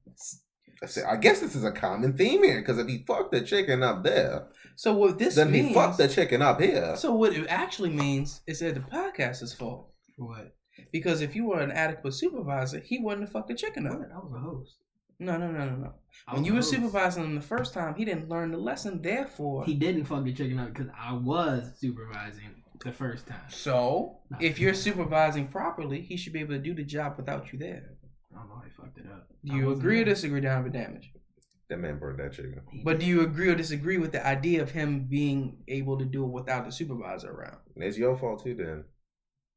Speaker 3: I said, I guess this is a common theme here because if he fucked the chicken up there,
Speaker 1: So what this
Speaker 3: then
Speaker 1: means?
Speaker 3: he fucked the chicken up here.
Speaker 1: so what it actually means is that the podcast is fault
Speaker 2: For what?
Speaker 1: because if you were an adequate supervisor, he wouldn't have fucked the chicken up.
Speaker 2: What? I was a host.
Speaker 1: No, no, no, no, no.
Speaker 2: I
Speaker 1: When
Speaker 2: was
Speaker 1: you
Speaker 2: a
Speaker 1: were
Speaker 2: host.
Speaker 1: supervising him the first time, he didn't learn the lesson. Therefore,
Speaker 2: he didn't fuck the chicken up because I was supervising the first time.
Speaker 1: so if you're supervising properly, he should be able to do the job without you there.
Speaker 2: I don't know how he fucked it up.
Speaker 1: Do
Speaker 2: I
Speaker 1: you
Speaker 2: wasn't
Speaker 1: agree or
Speaker 2: there.
Speaker 1: disagree down with damage?
Speaker 3: That man burned that chicken.
Speaker 2: He
Speaker 1: But do you agree or disagree with the idea of him being able to do it without the supervisor around?
Speaker 3: And it's your fault too, then.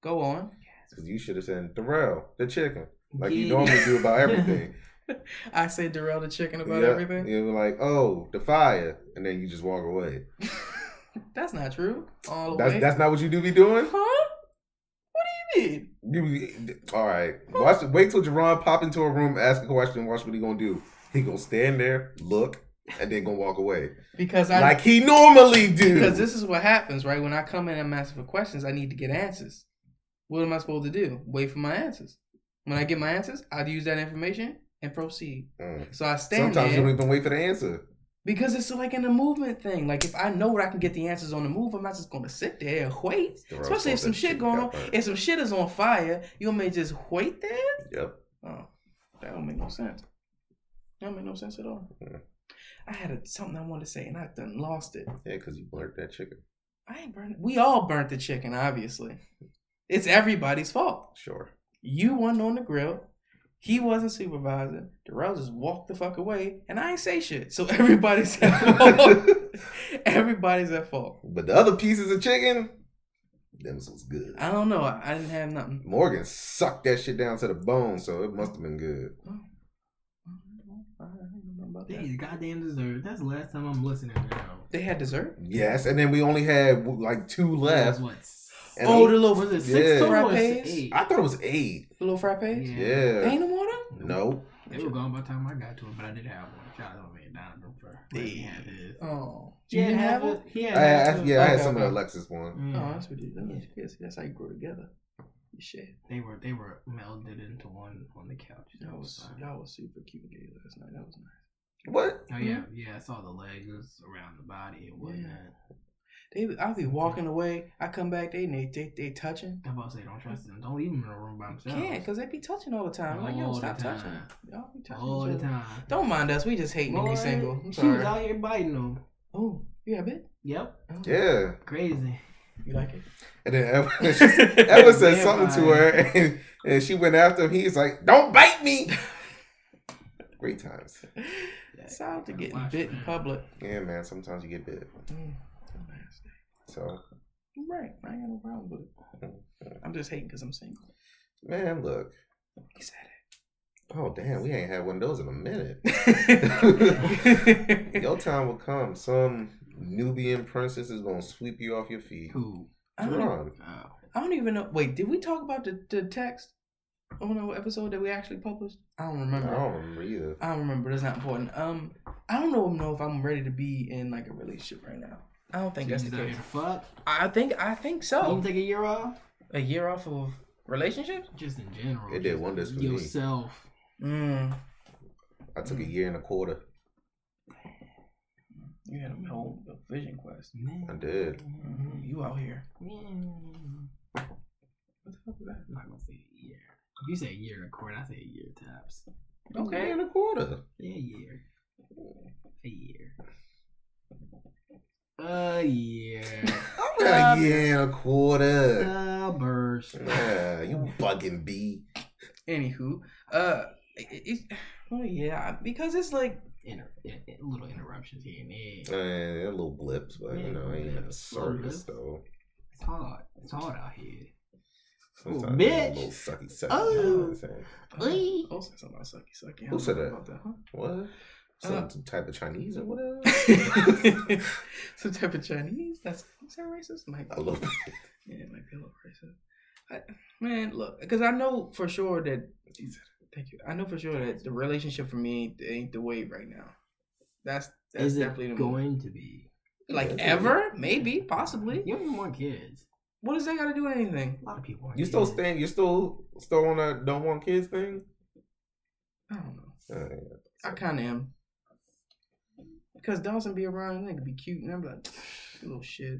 Speaker 1: Go on.
Speaker 3: Because you should have said, Darrell, the chicken. Like you
Speaker 2: Yeah.
Speaker 3: normally do about everything.
Speaker 1: I said Darrell the chicken about
Speaker 3: Yeah.
Speaker 1: everything.
Speaker 3: You were like, oh, the fire. And then you just walk away.
Speaker 1: that's not true. All the way.
Speaker 3: That's, that's not what you do be doing?
Speaker 1: Huh? What do you mean?
Speaker 3: You, all right. Watch. Wait till Jerron pop into a room, ask a question. Watch what he gonna do. He gonna stand there, look, and then gonna walk away
Speaker 1: Because I
Speaker 3: like he normally do.
Speaker 1: because this is what happens, right? When I come in and I'm asking for questions, I need to get answers. What am I supposed to do? Wait for my answers. When I get my answers, I'd use that information and proceed.
Speaker 3: Mm.
Speaker 1: So I stand
Speaker 3: Sometimes you
Speaker 1: there
Speaker 3: don't even wait for the answer.
Speaker 1: because it's like in a movement thing. Like if I know what I can get the answers on the move, I'm not just gonna sit there and wait. Especially if some shit going on, if some shit is on fire, you may just wait there.
Speaker 3: Yep.
Speaker 1: Oh, that don't make no sense. That don't make no sense at all.
Speaker 3: Mm.
Speaker 1: I had a, something I wanted to say and I done lost it.
Speaker 3: Yeah, because you blurred that chicken.
Speaker 1: I ain't burned. We all burnt the chicken, obviously. It's everybody's fault.
Speaker 3: Sure.
Speaker 1: You wasn't on the grill. He wasn't supervising. Darrell just walked the fuck away, and I ain't say shit. So everybody's at fault. everybody's at fault.
Speaker 3: But the other pieces of chicken, them was good.
Speaker 1: I don't know. I, I didn't have nothing.
Speaker 3: Morgan sucked that shit down to the bone, so it must have been good.
Speaker 1: I don't know about that.
Speaker 2: These goddamn dessert. That's the last time I'm listening to them.
Speaker 1: They had dessert.
Speaker 3: Yes, and then we only had like two
Speaker 2: That's what?
Speaker 3: left. And
Speaker 1: oh,
Speaker 3: I-
Speaker 1: the little
Speaker 2: Was it
Speaker 3: Yeah.
Speaker 2: six total or
Speaker 1: Frappes?
Speaker 2: eight?
Speaker 3: I thought it was eight.
Speaker 1: the little frappes.
Speaker 3: Mm.
Speaker 2: Yeah.
Speaker 1: They
Speaker 3: Yeah.
Speaker 1: ain't no more though?
Speaker 3: No.
Speaker 2: They were gone by the time I got to it, but I did have one. Shout out to me and Donovan for letting me have his.
Speaker 1: Oh,
Speaker 2: He had half
Speaker 1: it?
Speaker 2: He
Speaker 3: I,
Speaker 2: had half
Speaker 3: I,
Speaker 2: of it.
Speaker 3: yeah, I had
Speaker 1: Okay,
Speaker 3: some of
Speaker 1: okay.
Speaker 3: the Alexis one.
Speaker 2: Mm.
Speaker 1: Oh, that's what you do. That's, crazy. that's how you grow together. You shit.
Speaker 2: They were they were melded into one on the couch. That was fine.
Speaker 1: y'all was super cute gay last night. That was nice.
Speaker 3: What?
Speaker 1: Mm-hmm.
Speaker 2: Oh yeah, yeah. I saw the legs it was around the body and whatnot.
Speaker 1: They, I'll be walking away. I come back. They they they, they touching.
Speaker 2: I'm about to say don't trust them. Don't leave them in a room by themselves.
Speaker 1: Yeah, cause they be touching all the time. like yo,
Speaker 2: All the
Speaker 1: stop
Speaker 2: time.
Speaker 1: touching. Y'all be touching
Speaker 2: all
Speaker 1: each
Speaker 2: the
Speaker 1: other.
Speaker 2: time.
Speaker 1: Don't mind us. We just hating to
Speaker 2: Boy,
Speaker 1: be single. I'm
Speaker 2: She was
Speaker 1: sorry.
Speaker 2: out here biting them.
Speaker 1: Oh, you have it?
Speaker 2: Yep,
Speaker 1: Oh,
Speaker 3: Yeah.
Speaker 2: crazy.
Speaker 1: You like it?
Speaker 3: And then Evan, she- Evan said
Speaker 2: Yeah,
Speaker 3: something to
Speaker 2: bye.
Speaker 3: her, and, and she went after him. He's like, "Don't bite me." Great times.
Speaker 1: Shout out to
Speaker 2: Gotta
Speaker 1: getting
Speaker 2: watch
Speaker 1: bit
Speaker 2: that.
Speaker 1: in public.
Speaker 3: Yeah, man. Sometimes you get bit.
Speaker 1: Mm, so nasty.
Speaker 3: So,
Speaker 1: Right. I ain't got no problem with it. I'm just hating because I'm single.
Speaker 3: man, look.
Speaker 1: He said it.
Speaker 3: Oh damn, we ain't had one of those in a minute.
Speaker 1: I
Speaker 3: Your time will come. Some Nubian princess is gonna sweep you off your feet.
Speaker 2: Who?
Speaker 1: don't, even-
Speaker 3: John,
Speaker 2: Oh,
Speaker 1: I don't even know. Wait, did we talk about the, the text on our episode that we actually published? I don't
Speaker 3: I
Speaker 1: remember.
Speaker 3: don't remember either.
Speaker 1: I don't remember. That's not important. Um, I don't know, know if I'm ready to be in like a relationship right now. I don't think
Speaker 2: so
Speaker 1: that's
Speaker 2: you
Speaker 1: the
Speaker 2: just out
Speaker 1: case.
Speaker 2: here to fuck.
Speaker 1: I think I think
Speaker 2: You
Speaker 1: so.
Speaker 2: can take a year off.
Speaker 1: A year off of relationships?
Speaker 2: Just in general.
Speaker 3: It did
Speaker 2: just
Speaker 3: wonders for me.
Speaker 2: yourself.
Speaker 1: Mm.
Speaker 3: I took a year and a quarter.
Speaker 1: You had a whole vision quest.
Speaker 3: I did.
Speaker 1: Mhm, You out here?
Speaker 2: I'm
Speaker 1: What the fuck is that?
Speaker 2: not gonna say a year. If you say a year and a quarter, I say a year tops.
Speaker 3: A
Speaker 1: Okay.
Speaker 3: year and a quarter.
Speaker 2: Say a year. A year. A year.
Speaker 1: Um,
Speaker 3: I'm at a year and a quarter.
Speaker 2: A burst.
Speaker 3: Nah, you bugging B.
Speaker 1: Anywho, uh, it, it, oh yeah, because it's like
Speaker 2: inter- i- i- little interruptions here and
Speaker 3: I
Speaker 2: there.
Speaker 3: mean, they're little blips, but you know, ain't a circus though.
Speaker 2: It's hard. It's hard out here.
Speaker 3: Sometimes
Speaker 2: Oh,
Speaker 3: they
Speaker 2: bitch.
Speaker 3: get a little sucky, sucky.
Speaker 2: Oh.
Speaker 3: you know what I'm saying?
Speaker 2: Oy.
Speaker 1: Oh, said something about sucky sucky. I
Speaker 3: Who
Speaker 1: don't
Speaker 3: said
Speaker 1: know
Speaker 3: that?
Speaker 1: About that huh?
Speaker 3: What? Some
Speaker 1: Uh.
Speaker 3: type of Chinese or whatever.
Speaker 1: Some type of Chinese. That's is that racist? Might be.
Speaker 3: I love.
Speaker 1: Yeah, it might be a little racist. I, man, look, because I know for sure that. Thank you. I know for sure that the relationship for me ain't, ain't the way right now. That's that's
Speaker 2: Is
Speaker 1: definitely
Speaker 2: it
Speaker 1: the move.
Speaker 2: going to be?
Speaker 1: like
Speaker 3: Yeah.
Speaker 1: ever, maybe, possibly.
Speaker 2: You don't even want kids.
Speaker 1: What does that got to do with anything?
Speaker 2: A lot of people. want
Speaker 3: You still
Speaker 2: kids.
Speaker 3: stand? You still still on that don't want kids thing?
Speaker 1: I don't know.
Speaker 3: Uh,
Speaker 1: I kind of am. Because Dawson be around and they could be cute, and I'm like, little shit.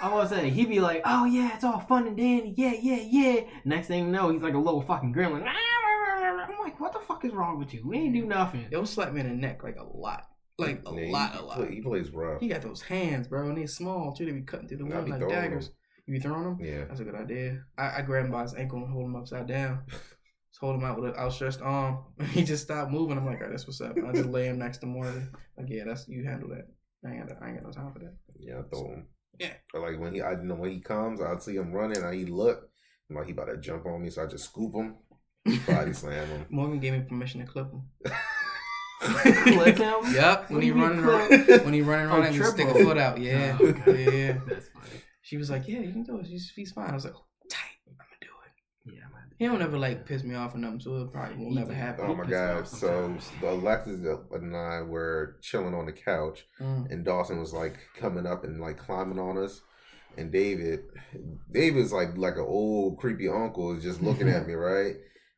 Speaker 2: I was say he'd be like, "Oh yeah, it's all fun and dandy, yeah, yeah, yeah." Next thing you know, he's like a little fucking gremlin. I'm like, "What the fuck is wrong with you? We ain't do nothing."
Speaker 1: They'll slap me in the neck like a lot, like a
Speaker 3: yeah, he-
Speaker 1: lot,
Speaker 3: he
Speaker 1: a lot.
Speaker 3: play- he plays rough.
Speaker 1: He got those hands, bro, and they're small too. They be cutting through the
Speaker 3: I
Speaker 1: wood
Speaker 3: be
Speaker 1: like
Speaker 3: throwing 'em.
Speaker 1: daggers. You be throwing them?
Speaker 3: Yeah.
Speaker 1: That's a good idea. I, I grab him by his ankle and hold him upside down. Just hold him out with an outstretched arm. He just stopped moving. I'm like, all right, that's what's up. I just lay him next to Morgan. Like, yeah, that's you handle that. I ain't got, I ain't got no time for that.
Speaker 3: Yeah, I throw him.
Speaker 1: Yeah.
Speaker 3: But like when he, I know when he comes, I see him running, and he look, I'm like he about to jump on me, so I just scoop him, body slam him.
Speaker 1: Morgan gave me permission to clip him.
Speaker 2: Clip him.
Speaker 1: Yep, when he
Speaker 2: What do you mean
Speaker 1: running around,
Speaker 2: clip?
Speaker 1: when he running
Speaker 2: Oh,
Speaker 1: around, and just stick a
Speaker 2: triple.
Speaker 1: foot out. Yeah,
Speaker 2: Oh, okay.
Speaker 1: yeah, yeah.
Speaker 2: That's funny.
Speaker 1: She was like, yeah, you can do it. She's, she's fine. I was like, oh, tight. I'm gonna do it.
Speaker 2: Yeah, I'm gonna-
Speaker 1: He don't ever like piss me off or nothing, so it probably will never happen.
Speaker 3: Oh my
Speaker 2: pissed me
Speaker 3: god!
Speaker 2: off
Speaker 3: So
Speaker 2: sometimes.
Speaker 3: Alexis uh, and I were chilling on the couch,
Speaker 1: Mm.
Speaker 3: and Dawson was like coming up and like climbing on us. And David, David's like like an old creepy uncle is just looking at me, right?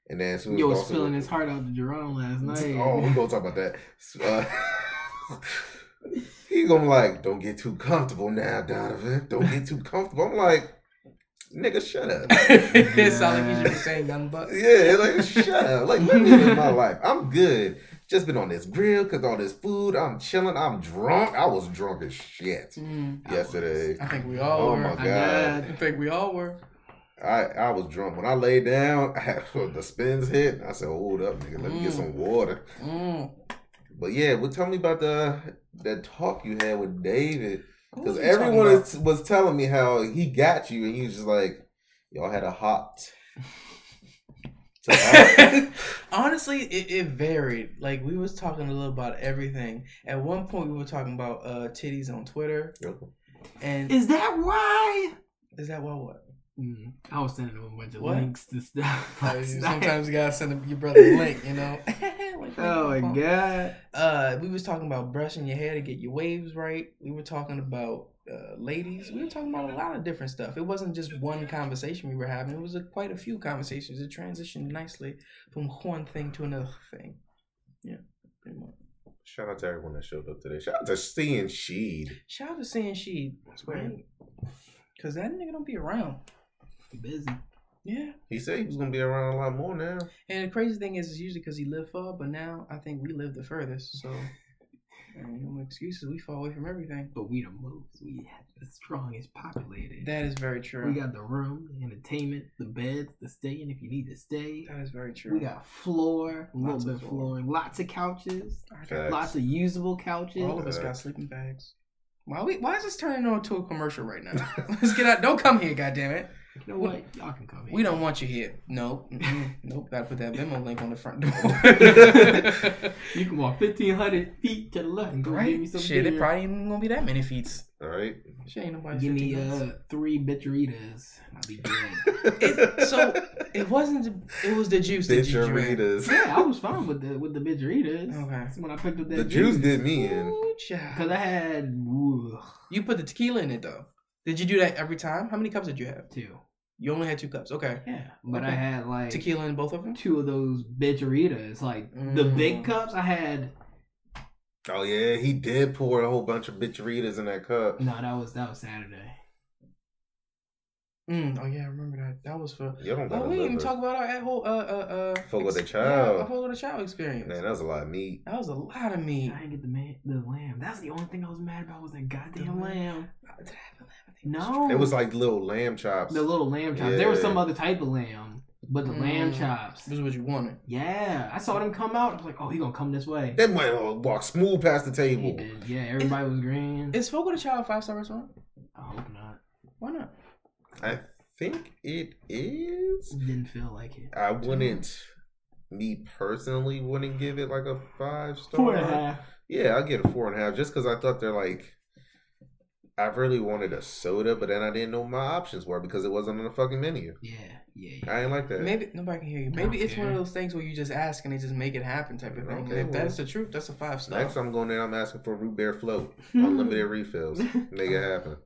Speaker 3: And then as soon as
Speaker 2: Yo, was
Speaker 3: Dawson
Speaker 2: spilling his heart out to Jerome last night.
Speaker 3: Oh, we gonna talk about that. Uh, he gonna like, don't get too comfortable now, Donovan. Don't get too comfortable. I'm like, nigga, shut up.
Speaker 1: it sounds like you should be saying nothing but.
Speaker 3: Yeah, like shut up. Like let me live my life. I'm good. Just been on this grill, cooked all this food. I'm chilling. I'm drunk. I was drunk as shit
Speaker 1: Mm.
Speaker 3: yesterday.
Speaker 1: I think we all
Speaker 3: Oh
Speaker 1: were.
Speaker 3: my
Speaker 2: I
Speaker 3: God.
Speaker 1: I
Speaker 2: died.
Speaker 1: think we all were.
Speaker 3: I, I was drunk when I laid down. the spins hit. I said, "Hold up, nigga. Let me get some water."
Speaker 1: Mm.
Speaker 3: But yeah, well, tell me about the that talk you had with David.
Speaker 1: What was
Speaker 3: Because
Speaker 1: we talking
Speaker 3: everyone
Speaker 1: about?
Speaker 3: is, was telling me how he got you, and he was just like, "Y'all had a hot." So I-
Speaker 1: Honestly, it, it varied. Like we was talking a little about everything. At one point, we were talking about uh titties on Twitter, and
Speaker 2: Is that why?
Speaker 1: is that why what?
Speaker 2: Mm, I was sending him a bunch of
Speaker 1: What?
Speaker 2: links to stuff.
Speaker 1: Like,
Speaker 2: last night.
Speaker 1: sometimes you gotta send your brother a link, you know. Like,
Speaker 2: Oh my
Speaker 1: pump.
Speaker 2: god.
Speaker 1: Uh, we was talking about brushing your hair to get your waves right. We were talking about uh, ladies. We were talking about a lot of different stuff. It wasn't just one conversation we were having. It was a, quite a few conversations. It transitioned nicely from one thing to another thing. Yeah, pretty much.
Speaker 3: Shout out to everyone that showed up today. Shout out to C and Sheed.
Speaker 1: Shout out to saying she,
Speaker 2: Right.
Speaker 1: cause that nigga don't be around.
Speaker 2: You Busy.
Speaker 1: Yeah.
Speaker 3: He said he was gonna be around a lot more now.
Speaker 1: And the crazy thing is, it's usually because he lived far, but now I think we live the furthest. So, and no excuses. We fall away from everything.
Speaker 2: But we the most. We have the strongest populated.
Speaker 1: That is very true.
Speaker 2: We got the room, the entertainment, the beds, the staying if you need to stay.
Speaker 1: that is very true.
Speaker 2: We got floor, a little
Speaker 1: Lots of
Speaker 2: bit of
Speaker 1: floor.
Speaker 2: flooring, lots of couches,
Speaker 1: I got
Speaker 3: Facts.
Speaker 2: lots of usable couches.
Speaker 1: All of us got sleeping bags. Why we? Why is this turning into a commercial right now? Let's get out. Don't come here, goddammit.
Speaker 2: You know what? Y'all can come in.
Speaker 1: We don't want you here. Nope. Mm-mm. Nope. Gotta put that Venmo link on the front door.
Speaker 2: You can walk fifteen hundred feet to the left and go give me
Speaker 1: right?
Speaker 2: some
Speaker 1: Shit,
Speaker 2: beer.
Speaker 1: it probably ain't gonna be that many feats.
Speaker 3: All right.
Speaker 1: Shit, ain't nobody.
Speaker 2: Give me
Speaker 1: 50 bucks.
Speaker 2: uh three bitcheritas. and I'll be good.
Speaker 1: It- so- It wasn't. The, it was the juice that you drank.
Speaker 3: Bitcheritas.
Speaker 2: yeah, I was fine with the with the bitcheritas.
Speaker 1: Okay.
Speaker 2: That's when I picked up that
Speaker 3: The Jews did me in.
Speaker 1: Ooh, child.
Speaker 2: because I had ooh,
Speaker 1: You put the tequila in it though. Did you do that every time? How many cups did you have?
Speaker 2: two.
Speaker 1: You only had two cups. Okay.
Speaker 2: Yeah, but I
Speaker 1: Okay.
Speaker 2: had like
Speaker 1: Tequila in both of them.
Speaker 2: two of those bitcheritas. Like the
Speaker 1: Mm.
Speaker 2: big cups, I had
Speaker 3: Oh yeah, he did pour a whole bunch of bitcheritas in that cup.
Speaker 2: no. That was that was Saturday.
Speaker 1: Mm, oh yeah, I remember that. That was for
Speaker 3: You don't gotta
Speaker 1: Oh, we didn't even
Speaker 3: live
Speaker 1: talk about our whole uh uh uh.
Speaker 3: Fuck with the
Speaker 1: Yeah, our
Speaker 3: child.
Speaker 1: fuck with the child experience.
Speaker 3: Man, that was a lot of meat.
Speaker 1: That was a lot of
Speaker 2: I
Speaker 1: me.
Speaker 2: didn't get the man, the lamb. That's the only thing I was mad about was that
Speaker 1: The lamb.
Speaker 2: goddamn lamb.
Speaker 1: Did I have a lamb? I think it was
Speaker 2: No,
Speaker 3: It was like little lamb chops.
Speaker 2: the little lamb chops. There was
Speaker 3: Yeah.
Speaker 2: some other type of lamb, but the lamb
Speaker 1: Mm.
Speaker 2: chops.
Speaker 1: This is what you wanted.
Speaker 2: Yeah, I saw them come out. I was like, oh, he gonna come this way.
Speaker 3: That went uh, walked smooth past the
Speaker 2: He
Speaker 3: table.
Speaker 2: did. Yeah, everybody was green.
Speaker 1: Is Fogo the Child a five star restaurant?
Speaker 2: I hope not.
Speaker 1: Why not?
Speaker 3: I think it is.
Speaker 2: Didn't feel like it.
Speaker 3: I wouldn't. Me personally wouldn't give it like a five star.
Speaker 2: Four and a half.
Speaker 3: Yeah, I'll get a four and a half just because I thought they're like. I really wanted a soda, but then I didn't know what my options were because it wasn't on the fucking menu.
Speaker 2: Yeah, yeah, yeah.
Speaker 3: I ain't like that.
Speaker 1: Maybe nobody can hear you.
Speaker 2: I
Speaker 1: Maybe
Speaker 2: don't
Speaker 1: it's one of
Speaker 2: care.
Speaker 1: those things where you just ask and they just make it happen type of thing. And
Speaker 3: Okay,
Speaker 1: if that's
Speaker 3: well.
Speaker 1: the truth, that's a five star.
Speaker 3: Next, I'm going there. I'm asking for root beer float,
Speaker 2: Mm-hmm.
Speaker 3: unlimited refills. Make it happen.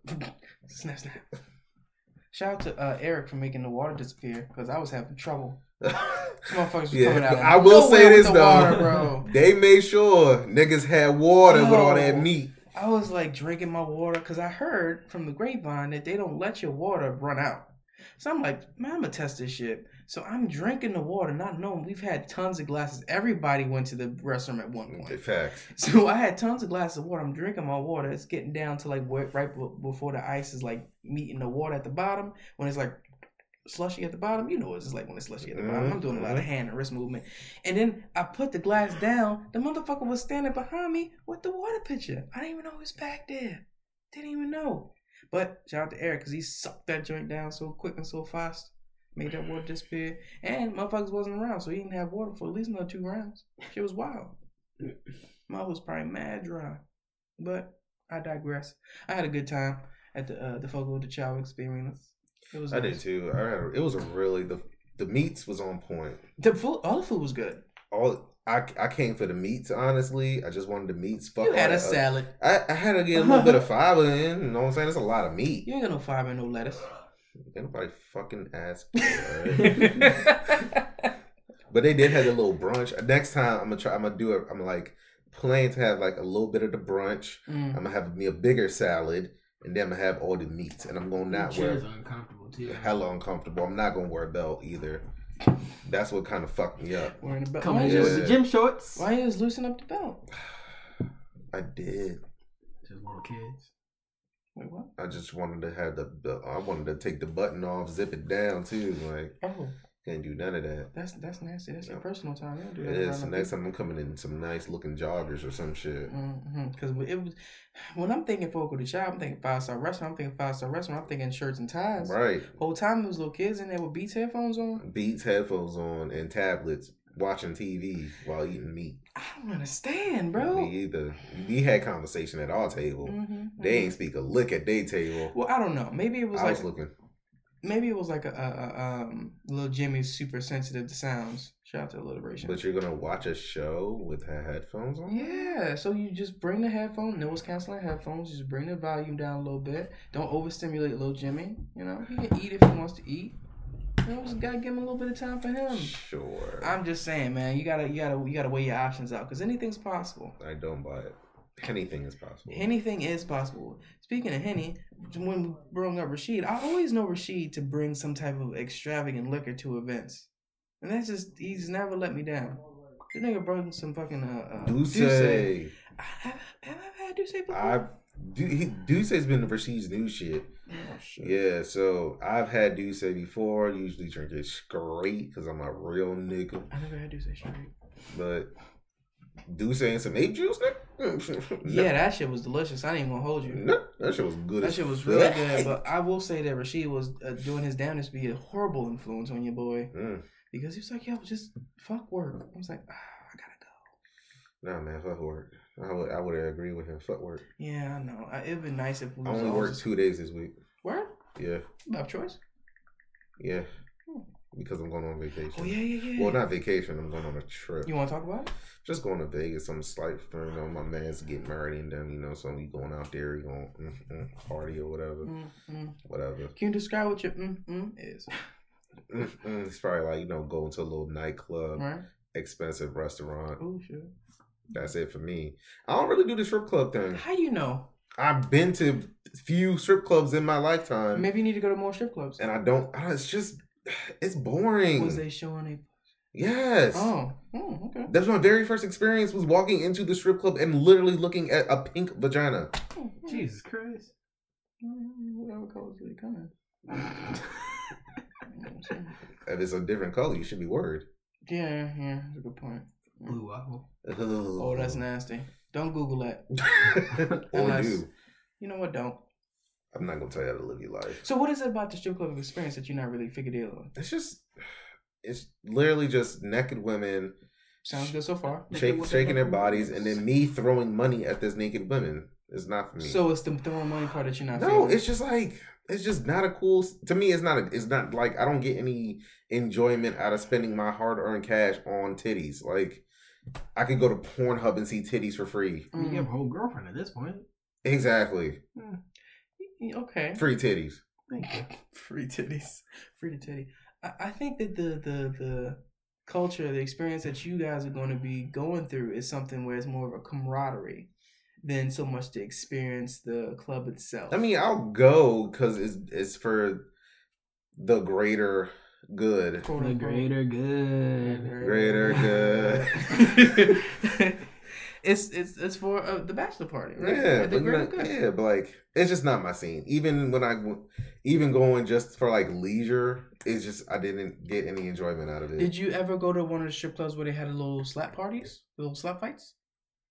Speaker 1: Snap, snap. Shout out to uh, Eric for making the water disappear because I was having trouble. These motherfuckers was
Speaker 3: Yeah,
Speaker 1: coming out. of
Speaker 3: I will
Speaker 1: nowhere
Speaker 3: say
Speaker 1: with
Speaker 3: this,
Speaker 1: the
Speaker 3: though.
Speaker 1: water, bro. Oh.
Speaker 3: they made sure niggas had water with all that
Speaker 1: No.
Speaker 3: meat.
Speaker 1: I was like drinking my water because I heard from the grapevine that they don't let your water run out. So I'm like, man, I'm gonna test this shit. So I'm drinking the water, not knowing we've had tons of glasses. Everybody went to the restroom at one point.
Speaker 3: Facts.
Speaker 1: So I had tons of glasses of water. I'm drinking my water. It's getting down to like where, right be- before the ice is like meeting the water at the bottom. When it's like slushy at the bottom, you know it's just like when it's slushy at the bottom. I'm doing a lot of hand and wrist movement. And then I put the glass down. The motherfucker was standing behind me with the water pitcher. I didn't even know he was back there. Didn't even know. But shout out to Eric because he sucked that joint down so quick and so fast. Made that water disappear. And motherfuckers wasn't around, so he didn't have water for at least another two rounds. Shit was wild. Mine was probably mad dry, but I digress. I had a good time at the uh, the Fogo the Child experience. It was
Speaker 3: I
Speaker 1: nice.
Speaker 3: did too. I had, it was a really the the meats was on point.
Speaker 1: The food, all the food was good.
Speaker 3: All I I came for the meats. Honestly, I just wanted the meats. Fuck
Speaker 1: you had
Speaker 3: all
Speaker 1: a
Speaker 3: that other-
Speaker 1: salad.
Speaker 3: I, I had to get a little bit of fiber in. You know what I'm saying? It's a lot of meat.
Speaker 1: You ain't got no fiber and no lettuce.
Speaker 3: Ain't Nobody fucking asked.
Speaker 1: Mm.
Speaker 3: but they did have a little brunch. Next time I'm gonna try. I'm gonna do it. I'm like planning to have like a little bit of the brunch.
Speaker 1: Mm.
Speaker 3: I'm gonna have me a bigger salad, and then I'm gonna have all the meats. And I'm gonna not
Speaker 2: Chairs
Speaker 3: wear
Speaker 2: are uncomfortable too.
Speaker 3: hella uncomfortable. I'm not gonna wear a belt either. That's what kind of fucked me up.
Speaker 1: Wearing a belt.
Speaker 2: Coming
Speaker 1: Why
Speaker 2: in
Speaker 1: you,
Speaker 3: Yeah.
Speaker 2: with
Speaker 1: just,
Speaker 2: the gym shorts.
Speaker 1: why you just loosen up the belt?
Speaker 3: I did.
Speaker 2: Just little kids.
Speaker 1: Wait, what?
Speaker 3: I just wanted to have the, the. I wanted to take the button off, zip it down too. Like
Speaker 1: Oh,
Speaker 3: can't do none of that.
Speaker 1: that's that's nasty. That's your
Speaker 3: No.
Speaker 1: personal time. You don't do
Speaker 3: It
Speaker 1: that
Speaker 3: is. Next time I'm coming in some nice looking joggers or some shit.
Speaker 1: Because Mm-hmm. it was when I'm thinking Fogo the Child, I'm thinking five star restaurant. I'm thinking five star restaurant. I'm thinking shirts and ties.
Speaker 3: Right.
Speaker 1: Whole time those little kids in there with Beats headphones on.
Speaker 3: Beats headphones on and tablets, watching TV while eating meat.
Speaker 1: I don't understand, bro.
Speaker 3: Me either. We had conversation at our table.
Speaker 1: Mhm,
Speaker 3: They
Speaker 1: mhm.
Speaker 3: ain't speak a lick at their table.
Speaker 1: mm-hmm. Well, I don't know. Maybe it was
Speaker 3: I
Speaker 1: like
Speaker 3: was looking.
Speaker 1: maybe it was like a, a, a um little Jimmy's super sensitive to sounds. Shout out to alliteration.
Speaker 3: But you're gonna watch a show with her headphones on?
Speaker 1: yeah, so you just bring the headphone, no one's canceling headphones. Just bring the volume down a little bit. Don't overstimulate little Jimmy. You know he can eat if he wants to eat. You know, just gotta give him a little bit of time for him.
Speaker 3: Sure.
Speaker 1: I'm just saying, man. You gotta you gotta you gotta weigh your options out because anything's possible.
Speaker 3: I don't buy it. Anything is possible.
Speaker 1: Anything is possible. Speaking of Henny, when we brought up Rashid, I always know Rashid to bring some type of extravagant liquor to events. And that's just, he's never let me down. The nigga brought some fucking uh, uh,
Speaker 3: Duce.
Speaker 1: Douce. I- Have, have I had Douce before?
Speaker 3: I've Du- he- Duce's been Rashid's new shit.
Speaker 1: Oh,
Speaker 3: Yeah, so I've had Duce before. Usually drink it straight because I'm a real nigga.
Speaker 1: I never had Douce straight.
Speaker 3: But Duce and some ape juice, nigga? No.
Speaker 1: Yeah, that shit was delicious. I ain't even gonna hold you.
Speaker 3: No, that shit was good.
Speaker 1: That
Speaker 3: as
Speaker 1: shit was really
Speaker 3: fuck.
Speaker 1: good, but I will say that Rashid was uh, doing his damnedest to be a horrible influence on your boy
Speaker 3: Mm.
Speaker 1: because he was like, "Yo, just fuck work." I was like, ah, "I gotta go."
Speaker 3: Nah, man, fuck work. I would, I would agree with him. Fuck work.
Speaker 1: Yeah, I know. I- It'd been nice if we
Speaker 3: I
Speaker 1: was
Speaker 3: only
Speaker 1: all
Speaker 3: worked
Speaker 1: just-
Speaker 3: two days this week.
Speaker 1: Word?
Speaker 3: Yeah,
Speaker 1: Love choice?
Speaker 3: yeah.
Speaker 1: Hmm.
Speaker 3: Because I'm going on vacation.
Speaker 1: Oh yeah, yeah, yeah.
Speaker 3: Well, not vacation. I'm going on a trip.
Speaker 1: You want to talk about it?
Speaker 3: Just going to Vegas. I'm slight, you know, my man's getting married and then, you know, so we going out there, we going mm, mm, party or whatever,
Speaker 1: Mm, mm.
Speaker 3: whatever.
Speaker 1: Can you describe what your mm, mm is?
Speaker 3: Mm, mm. It's probably like you know, going to a little nightclub,
Speaker 1: Right?
Speaker 3: expensive restaurant.
Speaker 1: Oh shit.
Speaker 3: That's it for me. I don't really do the strip club thing.
Speaker 1: How you know?
Speaker 3: I've been to few strip clubs in my lifetime.
Speaker 1: Maybe you need to go to more strip clubs.
Speaker 3: Uh, and I don't. I don't- It's just, it's boring.
Speaker 1: Was they showing it?
Speaker 3: yes.
Speaker 1: Oh, mm, okay.
Speaker 3: That's my very first experience was walking into the strip club and literally looking at a pink vagina.
Speaker 1: Mm, mm.
Speaker 2: Jesus Christ.
Speaker 1: Mm, Whatever color's really coming. You know what I'm saying?
Speaker 3: If it's a different color, you should be worried.
Speaker 1: yeah, yeah, that's a good point.
Speaker 2: Blue waffle.
Speaker 1: Oh, that's
Speaker 3: Uh-huh.
Speaker 1: nasty. Don't Google that.
Speaker 3: or
Speaker 1: Unless-
Speaker 3: you.
Speaker 1: You know what? Don't.
Speaker 3: I'm not gonna tell you how to live your life.
Speaker 1: So, what is it about the strip club experience that you're not really figured out? on?
Speaker 3: It's just, it's literally just naked women
Speaker 1: Sounds good so far.
Speaker 3: shake, shaking their bodies, and then me throwing money at this naked women. It's not for me.
Speaker 1: So it's the throwing money part that you're not.
Speaker 3: No,
Speaker 1: feeling.
Speaker 3: it's just like it's just not a cool to me. It's not. A, it's not like I don't get any enjoyment out of spending my hard earned cash on titties. Like I could go to Pornhub and see titties for free.
Speaker 2: I mean, you
Speaker 1: Mm,
Speaker 2: have a whole girlfriend at this point.
Speaker 3: Exactly,
Speaker 1: okay.
Speaker 3: free titties.
Speaker 2: Thank you.
Speaker 1: Free titties. Free to titty. I, I think that the the the culture, the experience that you guys are going to be going through is something where it's more of a camaraderie than so much to experience the club itself.
Speaker 3: I mean, I'll go because it's it's for the greater good.
Speaker 1: Quote,
Speaker 2: the
Speaker 1: unquote.
Speaker 2: greater good.
Speaker 3: Greater good.
Speaker 1: it's it's it's for uh, the bachelor party, right?
Speaker 3: Yeah,
Speaker 1: the
Speaker 3: but
Speaker 1: greater
Speaker 3: not-
Speaker 1: good.
Speaker 3: yeah, but like it's just not my scene. Even when I, w- even going just for like leisure, it's just I didn't get any enjoyment out of it.
Speaker 1: Did you ever go to one of the strip clubs where they had little slap parties, little slap fights?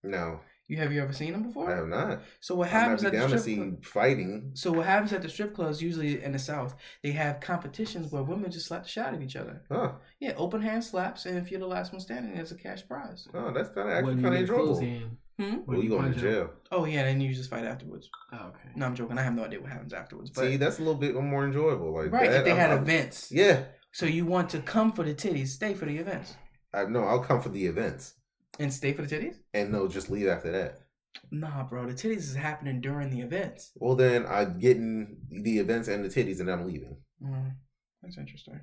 Speaker 3: no,
Speaker 1: You have you ever seen them before?
Speaker 3: I have not.
Speaker 1: So what
Speaker 3: I'm
Speaker 1: happens
Speaker 3: actually
Speaker 1: at
Speaker 3: down to
Speaker 1: the
Speaker 3: see
Speaker 1: strip club?
Speaker 3: fighting.
Speaker 1: So what happens at the strip clubs usually in the South? They have competitions where women just slap the shit out of each other.
Speaker 3: Huh.
Speaker 1: Yeah, open hand slaps, and if you're the last one standing, there's a cash prize.
Speaker 3: Oh, that's kind of
Speaker 2: When
Speaker 3: actually
Speaker 2: you
Speaker 3: kind of
Speaker 2: get close
Speaker 3: enjoyable.
Speaker 2: hand.
Speaker 1: Hmm?
Speaker 2: when
Speaker 3: Well, you going
Speaker 2: punch
Speaker 3: to
Speaker 2: out.
Speaker 3: jail?
Speaker 1: Oh yeah, and you just fight afterwards.
Speaker 2: Oh, okay.
Speaker 1: No, I'm joking. I have no idea what happens afterwards. But
Speaker 3: See, that's a little bit more enjoyable. Like
Speaker 1: right,
Speaker 3: that,
Speaker 1: if they
Speaker 3: I'm-
Speaker 1: had
Speaker 3: I'm-
Speaker 1: events,
Speaker 3: Yeah,
Speaker 1: so you want to come for the titties, stay for the events,
Speaker 3: I no, I'll come for the events
Speaker 1: and stay for the titties.
Speaker 3: and no, just leave after that.
Speaker 1: Nah, bro, the titties is happening during the events.
Speaker 3: Well, then I'm getting the events and the titties, and I'm leaving.
Speaker 1: Mm, that's interesting.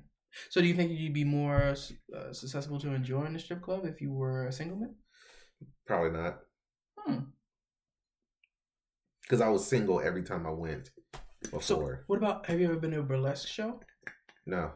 Speaker 1: So, do you think you'd be more uh, susceptible to enjoying the strip club if you were a single man?
Speaker 3: Probably not.
Speaker 1: Hmm.
Speaker 3: Because I was single every time I went before.
Speaker 1: So, what about have you ever been to a burlesque show?
Speaker 3: no.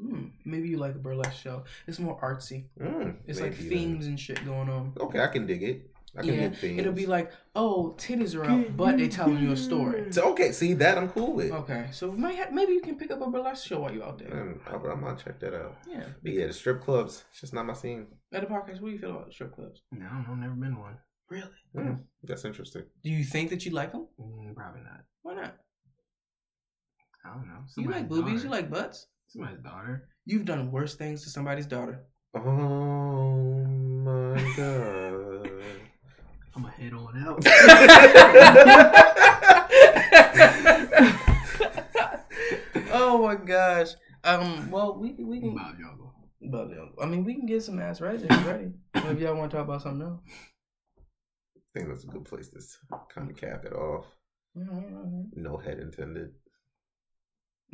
Speaker 1: Hmm, maybe you like a burlesque show. It's more artsy.
Speaker 3: Mm,
Speaker 1: It's like
Speaker 3: maybe then.
Speaker 1: themes and shit going on.
Speaker 3: Okay, I can dig it. I can
Speaker 1: Yeah,
Speaker 3: dig themes.
Speaker 1: It'll be like, oh, titties are out, but they telling you a story.
Speaker 3: So, okay, see that I'm cool with.
Speaker 1: Okay, so we might ha- maybe you can pick up a burlesque show while you're out there.
Speaker 3: Mm, I, I might check that out.
Speaker 1: Yeah.
Speaker 3: But yeah, the strip clubs, it's just not my scene.
Speaker 1: At the podcast, what do you feel about strip clubs?
Speaker 2: No, I don't know. Never been to one.
Speaker 1: Really?
Speaker 3: Mm, that's interesting.
Speaker 1: Do you think that you like them?
Speaker 2: Mm, probably not.
Speaker 1: Why not?
Speaker 2: I don't know.
Speaker 1: You like boobies? You like butts?
Speaker 2: somebody's daughter.
Speaker 1: You've done worse things to somebody's daughter.
Speaker 3: Oh my god.
Speaker 2: I'm gonna head on out.
Speaker 1: oh my gosh. Um. Well, we we can.
Speaker 2: Bob Juggle.
Speaker 1: But uh, I mean, we can get some ass right there ready. if y'all want to talk about something else.
Speaker 3: I think that's a good place to kind of cap it off.
Speaker 1: Mhm.
Speaker 3: No head intended.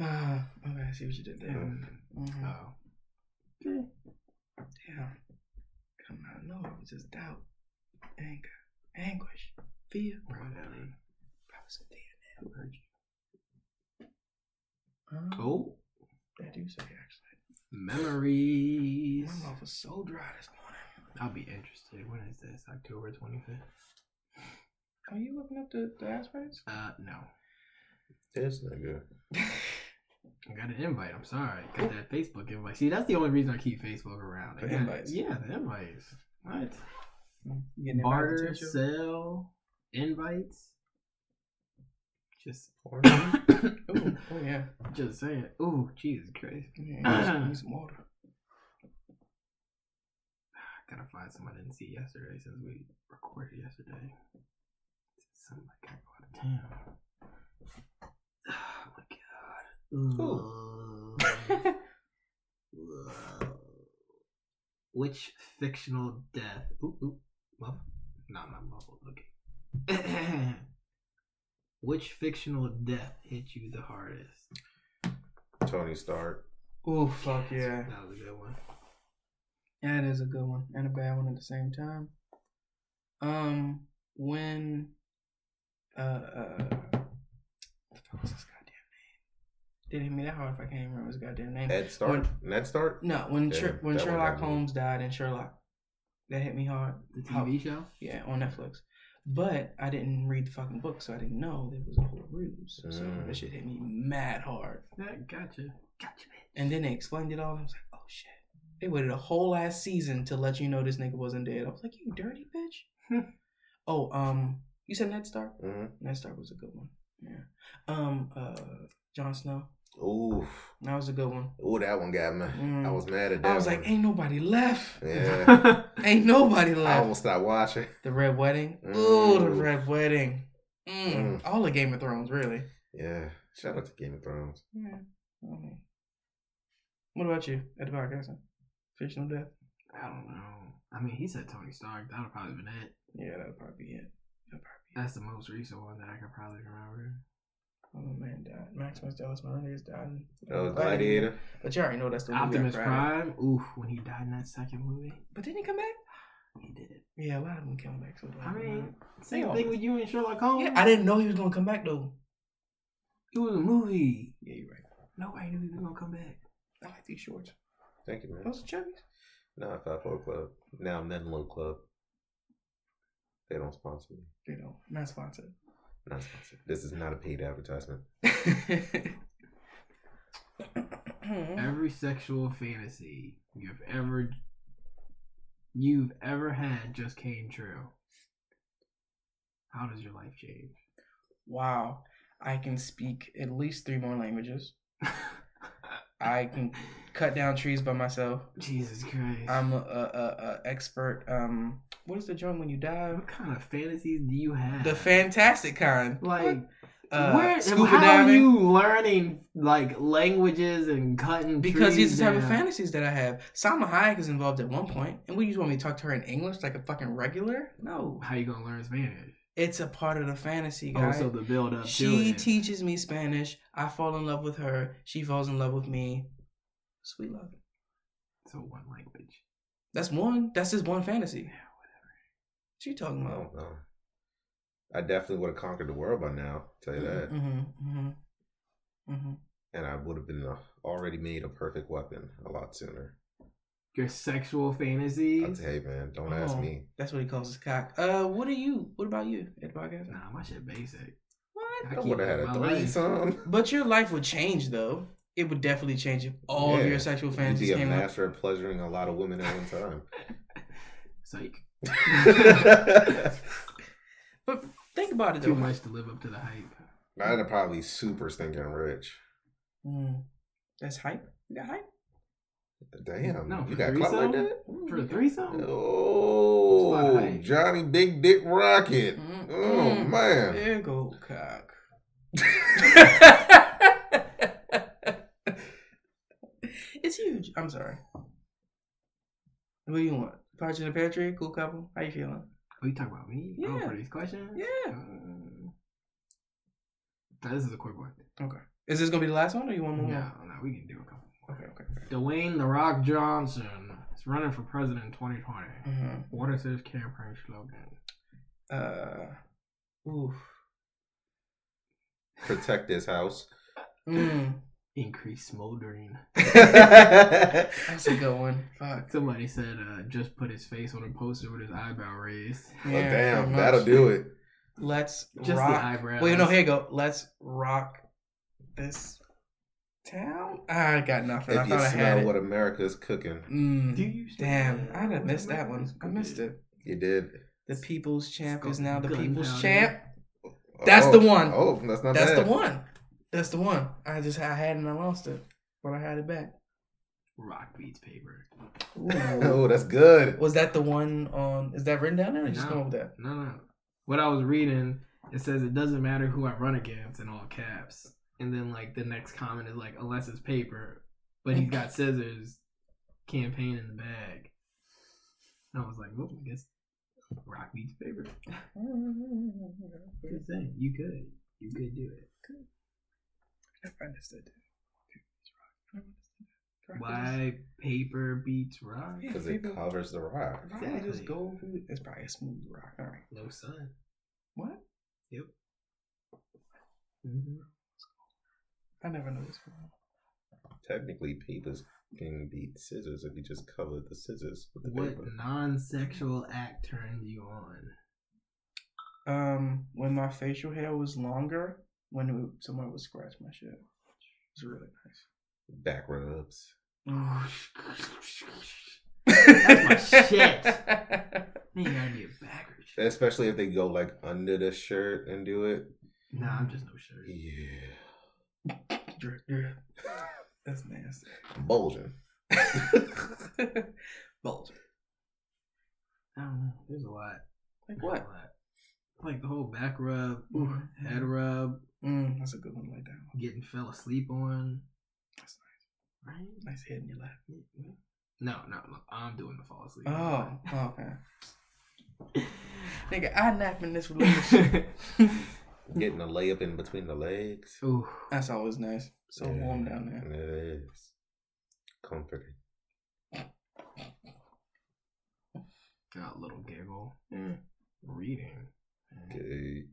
Speaker 1: Ah, okay, I see what you did there. Mhm.
Speaker 2: Oh,
Speaker 1: Damn. Come out of nowhere with just doubt, anger, anguish, fear.
Speaker 2: probably.
Speaker 1: Probably some fear.
Speaker 2: Who hurt you?
Speaker 1: Um,
Speaker 2: Oh,
Speaker 1: I do say actually.
Speaker 2: memories.
Speaker 1: My mouth was so dry this morning.
Speaker 2: I'll be interested. When is this? October 25th?
Speaker 1: Are you looking up the, the ass rights?
Speaker 2: Uh, no.
Speaker 3: That's not good.
Speaker 2: I got an invite. I'm sorry. Got that Facebook invite. See, that's the only reason I keep Facebook around. I
Speaker 1: The
Speaker 2: got-
Speaker 1: invites.
Speaker 2: Yeah, the invites. What?
Speaker 1: You getting invited to
Speaker 2: Hmm. Barter,
Speaker 1: the show?
Speaker 2: sell, invites. Just,
Speaker 1: Ooh, Oh, yeah.
Speaker 2: just saying. Oh, Jesus Christ.
Speaker 1: yeah need some water.
Speaker 2: I gotta find someone I didn't see yesterday since we recorded yesterday. Somebody gotta go out of town. Oh my god. Ooh. Which fictional death? Ooh, ooh. Well, no, not bubble. Okay. Which fictional death hit you the hardest?
Speaker 3: Tony Stark.
Speaker 1: Ooh, fuck yeah.
Speaker 2: That was a good one.
Speaker 1: That is a good one and a bad one at the same time. Um, when uh, uh what the fuck was his goddamn name? Didn't hit me that hard if I can't even remember his goddamn name.
Speaker 3: Ed Stark. Ned Stark.
Speaker 1: No, when
Speaker 3: Yeah,
Speaker 1: Sher- when
Speaker 3: that one
Speaker 1: Sherlock
Speaker 3: got me.
Speaker 1: Holmes died in Sherlock, that hit me hard.
Speaker 2: The TV show?
Speaker 1: Yeah, on Netflix. But I didn't read the fucking book, so I didn't know there was a whole ruse. So
Speaker 3: Mm.
Speaker 1: that shit hit me mad hard.
Speaker 2: That gotcha. Gotcha, bitch.
Speaker 1: And then they explained it all. And I was like, oh shit. They waited a whole last season to let you know this nigga wasn't dead. I was like, you dirty bitch. oh, um, you said Ned Stark.
Speaker 3: hmm
Speaker 1: Ned Stark was a good one. Yeah. Um, uh, Jon Snow.
Speaker 3: Ooh,
Speaker 1: That was a good one.
Speaker 3: ooh, that one got me.
Speaker 1: Mm.
Speaker 3: I was mad at that.
Speaker 1: I was
Speaker 3: one.
Speaker 1: like, ain't nobody left.
Speaker 3: yeah,
Speaker 1: Ain't nobody
Speaker 3: I
Speaker 1: left.
Speaker 3: almost stopped watching.
Speaker 1: The Red Wedding.
Speaker 3: Mm.
Speaker 1: Ooh, the Red Wedding. Mm. All of Game of Thrones, really.
Speaker 3: Yeah, shout out to Game of Thrones.
Speaker 1: Yeah. Okay. Mm. What about you at the podcast? Fictional death?
Speaker 2: I don't know. I mean, he said Tony Stark. That would probably been it.
Speaker 1: Yeah, that'll probably be it. That'll probably be it.
Speaker 2: That's the most recent one that I could probably remember.
Speaker 1: Oh man, died. Maximus Dallas Meridius died.
Speaker 3: Oh, Gladiator.
Speaker 1: But you already know that's the movie I
Speaker 2: Optimus
Speaker 1: cried.
Speaker 2: Prime. Oof, when he died in that second movie,
Speaker 1: But didn't he come back?
Speaker 2: he did it.
Speaker 1: Yeah, a lot of them came back. So it
Speaker 2: I
Speaker 1: wasn't
Speaker 2: mean,
Speaker 1: bad.
Speaker 2: same
Speaker 1: Yeah.
Speaker 2: thing with you and Sherlock Holmes.
Speaker 1: yeah, I didn't know he was gonna come back though.
Speaker 2: It was a movie.
Speaker 1: Yeah, you're right.
Speaker 2: Nobody knew he was gonna come back.
Speaker 1: I like these shorts.
Speaker 3: Thank you, man.
Speaker 1: Those are chubbies.
Speaker 3: Now Five Four Club. Now I'm Nothing Low Club. They don't sponsor me.
Speaker 1: They don't. Not sponsored.
Speaker 3: Not sponsored. This is not a paid advertisement.
Speaker 2: Every sexual fantasy you've ever you've ever had just came true. How does your life change?
Speaker 1: wow. I can speak at least three more languages. I can cut down trees by myself.
Speaker 2: Jesus Christ.
Speaker 1: I'm a, a, a, a expert. Um, what is the drum when you dive?
Speaker 2: what kind of fantasies do you have?
Speaker 1: The fantastic kind.
Speaker 2: like
Speaker 1: uh,
Speaker 2: where
Speaker 1: scuba
Speaker 2: how
Speaker 1: diving.
Speaker 2: are you learning like languages and cutting
Speaker 1: because
Speaker 2: trees
Speaker 1: these are the type of
Speaker 2: down?
Speaker 1: fantasies that I have. Salma Hayek is involved at one point, and what you want me to talk to her in English like a fucking regular? No,
Speaker 2: How you gonna learn Spanish?
Speaker 1: it's a part of the fantasy,
Speaker 2: Oh,
Speaker 1: guys.
Speaker 2: so the build up to
Speaker 1: she
Speaker 2: it.
Speaker 1: teaches me Spanish. I fall in love with her. She falls in love with me. Sweet love.
Speaker 2: so one language.
Speaker 1: That's one. That's just one fantasy. What you talking
Speaker 3: I
Speaker 1: about?
Speaker 3: don't know. I definitely would have conquered the world by now. Tell you that.
Speaker 1: Mm-hmm, mm-hmm, mm-hmm.
Speaker 3: and I would have been uh, already made a perfect weapon a lot sooner.
Speaker 2: Your sexual
Speaker 3: I'll
Speaker 2: fantasies.
Speaker 3: tell you, man, don't ask
Speaker 1: Oh.
Speaker 3: me.
Speaker 1: That's what he calls his cock. Uh, what are you? What about you, Ed Vargas?
Speaker 2: Nah, my shit basic.
Speaker 1: What?
Speaker 3: I
Speaker 2: keep
Speaker 3: would have had a
Speaker 2: my life.
Speaker 3: threesome.
Speaker 1: But your life would change, though. It would definitely change if all
Speaker 3: Yeah.
Speaker 1: of your sexual
Speaker 3: You'd
Speaker 1: fantasies
Speaker 3: be a
Speaker 1: came up.
Speaker 3: master at pleasuring a lot of women at one time.
Speaker 2: Psych.
Speaker 1: But think about it, though.
Speaker 2: Too much to live up to the hype.
Speaker 3: I'd have probably super stinking rich.
Speaker 1: Mm. That's hype. You got hype?
Speaker 3: Damn,
Speaker 2: No, for
Speaker 3: you got clout like that?
Speaker 2: For a threesome? Oh, That's a lot of
Speaker 3: Oh,
Speaker 2: height.
Speaker 3: Johnny Big Dick Rocket.
Speaker 1: Mm,
Speaker 3: Oh
Speaker 1: mm.
Speaker 3: man,
Speaker 1: There go cock. it's huge. I'm sorry. What do you want? Pouch in the pantry? Cool couple? How you feeling?
Speaker 2: Oh, you talking about me? Oh,
Speaker 1: Yeah.
Speaker 2: for these questions?
Speaker 1: Yeah.
Speaker 2: Uh, this is a quick one.
Speaker 1: Is this gonna be the last one, or you want
Speaker 2: No,
Speaker 1: one more?
Speaker 2: no, we can do a couple.
Speaker 1: Okay, okay.
Speaker 2: Dwayne The Rock Johnson is running for president in 2020.
Speaker 1: Mhm.
Speaker 2: What is his campaign slogan?
Speaker 1: Uh, oof.
Speaker 3: protect this house.
Speaker 1: Mm,
Speaker 2: Increase smoldering.
Speaker 1: that's a good one. Fuck.
Speaker 2: Somebody said uh, just put his face on a poster with his eyebrow raised.
Speaker 3: Oh, damn,
Speaker 1: pretty
Speaker 3: that'll
Speaker 1: much.
Speaker 3: do it.
Speaker 1: Let's
Speaker 2: Just the
Speaker 1: rock.
Speaker 2: eyebrows.
Speaker 1: Wait, no, here you go. Let's rock this town. Ah, I got nothing. I
Speaker 3: If you
Speaker 1: thought I had
Speaker 3: smell
Speaker 1: it.
Speaker 3: what America's cooking,
Speaker 1: Mm.
Speaker 2: Do you smell
Speaker 1: Damn,
Speaker 2: what
Speaker 1: I done missed that one.
Speaker 2: America's
Speaker 1: I missed
Speaker 2: cooking?
Speaker 1: it.
Speaker 3: you did.
Speaker 1: The People's Champ is
Speaker 2: Gun-
Speaker 1: now the People's
Speaker 2: gunpowder.
Speaker 1: Champ. That's the one.
Speaker 3: Oh, that's not
Speaker 1: That's
Speaker 3: bad.
Speaker 1: the one. That's the one. I just I had it and I lost it, but I had it back.
Speaker 2: Rock beats paper.
Speaker 1: Ooh.
Speaker 3: oh, that's good.
Speaker 1: Was that the one on? Is that written down there? Or just
Speaker 2: No.
Speaker 1: come up with that.
Speaker 2: No, no. What I was reading, it says it doesn't matter who I run against in all caps. And then like the next comment is like, unless it's paper, but he's got scissors, campaign in the bag. And I was like, oh, I guess rock beats paper. Good thing. You could. You could do it.
Speaker 1: I understood that.
Speaker 2: Why paper beats rock?
Speaker 1: Yeah.
Speaker 3: Because it
Speaker 1: People-
Speaker 3: covers the rock.
Speaker 1: Rock is
Speaker 2: Exactly.
Speaker 1: gold. It's probably a smooth rock. All right.
Speaker 2: No sun.
Speaker 1: What?
Speaker 2: hmm
Speaker 1: I never know this one.
Speaker 3: Technically, papers can beat scissors if you just cover the scissors with the
Speaker 2: What
Speaker 3: paper.
Speaker 2: non-sexual act turns you on?
Speaker 1: Um, when my facial hair was longer, when it, someone would scratch my shit, it was really nice.
Speaker 3: Back rubs.
Speaker 2: That's my shit. Man, you gotta be a bagger.
Speaker 3: Especially if they go like under the shirt and do it.
Speaker 2: Nah, I'm just no shirt.
Speaker 3: Yeah.
Speaker 1: Drip, drip. That's nasty.
Speaker 3: Bulging.
Speaker 1: Bulge.
Speaker 2: I don't know. There's a lot.
Speaker 1: Like
Speaker 2: There's
Speaker 1: what?
Speaker 2: A lot. Like the whole back rub, ooh,
Speaker 1: Mhm.
Speaker 2: head rub,
Speaker 1: Mm, that's a good one. Like that one.
Speaker 2: getting fell asleep on.
Speaker 1: That's
Speaker 2: Right?
Speaker 1: Nice head in your lap.
Speaker 2: No, no, look, I'm doing the fall asleep.
Speaker 1: Oh, okay. Nigga, I napping this relationship.
Speaker 2: on.
Speaker 1: Hmm.
Speaker 3: Getting a layup in between the legs.
Speaker 2: ooh,
Speaker 1: That's always nice. So
Speaker 3: Yeah.
Speaker 1: warm down there.
Speaker 3: It is. Comforting.
Speaker 2: got a little giggle.
Speaker 1: Mm.
Speaker 2: Reading.
Speaker 3: Okay.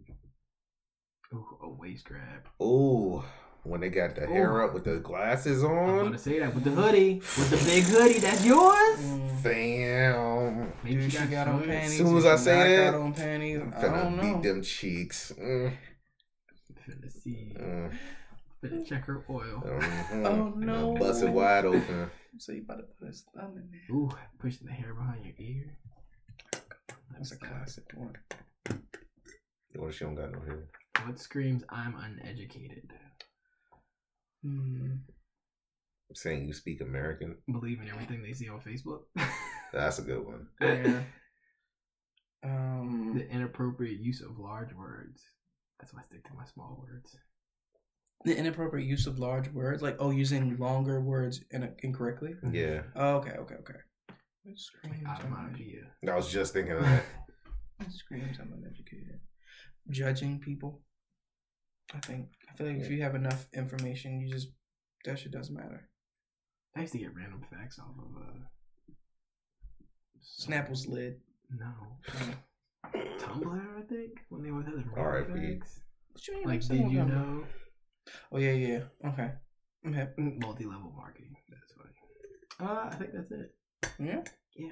Speaker 2: Ooh, a waist grab.
Speaker 3: Ooh, when they got the hair up with the glasses
Speaker 2: I'm gonna
Speaker 3: on.
Speaker 2: say that with the hoodie, with the big hoodie. That's yours.
Speaker 1: Mm.
Speaker 3: Fam.
Speaker 2: Maybe
Speaker 1: Dude, she got on
Speaker 2: shorts.
Speaker 1: panties.
Speaker 3: Soon as
Speaker 1: if
Speaker 3: I
Speaker 1: she
Speaker 3: say
Speaker 1: not
Speaker 3: that,
Speaker 1: got on panties.
Speaker 3: I'm
Speaker 1: I don't
Speaker 3: finna
Speaker 1: know.
Speaker 3: beat them cheeks. Mm,
Speaker 2: Finna see.
Speaker 3: mm,
Speaker 2: Finna check her oil.
Speaker 3: mhm.
Speaker 1: Oh, no.
Speaker 3: Bust it wide open.
Speaker 1: So you about to put his thumb in there?
Speaker 2: Ooh, pushing the hair behind your ear.
Speaker 1: That's a classic one.
Speaker 3: Or she don't got no hair.
Speaker 2: What screams I'm uneducated?
Speaker 1: Hmm.
Speaker 3: Saying you speak American.
Speaker 2: Believe in everything they see on Facebook.
Speaker 3: That's a good one.
Speaker 1: Yeah. Um.
Speaker 2: the inappropriate use of large words. That's why I stick to my small words.
Speaker 1: the inappropriate use of large words, like oh, using longer words in- incorrectly.
Speaker 3: Yeah.
Speaker 1: Oh, okay, okay, okay. What
Speaker 2: Like
Speaker 1: screams uneducated?
Speaker 2: onomatopoeia.
Speaker 3: I was just thinking of that.
Speaker 1: What screams I'm uneducated? Judging people. I think I feel like if you have enough information, you just that shit doesn't matter.
Speaker 2: I used to get random facts off of uh
Speaker 1: Snapple's lid.
Speaker 2: No. Tumblr, I think, when they always had the
Speaker 3: R.I.P..
Speaker 2: random facts.
Speaker 1: What you mean?
Speaker 2: Like,
Speaker 1: What's
Speaker 2: did
Speaker 1: that
Speaker 2: you
Speaker 1: about?
Speaker 2: know
Speaker 1: Oh yeah, yeah. Okay. I'm happy.
Speaker 2: multi level marketing? That's funny. Uh, I think that's it.
Speaker 1: Yeah.
Speaker 2: Yeah.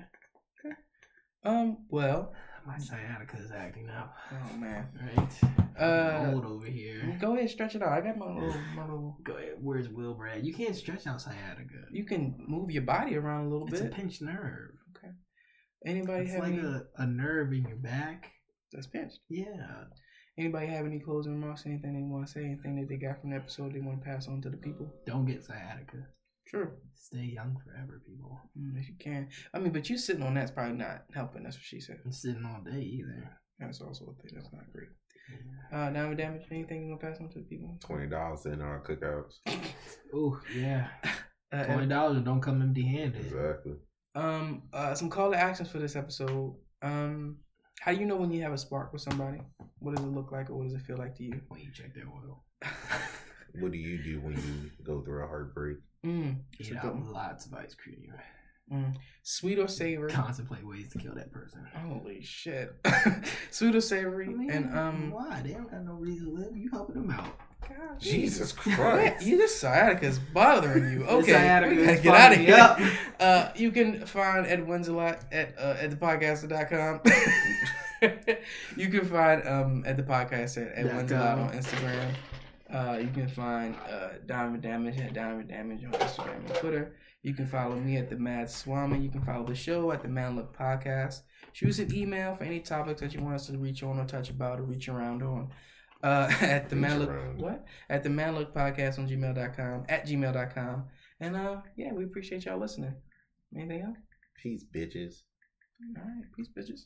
Speaker 1: Um. Well.
Speaker 2: My sciatica is acting up.
Speaker 1: Oh man.
Speaker 2: Right.
Speaker 1: Uh,
Speaker 2: Old over here.
Speaker 1: Go ahead, stretch it out. I got my little, my little.
Speaker 2: Go ahead. Where's Will Brad? You can't stretch out sciatica.
Speaker 1: You can move your body around a little
Speaker 2: It's a
Speaker 1: bit.
Speaker 2: pinched nerve.
Speaker 1: Anybody
Speaker 2: It's
Speaker 1: have
Speaker 2: like
Speaker 1: any?
Speaker 2: a, a nerve in your back.
Speaker 1: That's pinched.
Speaker 2: Yeah.
Speaker 1: Anybody have any closing remarks? Anything they want to say? Anything that they got from the episode they want to pass on to the people?
Speaker 2: Don't get sciatica.
Speaker 1: Sure.
Speaker 2: Stay young forever, people.
Speaker 1: Mm, if you can. I mean, but you sitting on that's probably not helping. That's what she said.
Speaker 2: And sitting all day either.
Speaker 1: That's also a thing that's not great.
Speaker 2: Yeah.
Speaker 1: Uh, diamond damage. Anything you want to pass on to the people?
Speaker 3: Twenty dollars in our cookouts.
Speaker 2: Ooh, yeah.
Speaker 1: Uh,
Speaker 2: Twenty dollars and don't come empty handed.
Speaker 3: Exactly.
Speaker 1: um. Uh, some call to actions for this episode. Um. How do you know when you have a spark with somebody? What does it look like, or what does it feel like to you?
Speaker 2: When you check their oil.
Speaker 3: What do you do when you go through a heartbreak?
Speaker 1: Mm,
Speaker 2: Eat
Speaker 1: a good
Speaker 2: out
Speaker 1: one.
Speaker 2: lots of ice cream.
Speaker 1: sweet or savory?
Speaker 2: Contemplate ways to kill that person.
Speaker 1: Holy shit! sweet or savory? and um,
Speaker 2: why they don't got no reason to live? You helping them out?
Speaker 1: God,
Speaker 3: Jesus
Speaker 1: What?
Speaker 3: Christ.
Speaker 1: You just sciatica is bothering you.
Speaker 2: This
Speaker 1: Okay,
Speaker 2: sciatica
Speaker 1: we gotta
Speaker 2: is
Speaker 1: get out of
Speaker 2: fucking
Speaker 1: here.
Speaker 2: me up.
Speaker 1: Uh, you can find Ed Wenzelot at uh, at thepodcaster.com. you can find um at the podcast at Ed
Speaker 2: Dot
Speaker 1: Wenzelot
Speaker 2: com.
Speaker 1: on Instagram. Uh, you can find uh, Diamond Damage at Diamond Damage on Instagram and Twitter. You can follow me at the Mad Swami. You can follow the show at the Man Look Podcast. Shoot us an email for any topics that you want us to reach on or touch about or reach around on. Uh, at the
Speaker 3: Reach
Speaker 1: Man Look
Speaker 3: around.
Speaker 1: what? At the Man Look Podcast on gmail.com at gmail.com. And uh yeah, we appreciate y'all listening. Anything else?
Speaker 3: Peace, bitches.
Speaker 1: All right, peace, bitches.